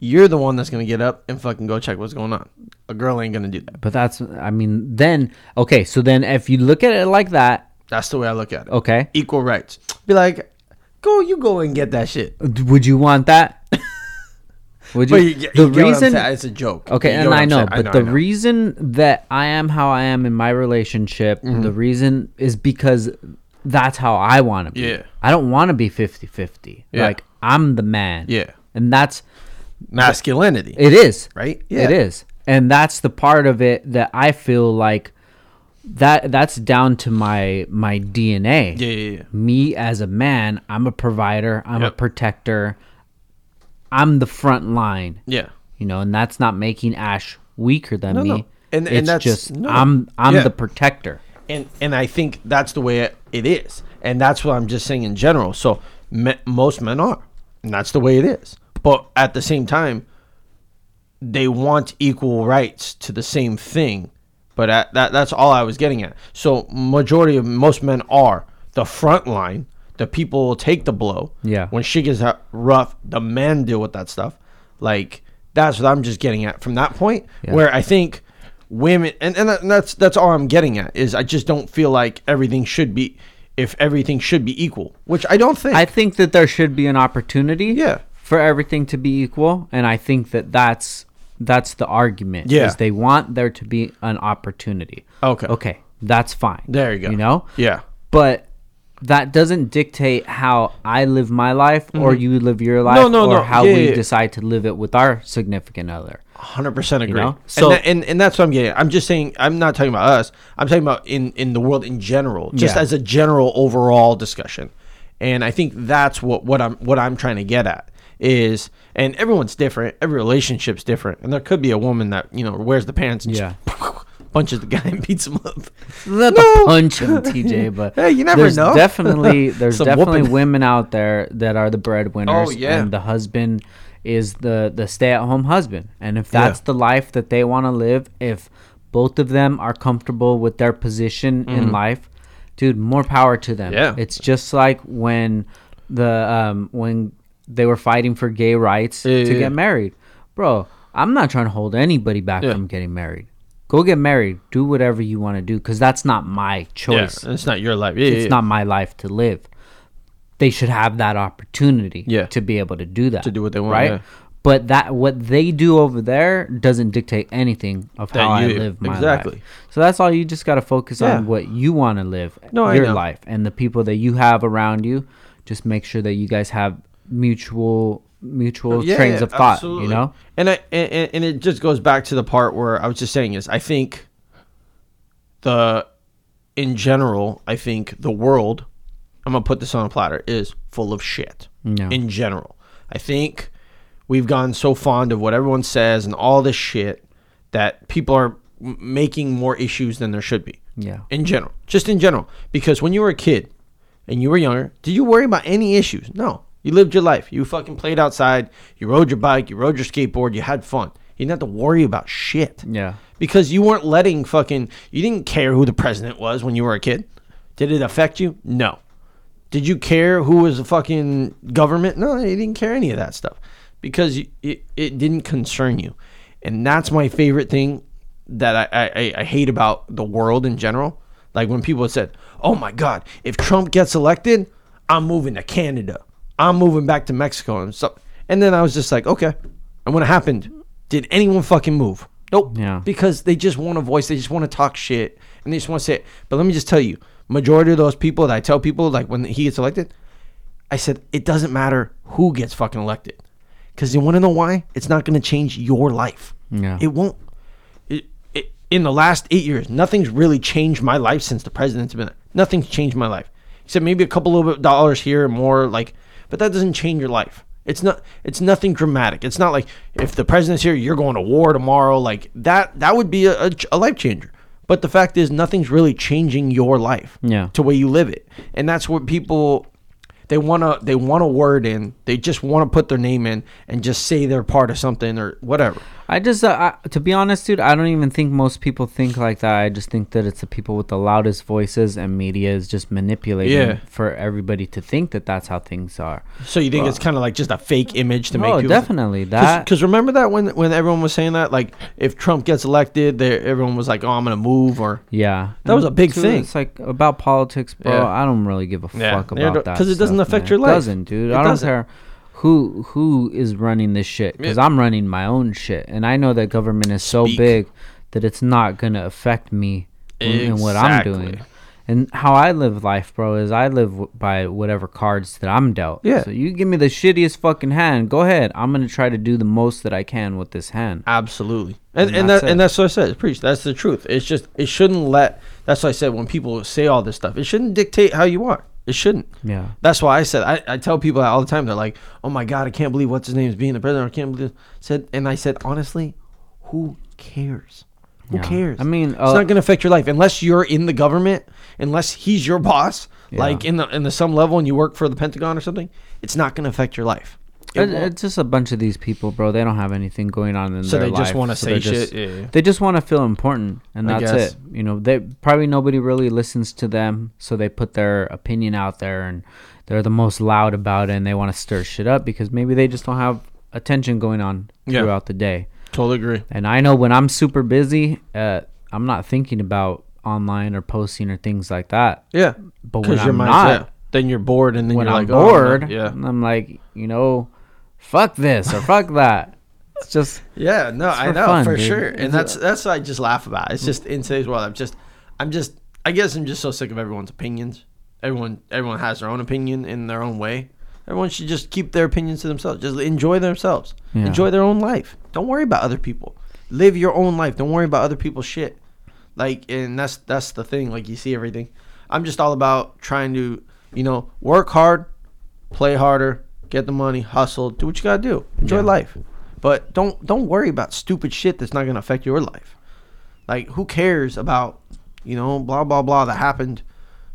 Speaker 1: you're the one that's gonna get up and fucking go check what's going on. A girl ain't gonna do that.
Speaker 4: but that's, I mean, then okay, so then if you look at it like that,
Speaker 1: That's the way I look at it.
Speaker 4: okay,
Speaker 1: Equal rights. Be like, go, you go and get that shit.
Speaker 4: d- would you want that? Would you?
Speaker 1: But you, get-
Speaker 4: the
Speaker 1: you get what I'm
Speaker 4: reason,
Speaker 1: saying. it's a joke.
Speaker 4: okay,
Speaker 1: You get
Speaker 4: and
Speaker 1: what
Speaker 4: I
Speaker 1: I'm
Speaker 4: know,
Speaker 1: saying.
Speaker 4: but the
Speaker 1: I know.
Speaker 4: reason that I am how I am in my relationship,
Speaker 1: Mm-hmm.
Speaker 4: the reason is because that's how I want to be.
Speaker 1: Yeah.
Speaker 4: I don't want to be 50-50.
Speaker 1: Yeah.
Speaker 4: Like I'm the man.
Speaker 1: Yeah.
Speaker 4: and that's
Speaker 1: masculinity,
Speaker 4: It is.
Speaker 1: Right? Yeah.
Speaker 4: It is. And that's the part of it that I feel like that that's down to my my DNA.
Speaker 1: Yeah, yeah, yeah.
Speaker 4: Me as a man, I'm a provider, I'm a
Speaker 1: Yep.
Speaker 4: protector. I'm the front line.
Speaker 1: yeah,
Speaker 4: You know, and that's not making Ash weaker than
Speaker 1: No,
Speaker 4: me.
Speaker 1: no. And-
Speaker 4: it's
Speaker 1: and that's-
Speaker 4: just
Speaker 1: no.
Speaker 4: I'm I'm
Speaker 1: Yeah.
Speaker 4: the protector.
Speaker 1: and and I think that's the way it, it is, and that's what I'm just saying in general. So me, most men are, and that's the way it is. But at the same time, they want equal rights to the same thing. But at, that that's all I was getting at. So majority of most men are the front line. The people will take the blow.
Speaker 4: Yeah.
Speaker 1: When shit gets hu- rough, the men deal with that stuff. Like that's what I'm just getting at from that point.
Speaker 4: Yeah.
Speaker 1: Where I think women and, and that- that's that's all I'm getting at is I just don't feel like everything should be if everything should be equal, which I don't think.
Speaker 4: I think that there should be an opportunity
Speaker 1: Yeah.
Speaker 4: for everything to be equal and I think that that's that's the argument
Speaker 1: Yeah.
Speaker 4: is they want there to be an opportunity.
Speaker 1: Okay.
Speaker 4: Okay. That's fine.
Speaker 1: There you go.
Speaker 4: You know?
Speaker 1: yeah.
Speaker 4: But that doesn't dictate how I live my life or you live your life
Speaker 1: Mm-hmm. no,
Speaker 4: or
Speaker 1: no.
Speaker 4: how
Speaker 1: Yeah,
Speaker 4: we
Speaker 1: yeah.
Speaker 4: decide to live it with our significant other.
Speaker 1: Hundred percent agree.
Speaker 4: know?
Speaker 1: and,
Speaker 4: So-
Speaker 1: that- and and that's what I'm getting. at. I'm just saying. I'm not talking about us. I'm talking about in in the world in general, just
Speaker 4: Yeah.
Speaker 1: as a general overall discussion. And I think that's what what I'm what I'm trying to get at is. And everyone's different. Every relationship's different. And there could be a woman that you know wears the pants and
Speaker 4: Yeah.
Speaker 1: just punches the guy and beats him up. No.
Speaker 4: Not to punch him, TJ, but
Speaker 1: Hey, you never
Speaker 4: there's
Speaker 1: know.
Speaker 4: definitely there's
Speaker 1: Some
Speaker 4: definitely
Speaker 1: whooping.
Speaker 4: women out there that are the breadwinners,
Speaker 1: Oh, yeah.
Speaker 4: and the husband is the the stay at home husband. And if that's the life that they want to live, if both of them are comfortable with their position in life, dude, more power to them.
Speaker 1: Mm-hmm. Yeah.
Speaker 4: it's just like when the um when they were fighting for gay rights
Speaker 1: Yeah,
Speaker 4: to
Speaker 1: yeah, yeah.
Speaker 4: get married, bro. I'm not trying to hold anybody back
Speaker 1: Yeah.
Speaker 4: from getting married. Go get married. Do whatever you want to do because that's not my choice.
Speaker 1: Yeah, it's not your life. Yeah, yeah,
Speaker 4: it's
Speaker 1: yeah.
Speaker 4: not my life to live. They should have that opportunity
Speaker 1: Yeah.
Speaker 4: to be able to do that.
Speaker 1: To do what they want,
Speaker 4: right?
Speaker 1: yeah.
Speaker 4: But that what they do over there doesn't dictate anything of
Speaker 1: That
Speaker 4: how
Speaker 1: you-
Speaker 4: I live my
Speaker 1: exactly.
Speaker 4: life. So that's all you just got to focus
Speaker 1: Yeah.
Speaker 4: on what you want to live,
Speaker 1: No, I
Speaker 4: your
Speaker 1: know.
Speaker 4: life, and the people that you have around you. Just make sure that you guys have mutual mutual
Speaker 1: Yeah,
Speaker 4: trains
Speaker 1: yeah,
Speaker 4: of thought.
Speaker 1: absolutely.
Speaker 4: You know,
Speaker 1: and I and, and- and it just goes back to the part where I was just saying is I think the in general I think the world I'm gonna put this on a platter is full of shit
Speaker 4: Yeah.
Speaker 1: in general I think we've gotten so fond of what everyone says and all this shit that people are m- making more issues than there should be
Speaker 4: Yeah.
Speaker 1: in general just in general because when you were a kid and you were younger did you worry about any issues no you lived your life you fucking played outside you rode your bike you rode your skateboard you had fun you didn't have to worry about shit
Speaker 4: Yeah.
Speaker 1: because you weren't letting fucking you didn't care who the president was when you were a kid did it affect you no did you care who was the fucking government no you didn't care any of that stuff because you- it, it didn't concern you and that's my favorite thing that I, I, I- I hate about the world in general like when people said oh my god if trump gets elected i'm moving to canada i'm moving back to mexico and so and then i was just like okay and when it happened did anyone fucking move nope
Speaker 4: Yeah.
Speaker 1: because they just want a voice. They just want to talk shit and they just want to say it. But let me just tell you, majority of those people that I tell people like when he gets elected, I said it doesn't matter who gets fucking elected, because you want to know why? It's not going to change your life.
Speaker 4: Yeah.
Speaker 1: it won't. It, it, in the last eight years, nothing's really changed my life since the president's been. there. Nothing's changed my life except maybe a couple of dollars here and more like, but that doesn't change your life. It's not. It's nothing dramatic. It's not like if the president's here, you're going to war tomorrow. Like that. That would be a, a ch- a life changer. But the fact is, nothing's really changing your life.
Speaker 4: Yeah.
Speaker 1: To way you live it, and that's what people they want to they want a word in. They just want to put their name in and just say they're part of something or whatever.
Speaker 4: I just, uh, I, to be honest, dude, I don't even think most people think like that. I just think that it's the people with the loudest voices and media is just manipulating
Speaker 1: Yeah.
Speaker 4: for everybody to think that that's how things are.
Speaker 1: So you think it's kind of like just a fake image to make
Speaker 4: Oh,
Speaker 1: people
Speaker 4: definitely that.
Speaker 1: Because remember that when when everyone was saying that, like if Trump gets elected, they, everyone was like, "Oh, I'm gonna move," or
Speaker 4: yeah,
Speaker 1: That was a big
Speaker 4: Dude,
Speaker 1: thing.
Speaker 4: It's like about politics, bro.
Speaker 1: Yeah.
Speaker 4: I don't really give a
Speaker 1: Yeah.
Speaker 4: fuck
Speaker 1: They don't-
Speaker 4: about that
Speaker 1: 'cause it doesn't
Speaker 4: stuff,
Speaker 1: affect
Speaker 4: man.
Speaker 1: your
Speaker 4: It
Speaker 1: life.
Speaker 4: doesn't, dude.
Speaker 1: It
Speaker 4: I
Speaker 1: doesn't.
Speaker 4: don't care who who is running this shit because I'm running my own shit, and I know that government is so
Speaker 1: Speak.
Speaker 4: big that it's not gonna affect me in in what I'm doing.
Speaker 1: Exactly.
Speaker 4: And how I live life, bro, is I live w- by whatever cards that I'm dealt.
Speaker 1: Yeah.
Speaker 4: So you give me the shittiest fucking hand. Go ahead. I'm gonna try to do the most that I can with this hand.
Speaker 1: Absolutely, and and,
Speaker 4: And
Speaker 1: that
Speaker 4: that's it.
Speaker 1: and that's what I said. Preach. That's the truth. It's just it shouldn't let. That's what I said when people say all this stuff. It shouldn't dictate how you are. It shouldn't.
Speaker 4: Yeah.
Speaker 1: That's why I said I, I tell people that all the time. They're like, "Oh my god, I can't believe what's his name is being the president." I can't believe said. And I said honestly, who cares? Who
Speaker 4: Yeah.
Speaker 1: cares?
Speaker 4: I mean,
Speaker 1: it's
Speaker 4: uh,
Speaker 1: not going to affect your life unless you're in the government, unless he's your boss, like in the in the some level, and you work for the Pentagon or something. It's not going to affect your life. It
Speaker 4: It,
Speaker 1: won't.
Speaker 4: it's just a bunch of these people, bro. They don't have anything going on in
Speaker 1: So
Speaker 4: their
Speaker 1: they just
Speaker 4: life,
Speaker 1: wanna
Speaker 4: they're
Speaker 1: say shit,
Speaker 4: just-
Speaker 1: yeah, yeah.
Speaker 4: They just want to feel important, and
Speaker 1: I
Speaker 4: that's
Speaker 1: guess.
Speaker 4: it. You know, they probably nobody really listens to them, so they put their opinion out there, and they're the most loud about it, and they want to stir shit up because maybe they just don't have attention going on
Speaker 1: Yeah.
Speaker 4: throughout the day.
Speaker 1: totally agree.
Speaker 4: And I know when I'm super busy, uh, I'm not thinking about online or posting or things like that.
Speaker 1: Yeah,
Speaker 4: But when
Speaker 1: because your
Speaker 4: I'm
Speaker 1: mind's
Speaker 4: not,
Speaker 1: that. then you're bored, and then
Speaker 4: when
Speaker 1: you're
Speaker 4: I'm
Speaker 1: like, "Oh, no."
Speaker 4: bored,
Speaker 1: yeah,
Speaker 4: I'm like, you know, fuck this or fuck that. It's just
Speaker 1: yeah. No, I
Speaker 4: for
Speaker 1: know
Speaker 4: fun,
Speaker 1: for
Speaker 4: dude.
Speaker 1: sure,
Speaker 4: It's
Speaker 1: and that's that's what I just laugh about. It's just in today's world, I'm just, I'm just, I guess I'm just so sick of everyone's opinions. everyone everyone has their own opinion in their own way. Everyone should just keep their opinions to themselves. Just enjoy themselves.
Speaker 4: Yeah.
Speaker 1: Enjoy their own life. Don't worry about other people. Live your own life. Don't worry about other people's shit. Like and that's that's the thing. Like you see everything. I'm just all about trying to, you know, work hard, play harder, get the money, hustle, do what you gotta do. Enjoy
Speaker 4: Yeah.
Speaker 1: life. But don't don't worry about stupid shit that's not gonna affect your life. Like who cares about, you know, blah blah blah that happened.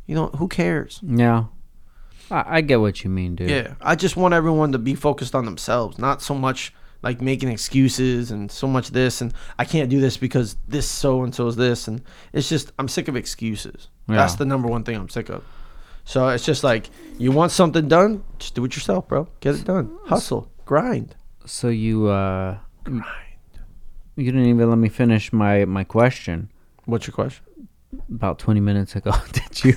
Speaker 1: You know, who cares?
Speaker 4: Yeah. I, I get what you mean, dude.
Speaker 1: Yeah, I just want everyone to be focused on themselves, not so much like making excuses and so much this and I can't do this because this so and so is this and it's just I'm sick of excuses. That's
Speaker 4: Yeah.
Speaker 1: the number one thing I'm sick of. So it's just like you want something done, just do it yourself, bro. Get it done. Hustle, grind.
Speaker 4: So you uh you didn't even let me finish my my question
Speaker 1: What's your question?
Speaker 4: about 20 minutes ago. did you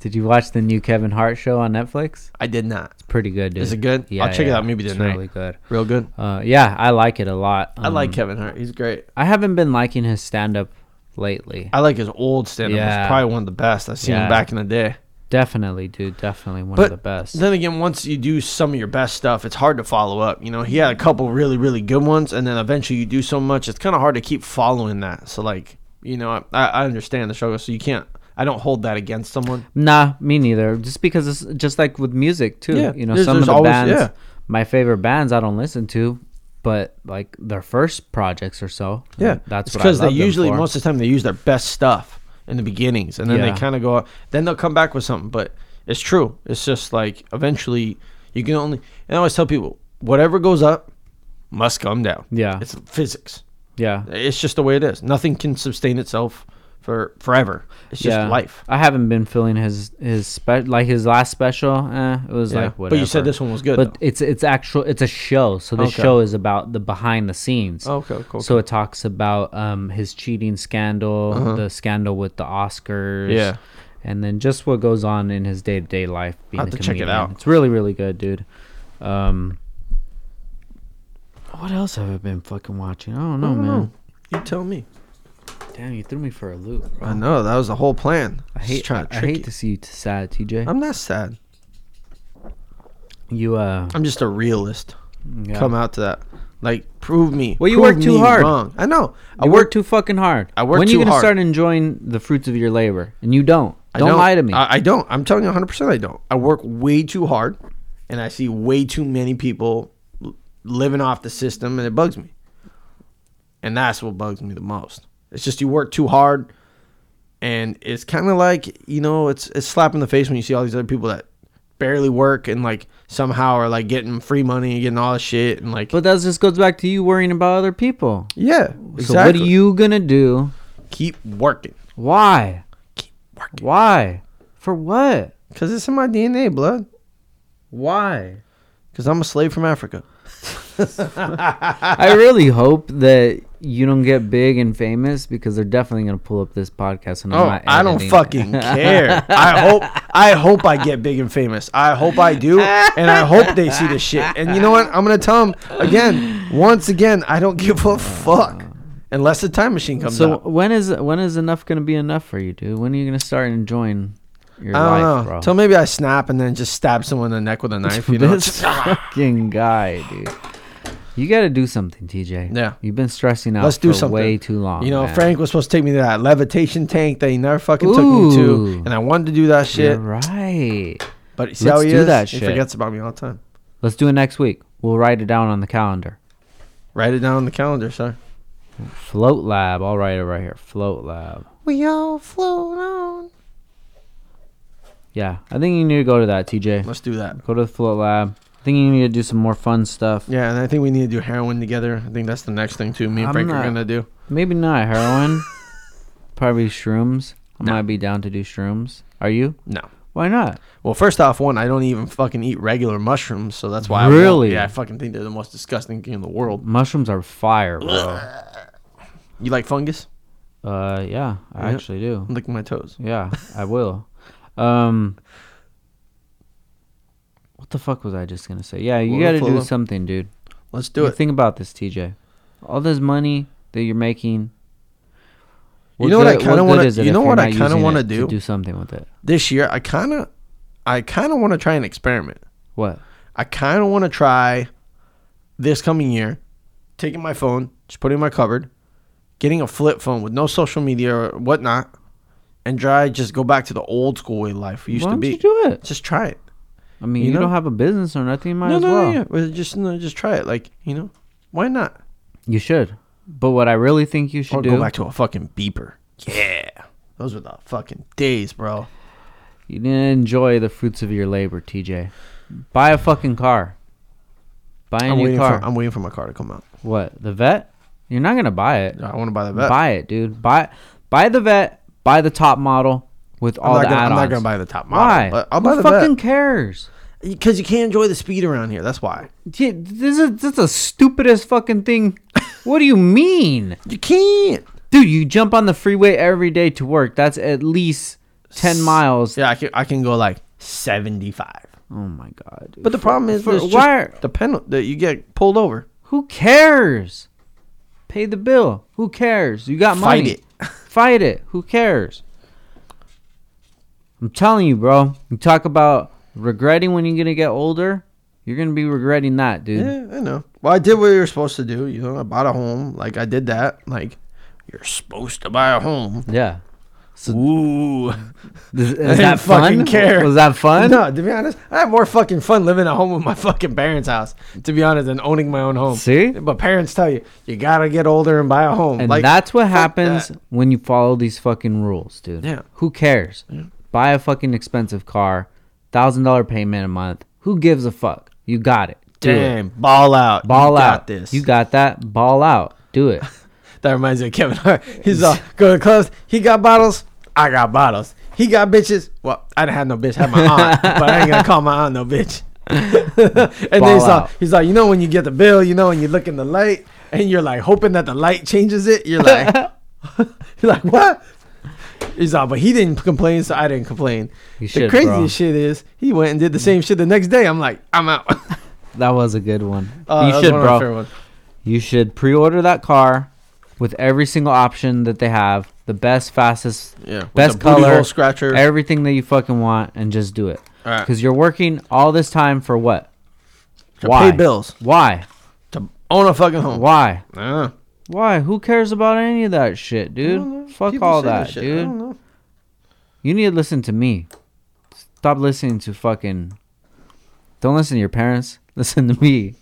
Speaker 4: did you watch the new Kevin Hart show on Netflix?
Speaker 1: I did not.
Speaker 4: Pretty good, dude.
Speaker 1: Is it good? I'll check it out maybe
Speaker 4: it's
Speaker 1: tonight.
Speaker 4: Really good.
Speaker 1: Real good.
Speaker 4: Uh, yeah, I like it a lot.
Speaker 1: I like
Speaker 4: Um,
Speaker 1: Kevin Hart. He's great.
Speaker 4: I haven't been liking his stand up lately.
Speaker 1: I like his old stand up.
Speaker 4: Yeah.
Speaker 1: It's probably one of the best I've seen
Speaker 4: Yeah.
Speaker 1: him back in the day.
Speaker 4: Definitely, dude. Definitely one of the best.
Speaker 1: Then again, once you do some of your best stuff, it's hard to follow up. You know, he had a couple really, really good ones, and then eventually you do so much, it's kind of hard to keep following that. So, like, you know, I- I, I understand the struggle, so you can't. I don't hold that against someone.
Speaker 4: Nah, me neither. Just because it's just like with music too.
Speaker 1: Yeah,
Speaker 4: you know,
Speaker 1: there's-
Speaker 4: some of
Speaker 1: there's
Speaker 4: the
Speaker 1: always-
Speaker 4: bands,
Speaker 1: yeah.
Speaker 4: my favorite bands, I don't listen to, but like their first projects or so. that's
Speaker 1: because they
Speaker 4: what I love them
Speaker 1: usually
Speaker 4: for.
Speaker 1: most of the time they use their best stuff in the beginnings, and then
Speaker 4: Yeah.
Speaker 1: they kind of go. out Then they'll come back with something, but it's true. It's just like eventually you can only. And I always tell people, whatever goes up must come down.
Speaker 4: Yeah.
Speaker 1: it's physics.
Speaker 4: yeah,
Speaker 1: It's just the way it is. Nothing can sustain itself for forever. It's just
Speaker 4: yeah.
Speaker 1: life.
Speaker 4: I haven't been feeling his his spe- like his last special. Eh, it was
Speaker 1: Yeah.
Speaker 4: like whatever.
Speaker 1: But you said this one was good,
Speaker 4: But
Speaker 1: though.
Speaker 4: it's it's actual. It's a show. So this
Speaker 1: Okay.
Speaker 4: show is about the behind the scenes.
Speaker 1: Okay, cool,
Speaker 4: So it talks about um his cheating scandal, the scandal with the Oscars.
Speaker 1: Uh-huh. Yeah.
Speaker 4: And then just what goes on in his day to day life. Being
Speaker 1: I'll have
Speaker 4: a
Speaker 1: to check it
Speaker 4: comedian.
Speaker 1: out.
Speaker 4: It's really really good, dude. Um. What else have I been fucking watching? I don't know, man.
Speaker 1: You tell me.
Speaker 4: Damn, you threw me for a loop. Bro.
Speaker 1: I know that was the whole plan.
Speaker 4: I hate. I, I hate to see you t- sad, TJ.
Speaker 1: I'm not sad.
Speaker 4: you uh.
Speaker 1: I'm just a realist.
Speaker 4: yeah.
Speaker 1: Come out to that. Like prove me.
Speaker 4: Well, you
Speaker 1: Prove
Speaker 4: work too
Speaker 1: me
Speaker 4: hard.
Speaker 1: Wrong. I know. I
Speaker 4: I work,
Speaker 1: work.
Speaker 4: too fucking hard.
Speaker 1: I work
Speaker 4: When are you
Speaker 1: too
Speaker 4: gonna
Speaker 1: hard.
Speaker 4: start enjoying the fruits of your labor? And you don't.
Speaker 1: I
Speaker 4: Don't, lie to me.
Speaker 1: I, I don't. I'm telling you 100. percent I don't. I work way too hard, and I see way too many people l- living off the system, and it bugs me. And that's what bugs me the most. It's just you work too hard, and it's kind of like you know, it's it's slap in the face when you see all these other people that barely work and like somehow are like getting free money and getting all this shit and like
Speaker 4: but that just goes back to you worrying about other people.
Speaker 1: yeah, exactly.
Speaker 4: So what are you gonna do?
Speaker 1: keep working?
Speaker 4: Why?
Speaker 1: Keep working
Speaker 4: Why? For what?
Speaker 1: because it's in my DNA, blood.
Speaker 4: Why?
Speaker 1: Because I'm a slave from Africa.
Speaker 4: I really hope that you don't get big and famous because they're definitely gonna pull up this podcast and I'm
Speaker 1: Oh,
Speaker 4: not
Speaker 1: I don't
Speaker 4: editing it.
Speaker 1: fucking care. I hope I hope I get big and famous. I hope I do, and I hope they see this shit. And you know what? I'm gonna tell them again, once again. I don't give a fuck unless the time machine comes
Speaker 4: So
Speaker 1: out.
Speaker 4: when is when is enough gonna be enough for you, dude? When are you gonna start enjoying your
Speaker 1: I don't
Speaker 4: life,
Speaker 1: know.
Speaker 4: bro?
Speaker 1: Till maybe I snap and then just stab someone in the neck with a knife. You know?
Speaker 4: this fucking guy, dude. You got to do something, TJ.
Speaker 1: Yeah.
Speaker 4: you've been stressing out.
Speaker 1: Let's do
Speaker 4: for
Speaker 1: something.
Speaker 4: Way too long.
Speaker 1: You know,
Speaker 4: Oh, man.
Speaker 1: Frank was supposed to take me to that levitation tank that he never fucking took me to,
Speaker 4: Ooh.
Speaker 1: and I wanted to do that
Speaker 4: You're
Speaker 1: shit.
Speaker 4: right.
Speaker 1: But see
Speaker 4: Let's
Speaker 1: how he
Speaker 4: do
Speaker 1: is?
Speaker 4: that
Speaker 1: he
Speaker 4: shit.
Speaker 1: forgets about me all the time.
Speaker 4: Let's do it next week. We'll write it down on the calendar.
Speaker 1: Write it down on the calendar, sir.
Speaker 4: Float Lab. I'll write it right here. Float Lab.
Speaker 1: We all float on.
Speaker 4: Yeah, I think you need to go to that, TJ.
Speaker 1: Let's do that.
Speaker 4: Go to the Float Lab. I think you need to do some more fun stuff.
Speaker 1: Yeah, and I think we need to do heroin together. I think that's the next thing too. Me and
Speaker 4: I'm
Speaker 1: Frank
Speaker 4: not-
Speaker 1: are gonna do.
Speaker 4: Maybe not heroin. Probably shrooms. I might be down to do shrooms. Are you?
Speaker 1: No.
Speaker 4: Why not?
Speaker 1: Well, first off, one, I don't even fucking eat regular mushrooms, so that's why. I won't.
Speaker 4: Really?
Speaker 1: Yeah, I fucking think they're the most disgusting thing in the world.
Speaker 4: Mushrooms are fire, bro.
Speaker 1: You like fungus?
Speaker 4: Uh, yeah, I
Speaker 1: Yeah.
Speaker 4: actually do.
Speaker 1: I'm licking my toes.
Speaker 4: Yeah, I will. Um, what the fuck was I just gonna say? Yeah, you
Speaker 1: Well,
Speaker 4: gotta do
Speaker 1: follow.
Speaker 4: something, dude.
Speaker 1: Let's do
Speaker 4: You
Speaker 1: it.
Speaker 4: Think about this, TJ. All this money that you're making.
Speaker 1: You know what I kinda
Speaker 4: good
Speaker 1: wanna-
Speaker 4: is it
Speaker 1: you
Speaker 4: if
Speaker 1: know
Speaker 4: you're
Speaker 1: what I
Speaker 4: not
Speaker 1: kinda
Speaker 4: using
Speaker 1: wanna
Speaker 4: it
Speaker 1: do?
Speaker 4: do something with it.
Speaker 1: This year, I kind of I kind of want to try an experiment.
Speaker 4: What?
Speaker 1: I kind of want to try this coming year taking my phone, just putting it in my cupboard, getting a flip phone with no social media or whatnot, and try just go back to the old school way life used
Speaker 4: Why
Speaker 1: to
Speaker 4: don't
Speaker 1: be.
Speaker 4: you do it?
Speaker 1: Just try it.
Speaker 4: I mean,
Speaker 1: You
Speaker 4: you,
Speaker 1: know?
Speaker 4: don't have a business or nothing. You might
Speaker 1: no,
Speaker 4: as
Speaker 1: no,
Speaker 4: well.
Speaker 1: no, yeah. Just no, just try it. Like you know, why not?
Speaker 4: You should. But what I really think you should
Speaker 1: Or
Speaker 4: do,
Speaker 1: go back to a fucking beeper. Yeah, those were the fucking days, bro.
Speaker 4: you didn't enjoy the fruits of your labor, TJ. Buy a fucking car. Buy a
Speaker 1: I'm
Speaker 4: new
Speaker 1: waiting,
Speaker 4: car.
Speaker 1: for, I'm waiting for my car to come out.
Speaker 4: what? The vet? You're not gonna buy it.
Speaker 1: I want to buy the vet.
Speaker 4: Buy it, dude. Buy buy the vet. Buy the top model with
Speaker 1: I'm,
Speaker 4: all
Speaker 1: not
Speaker 4: the
Speaker 1: gonna, I'm
Speaker 4: add-ons.
Speaker 1: not gonna buy the top model.
Speaker 4: Why?
Speaker 1: But I'll
Speaker 4: Who
Speaker 1: buy the
Speaker 4: fucking
Speaker 1: fucking
Speaker 4: cares?
Speaker 1: because you can't enjoy the speed around here. That's why
Speaker 4: Yeah, this is that's the stupidest fucking thing. what do you mean,
Speaker 1: you can't.
Speaker 4: dude? You jump on the freeway every day to work. That's at least ten miles.
Speaker 1: Yeah, I can. I can go like seventy-five.
Speaker 4: Oh my god. Dude.
Speaker 1: But the problem is,
Speaker 4: for
Speaker 1: it's just
Speaker 4: wire.
Speaker 1: the penalty that you get pulled over.
Speaker 4: Who cares? Pay the bill. Who cares? You got
Speaker 1: Fight
Speaker 4: money.
Speaker 1: it.
Speaker 4: Fight it. Who cares? I'm telling you, bro. You talk about regretting when you're gonna get older. You're gonna be regretting that, dude.
Speaker 1: Yeah, I know. Well, I did what you're supposed to do. You know, I bought a home. Like I did that. Like you're supposed to buy a home.
Speaker 4: Yeah.
Speaker 1: Ooh,
Speaker 4: Is,
Speaker 1: didn't
Speaker 4: is that
Speaker 1: fucking
Speaker 4: fun?
Speaker 1: care.
Speaker 4: Was that fun?
Speaker 1: no. To be honest, I had more fucking fun living at home with my fucking parents' house. To be honest, than owning my own home.
Speaker 4: See?
Speaker 1: but parents tell you you gotta get older and buy a home.
Speaker 4: And
Speaker 1: like,
Speaker 4: that's what
Speaker 1: fuck
Speaker 4: happens
Speaker 1: that.
Speaker 4: when you follow these fucking rules, dude.
Speaker 1: Yeah.
Speaker 4: Who cares? Buy a fucking expensive car, thousand dollar payment a month. Who gives a fuck? You got it. Do it.
Speaker 1: Damn, ball out,
Speaker 4: Ball
Speaker 1: you
Speaker 4: out.
Speaker 1: Got this
Speaker 4: You got that. Ball out. Do it.
Speaker 1: That reminds me of Kevin Hart. He's all go to clubs. He got bottles. I got bottles. He got bitches. Well, I didn't have no bitch. I had my aunt, but I ain't gonna call my aunt no bitch. and then he's
Speaker 4: Ball
Speaker 1: like,
Speaker 4: out.
Speaker 1: he's like, you know when you get the bill, you know when you look in the light, and you're like hoping that the light changes it. You're like, you're like what? He's all, but he didn't complain, so I didn't complain.
Speaker 4: You
Speaker 1: the
Speaker 4: should,
Speaker 1: craziest
Speaker 4: bro.
Speaker 1: shit is he went and did the same shit the next day. I'm like, I'm out.
Speaker 4: that was a good one.
Speaker 1: Uh, that
Speaker 4: you
Speaker 1: was
Speaker 4: should,
Speaker 1: one of my favorite
Speaker 4: bro.
Speaker 1: ones.
Speaker 4: You should pre-order that car with every single option that they have, the best, fastest,
Speaker 1: Yeah, with
Speaker 4: best
Speaker 1: the booty
Speaker 4: color,
Speaker 1: hole scratcher.
Speaker 4: everything that you fucking want, and just do it.
Speaker 1: All right.
Speaker 4: Because you're working all this time for what?
Speaker 1: To pay bills.
Speaker 4: Why?
Speaker 1: to own a fucking home.
Speaker 4: Why?
Speaker 1: Yeah.
Speaker 4: Why? Who cares about any of that shit, dude? Fuck all that, dude. You need to listen to me. Stop listening to fucking. Don't listen to your parents. Listen to me.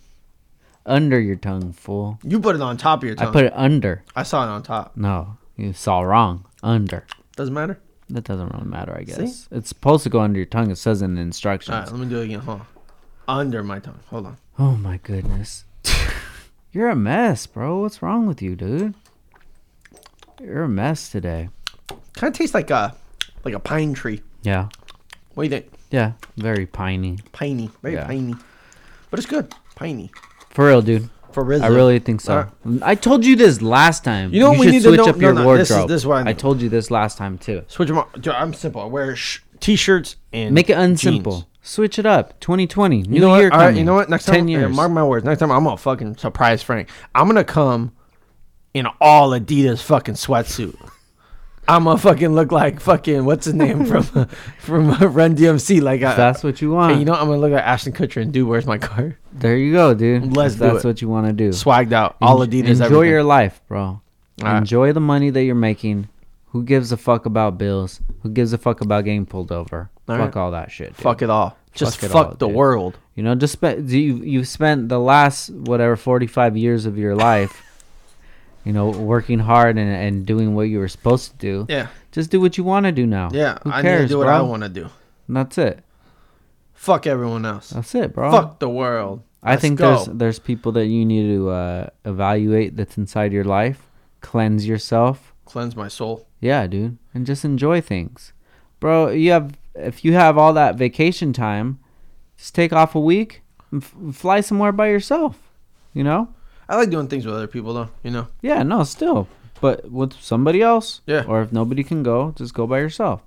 Speaker 4: Under your tongue, fool.
Speaker 1: You put it on top of your tongue.
Speaker 4: I put it under.
Speaker 1: I saw it on top.
Speaker 4: No, you saw wrong. Under.
Speaker 1: Doesn't matter.
Speaker 4: That doesn't really matter, I guess. It's supposed to go under your tongue. It says in the instructions.
Speaker 1: All right, let me do it again. Hold on. Under my tongue. Hold on.
Speaker 4: Oh my goodness. You're a mess, bro. What's wrong with you, dude? You're a mess today.
Speaker 1: Kind of tastes like a like a pine tree.
Speaker 4: Yeah.
Speaker 1: What do you think?
Speaker 4: Yeah. Very piney.
Speaker 1: Piney, very
Speaker 4: Yeah.
Speaker 1: piney, but it's good. Piney
Speaker 4: For real, dude.
Speaker 1: for Rizzo. Uh,
Speaker 4: I really think so. I told you this last time.
Speaker 1: You know what we
Speaker 4: should
Speaker 1: need to know- no, no, this is- this is what I
Speaker 4: I
Speaker 1: need.
Speaker 4: told you this last time too.
Speaker 1: switch them up. Dude, I'm simple. I wear sh- t-shirts and
Speaker 4: Make it
Speaker 1: jeans.
Speaker 4: unsimple. Switch it up. 2020. New
Speaker 1: You know
Speaker 4: year
Speaker 1: what? All right,
Speaker 4: coming.
Speaker 1: you know what? Next
Speaker 4: Ten
Speaker 1: time, uh, yeah,
Speaker 4: years.
Speaker 1: mark my words. Next time, I'm gonna fucking surprise Frank. I'm gonna come in all Adidas fucking sweatsuit. I'm gonna fucking look like fucking what's his name from from uh, Run DMC. Like, I,
Speaker 4: That's what you want.
Speaker 1: Hey, you know, what? I'm gonna look like Ashton Kutcher and dude, where's my car?
Speaker 4: there you go, dude.
Speaker 1: Let's
Speaker 4: If
Speaker 1: do
Speaker 4: That's
Speaker 1: it.
Speaker 4: what you want to do.
Speaker 1: Swagged out, all
Speaker 4: En-
Speaker 1: Adidas.
Speaker 4: Enjoy
Speaker 1: everything.
Speaker 4: your life, bro.
Speaker 1: right.
Speaker 4: Enjoy the money that you're making. Who gives a fuck about bills? Who gives a fuck about getting pulled over?
Speaker 1: All
Speaker 4: fuck
Speaker 1: right.
Speaker 4: all that shit. dude.
Speaker 1: fuck it all. Just
Speaker 4: Fuck
Speaker 1: fuck,
Speaker 4: it all,
Speaker 1: the
Speaker 4: dude.
Speaker 1: world.
Speaker 4: You know, just spend you you've spent the last whatever forty five years of your life, you know, working hard and, and doing what you were supposed to do.
Speaker 1: Yeah,
Speaker 4: Just do what you want to do now.
Speaker 1: yeah.
Speaker 4: Who
Speaker 1: I
Speaker 4: cares,
Speaker 1: need to do what
Speaker 4: bro?
Speaker 1: I want to do.
Speaker 4: And that's it.
Speaker 1: Fuck everyone else.
Speaker 4: That's it, bro.
Speaker 1: Fuck the world.
Speaker 4: I
Speaker 1: Let's
Speaker 4: think
Speaker 1: go.
Speaker 4: there's there's people that you need to uh, evaluate that's inside your life, cleanse yourself.
Speaker 1: cleanse my soul.
Speaker 4: Yeah, dude, and just enjoy things, bro. You have if you have all that vacation time, just take off a week and f- fly somewhere by yourself. You know.
Speaker 1: I like doing things with other people though. You know.
Speaker 4: Yeah, no, still. But with somebody else.
Speaker 1: Yeah.
Speaker 4: Or if nobody can go, just go by yourself.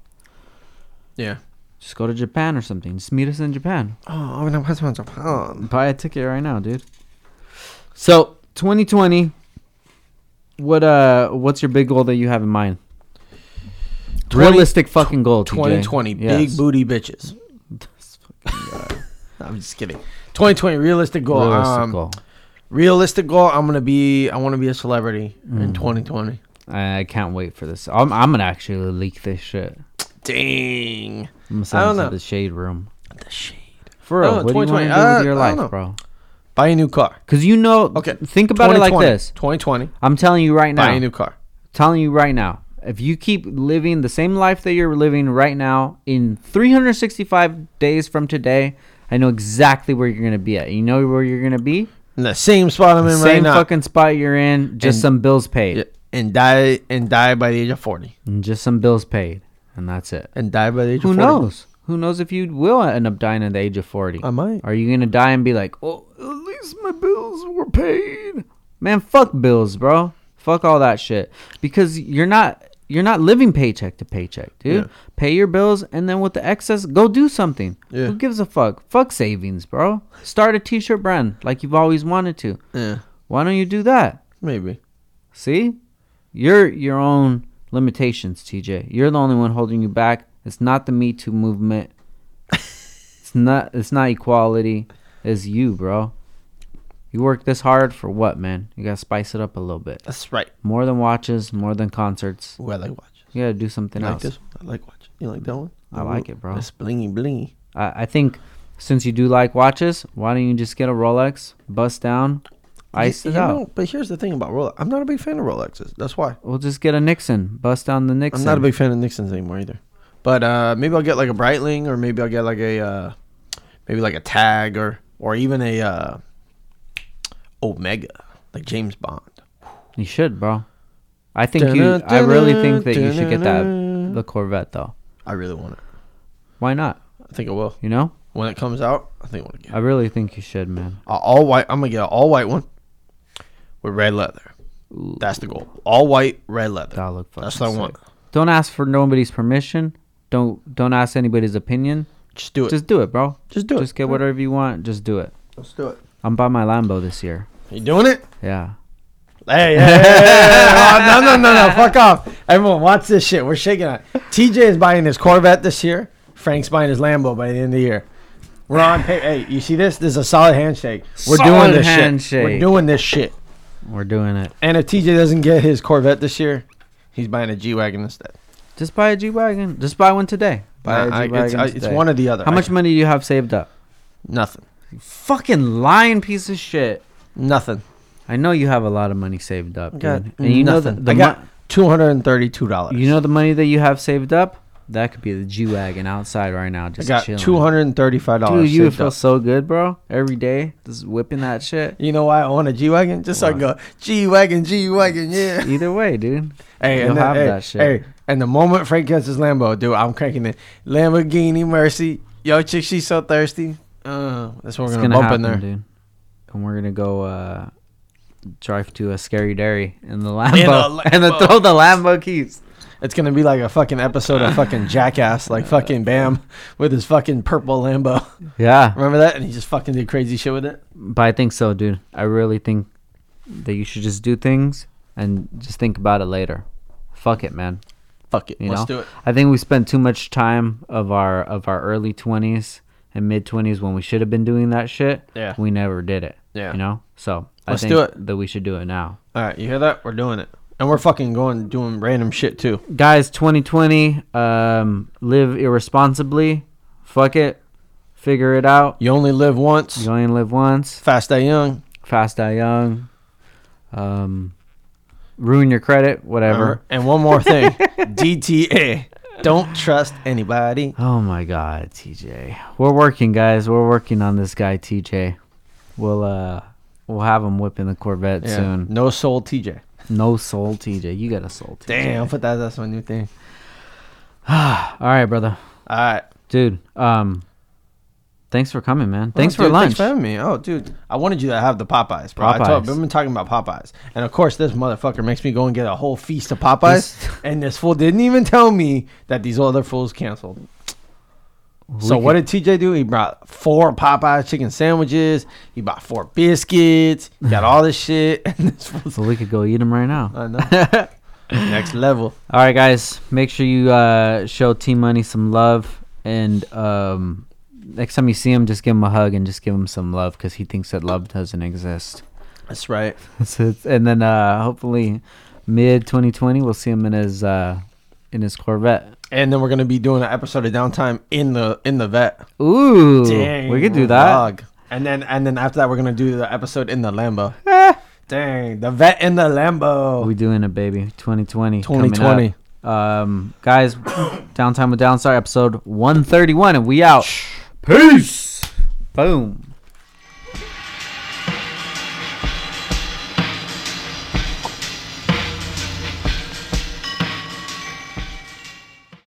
Speaker 1: Yeah.
Speaker 4: Just go to Japan or something. Just meet us in Japan.
Speaker 1: Oh, I mean, I'm from Japan.
Speaker 4: Buy a ticket right now, dude. So, 2020 what uh what's your big goal that you have in mind?
Speaker 1: 20
Speaker 4: Realistic fucking goal. TJ.
Speaker 1: 2020,
Speaker 4: Yes. uh,
Speaker 1: big booty bitches. I'm just kidding. 2020 realistic goal.
Speaker 4: Realistic
Speaker 1: um,
Speaker 4: goal.
Speaker 1: Realistic goal. I'm gonna be. I want to be a celebrity
Speaker 4: Mm-hmm.
Speaker 1: in 2020.
Speaker 4: I I can't wait for this. I'm, I'm gonna actually leak this shit.
Speaker 1: Dang.
Speaker 4: I'm gonna send
Speaker 1: don't
Speaker 4: it
Speaker 1: know.
Speaker 4: to the shade room.
Speaker 1: The shade.
Speaker 4: For
Speaker 1: I don't know,
Speaker 4: real, what do you
Speaker 1: 2020,
Speaker 4: want to do
Speaker 1: uh,
Speaker 4: with your
Speaker 1: I don't
Speaker 4: life,
Speaker 1: know.
Speaker 4: bro?
Speaker 1: Buy a new car.
Speaker 4: Because you know,
Speaker 1: Okay.
Speaker 4: think about it like
Speaker 1: 2020.
Speaker 4: this.
Speaker 1: 2020.
Speaker 4: I'm telling you right now.
Speaker 1: Buy a new car.
Speaker 4: telling you right now. If you keep living the same life that you're living right now, in 365 days from today, I know exactly where you're gonna be at. You know where you're gonna be.
Speaker 1: In the same spot I'm in right
Speaker 4: same
Speaker 1: now.
Speaker 4: fucking spot you're in. Just
Speaker 1: And-
Speaker 4: some bills paid.
Speaker 1: Yeah, and die and die by the age of 40.
Speaker 4: And just some bills paid, and that's it.
Speaker 1: And die by the age
Speaker 4: Who
Speaker 1: of 40.
Speaker 4: knows? Who knows if you will end up dying at the age of 40?
Speaker 1: I might.
Speaker 4: Are you going to die and be like, oh, at least my bills were paid? Man, fuck bills, bro. Fuck all that shit. Because you're not. You're not living paycheck to paycheck, dude.
Speaker 1: Yeah.
Speaker 4: Pay your bills, and then with the excess, go do something.
Speaker 1: Yeah.
Speaker 4: Who gives a fuck? Fuck savings, bro. Start a t-shirt brand like you've always wanted to.
Speaker 1: Yeah,
Speaker 4: Why don't you do that?
Speaker 1: maybe.
Speaker 4: See? You're your own limitations, TJ. You're the only one holding you back. It's not the Me Too movement. it's not it's not equality. It's you, bro. You work this hard for what, man? You gotta spice it up a little bit.
Speaker 1: That's right.
Speaker 4: More than watches, more than concerts.
Speaker 1: Ooh, I like watch.
Speaker 4: You gotta do something
Speaker 1: You like
Speaker 4: else.
Speaker 1: this? one? I like watch. You like that one?
Speaker 4: I like it, bro.
Speaker 1: It's blingy blingy.
Speaker 4: I, I think since you do like watches, why don't you just get a Rolex, bust down, ice
Speaker 1: You-
Speaker 4: it
Speaker 1: you
Speaker 4: out?
Speaker 1: know, but here's the thing about Rolex. I'm not a big fan of Rolexes. That's why.
Speaker 4: We'll just get a Nixon, bust down the Nixon.
Speaker 1: I'm not a big fan of Nixons anymore either. But uh, maybe I'll get like a Breitling, or maybe I'll get like a uh, maybe like a Tag, or or even a uh, Omega, like James Bond.
Speaker 4: You should, bro. I think you. I really think that you should get that the Corvette though.
Speaker 1: I really want it.
Speaker 4: Why not?
Speaker 1: I think I will
Speaker 4: You know,
Speaker 1: when it comes out. I think I want to get
Speaker 4: I really think you should, man.
Speaker 1: a all white. I'm gonna get an all white one with red leather. That's the goal. All white, red leather.
Speaker 4: That'll look fucking
Speaker 1: That's what I want.
Speaker 4: sick. Don't ask for nobody's permission. Don't don't ask anybody's opinion.
Speaker 1: Just do it.
Speaker 4: Just do it, bro.
Speaker 1: Just do it.
Speaker 4: Just get whatever you want. Just do it.
Speaker 1: Let's do it.
Speaker 4: I'm buying my Lambo this year.
Speaker 1: You doing it?
Speaker 4: Yeah.
Speaker 1: Hey, hey, hey, hey, hey, no, no, no, no, fuck off. Everyone, watch this shit. We're shaking it. TJ is buying his Corvette this year. Frank's buying his Lambo by the end of the year. We're on pay. Hey, you see this? This is a solid handshake. We're doing
Speaker 4: Solid
Speaker 1: this shit. We're
Speaker 4: handshake.
Speaker 1: doing this shit.
Speaker 4: We're doing it.
Speaker 1: And if TJ doesn't get his Corvette this year, he's buying a G Wagon instead.
Speaker 4: Just buy a G wagon. Just buy one today. Buy
Speaker 1: I-
Speaker 4: a
Speaker 1: I- it's,
Speaker 4: G-Wagon
Speaker 1: I- it's
Speaker 4: today.
Speaker 1: one or the other.
Speaker 4: How
Speaker 1: I-
Speaker 4: much money do you have saved up?
Speaker 1: Nothing.
Speaker 4: Fucking lying piece of shit.
Speaker 1: Nothing.
Speaker 4: I know you have a lot of money saved up, dude.
Speaker 1: Got
Speaker 4: and you know the,
Speaker 1: nothing.
Speaker 4: the
Speaker 1: I
Speaker 4: mo-
Speaker 1: got two hundred and thirty-two dollars.
Speaker 4: You know the money that you have saved up? That could be the G wagon outside right now,
Speaker 1: I
Speaker 4: just
Speaker 1: got
Speaker 4: chilling.
Speaker 1: two hundred and thirty-five dollars.
Speaker 4: Dude, you would feel so good, bro. Every day, just whipping that shit.
Speaker 1: You know why I want a G wagon? Just so I can go G wagon, G wagon, yeah.
Speaker 4: Either way, dude.
Speaker 1: Hey,
Speaker 4: You'll
Speaker 1: and the,
Speaker 4: have
Speaker 1: hey,
Speaker 4: that shit.
Speaker 1: Hey, and the moment Frank gets his Lambo, dude, I'm cranking it. Lamborghini Mercy. Yo, chick, she's so thirsty. Uh, that's what we're gonna,
Speaker 4: It's gonna,
Speaker 1: bump
Speaker 4: happen,
Speaker 1: in there.
Speaker 4: dude. And we're gonna go uh, drive to a scary dairy in the
Speaker 1: In a
Speaker 4: Lambo, and then
Speaker 1: Lambo.
Speaker 4: throw the Lambo keys.
Speaker 1: It's gonna be like a fucking episode of fucking Jackass,
Speaker 4: Uh,
Speaker 1: like fucking Bam with his fucking purple Lambo.
Speaker 4: Yeah,
Speaker 1: Remember that? And he just fucking did crazy shit with it.
Speaker 4: but I think so, dude. I really think that you should just do things and just think about it later. Fuck it, man.
Speaker 1: Fuck it,
Speaker 4: You
Speaker 1: let's
Speaker 4: know?
Speaker 1: do it.
Speaker 4: I think we spent too much time of our of our early twenties and mid twenties when we should have been doing that shit.
Speaker 1: Yeah.
Speaker 4: We never did it.
Speaker 1: Yeah.
Speaker 4: You know? So
Speaker 1: Let's
Speaker 4: I
Speaker 1: do
Speaker 4: think
Speaker 1: it.
Speaker 4: that we should do it now.
Speaker 1: All right, you hear that? We're doing it, and we're fucking going doing random shit too.
Speaker 4: Guys, twenty twenty, um, live irresponsibly. Fuck it. Figure it out.
Speaker 1: You only live once.
Speaker 4: You only live once.
Speaker 1: Fast die young.
Speaker 4: Fast die young. Um ruin your credit, whatever.
Speaker 1: Remember? And one more thing, DTA. Don't trust anybody.
Speaker 4: Oh my god, TJ. We're working, guys. We're working on this guy, TJ. We'll uh we'll have him whipping the Corvette
Speaker 1: Yeah.
Speaker 4: soon.
Speaker 1: No soul, TJ.
Speaker 4: No soul, TJ. You got a soul, TJ.
Speaker 1: Damn, put that that's my new thing.
Speaker 4: All right, brother.
Speaker 1: All right.
Speaker 4: Dude, um thanks for coming, man. Thanks
Speaker 1: Oh,
Speaker 4: for
Speaker 1: dude,
Speaker 4: lunch.
Speaker 1: Thanks for having me. Oh, dude, I wanted you to have the Popeyes, bro. I told,
Speaker 4: Popeyes.
Speaker 1: I've been talking about Popeyes, and of course, this motherfucker makes me go and get a whole feast of Popeyes,
Speaker 4: This-
Speaker 1: and this fool didn't even tell me that these other fools canceled. so what did TJ do? He brought four Popeyes chicken sandwiches. He bought four biscuits. He got all this shit, and this fool's
Speaker 4: so we could go eat him right now.
Speaker 1: I know. next level.
Speaker 4: All right, guys. Make sure you uh, show T Money some love and um, next time you see him, just give him a hug and just give him some love because he thinks that love doesn't exist.
Speaker 1: That's right.
Speaker 4: So it's- and then uh, hopefully, mid 2020, we'll see him in his uh, in his Corvette.
Speaker 1: And then we're gonna be doing an episode of downtime in the in the vet.
Speaker 4: Ooh,
Speaker 1: Dang,
Speaker 4: we could do
Speaker 1: my
Speaker 4: that.
Speaker 1: dog. And then and then after that, we're gonna do the episode in the Lambo.
Speaker 4: Eh.
Speaker 1: Dang, the vet in the Lambo.
Speaker 4: We doing it, baby. 2020.
Speaker 1: 2020.
Speaker 4: coming up. Um, guys, downtime with Downstar episode 131, and we out. Peace. Boom.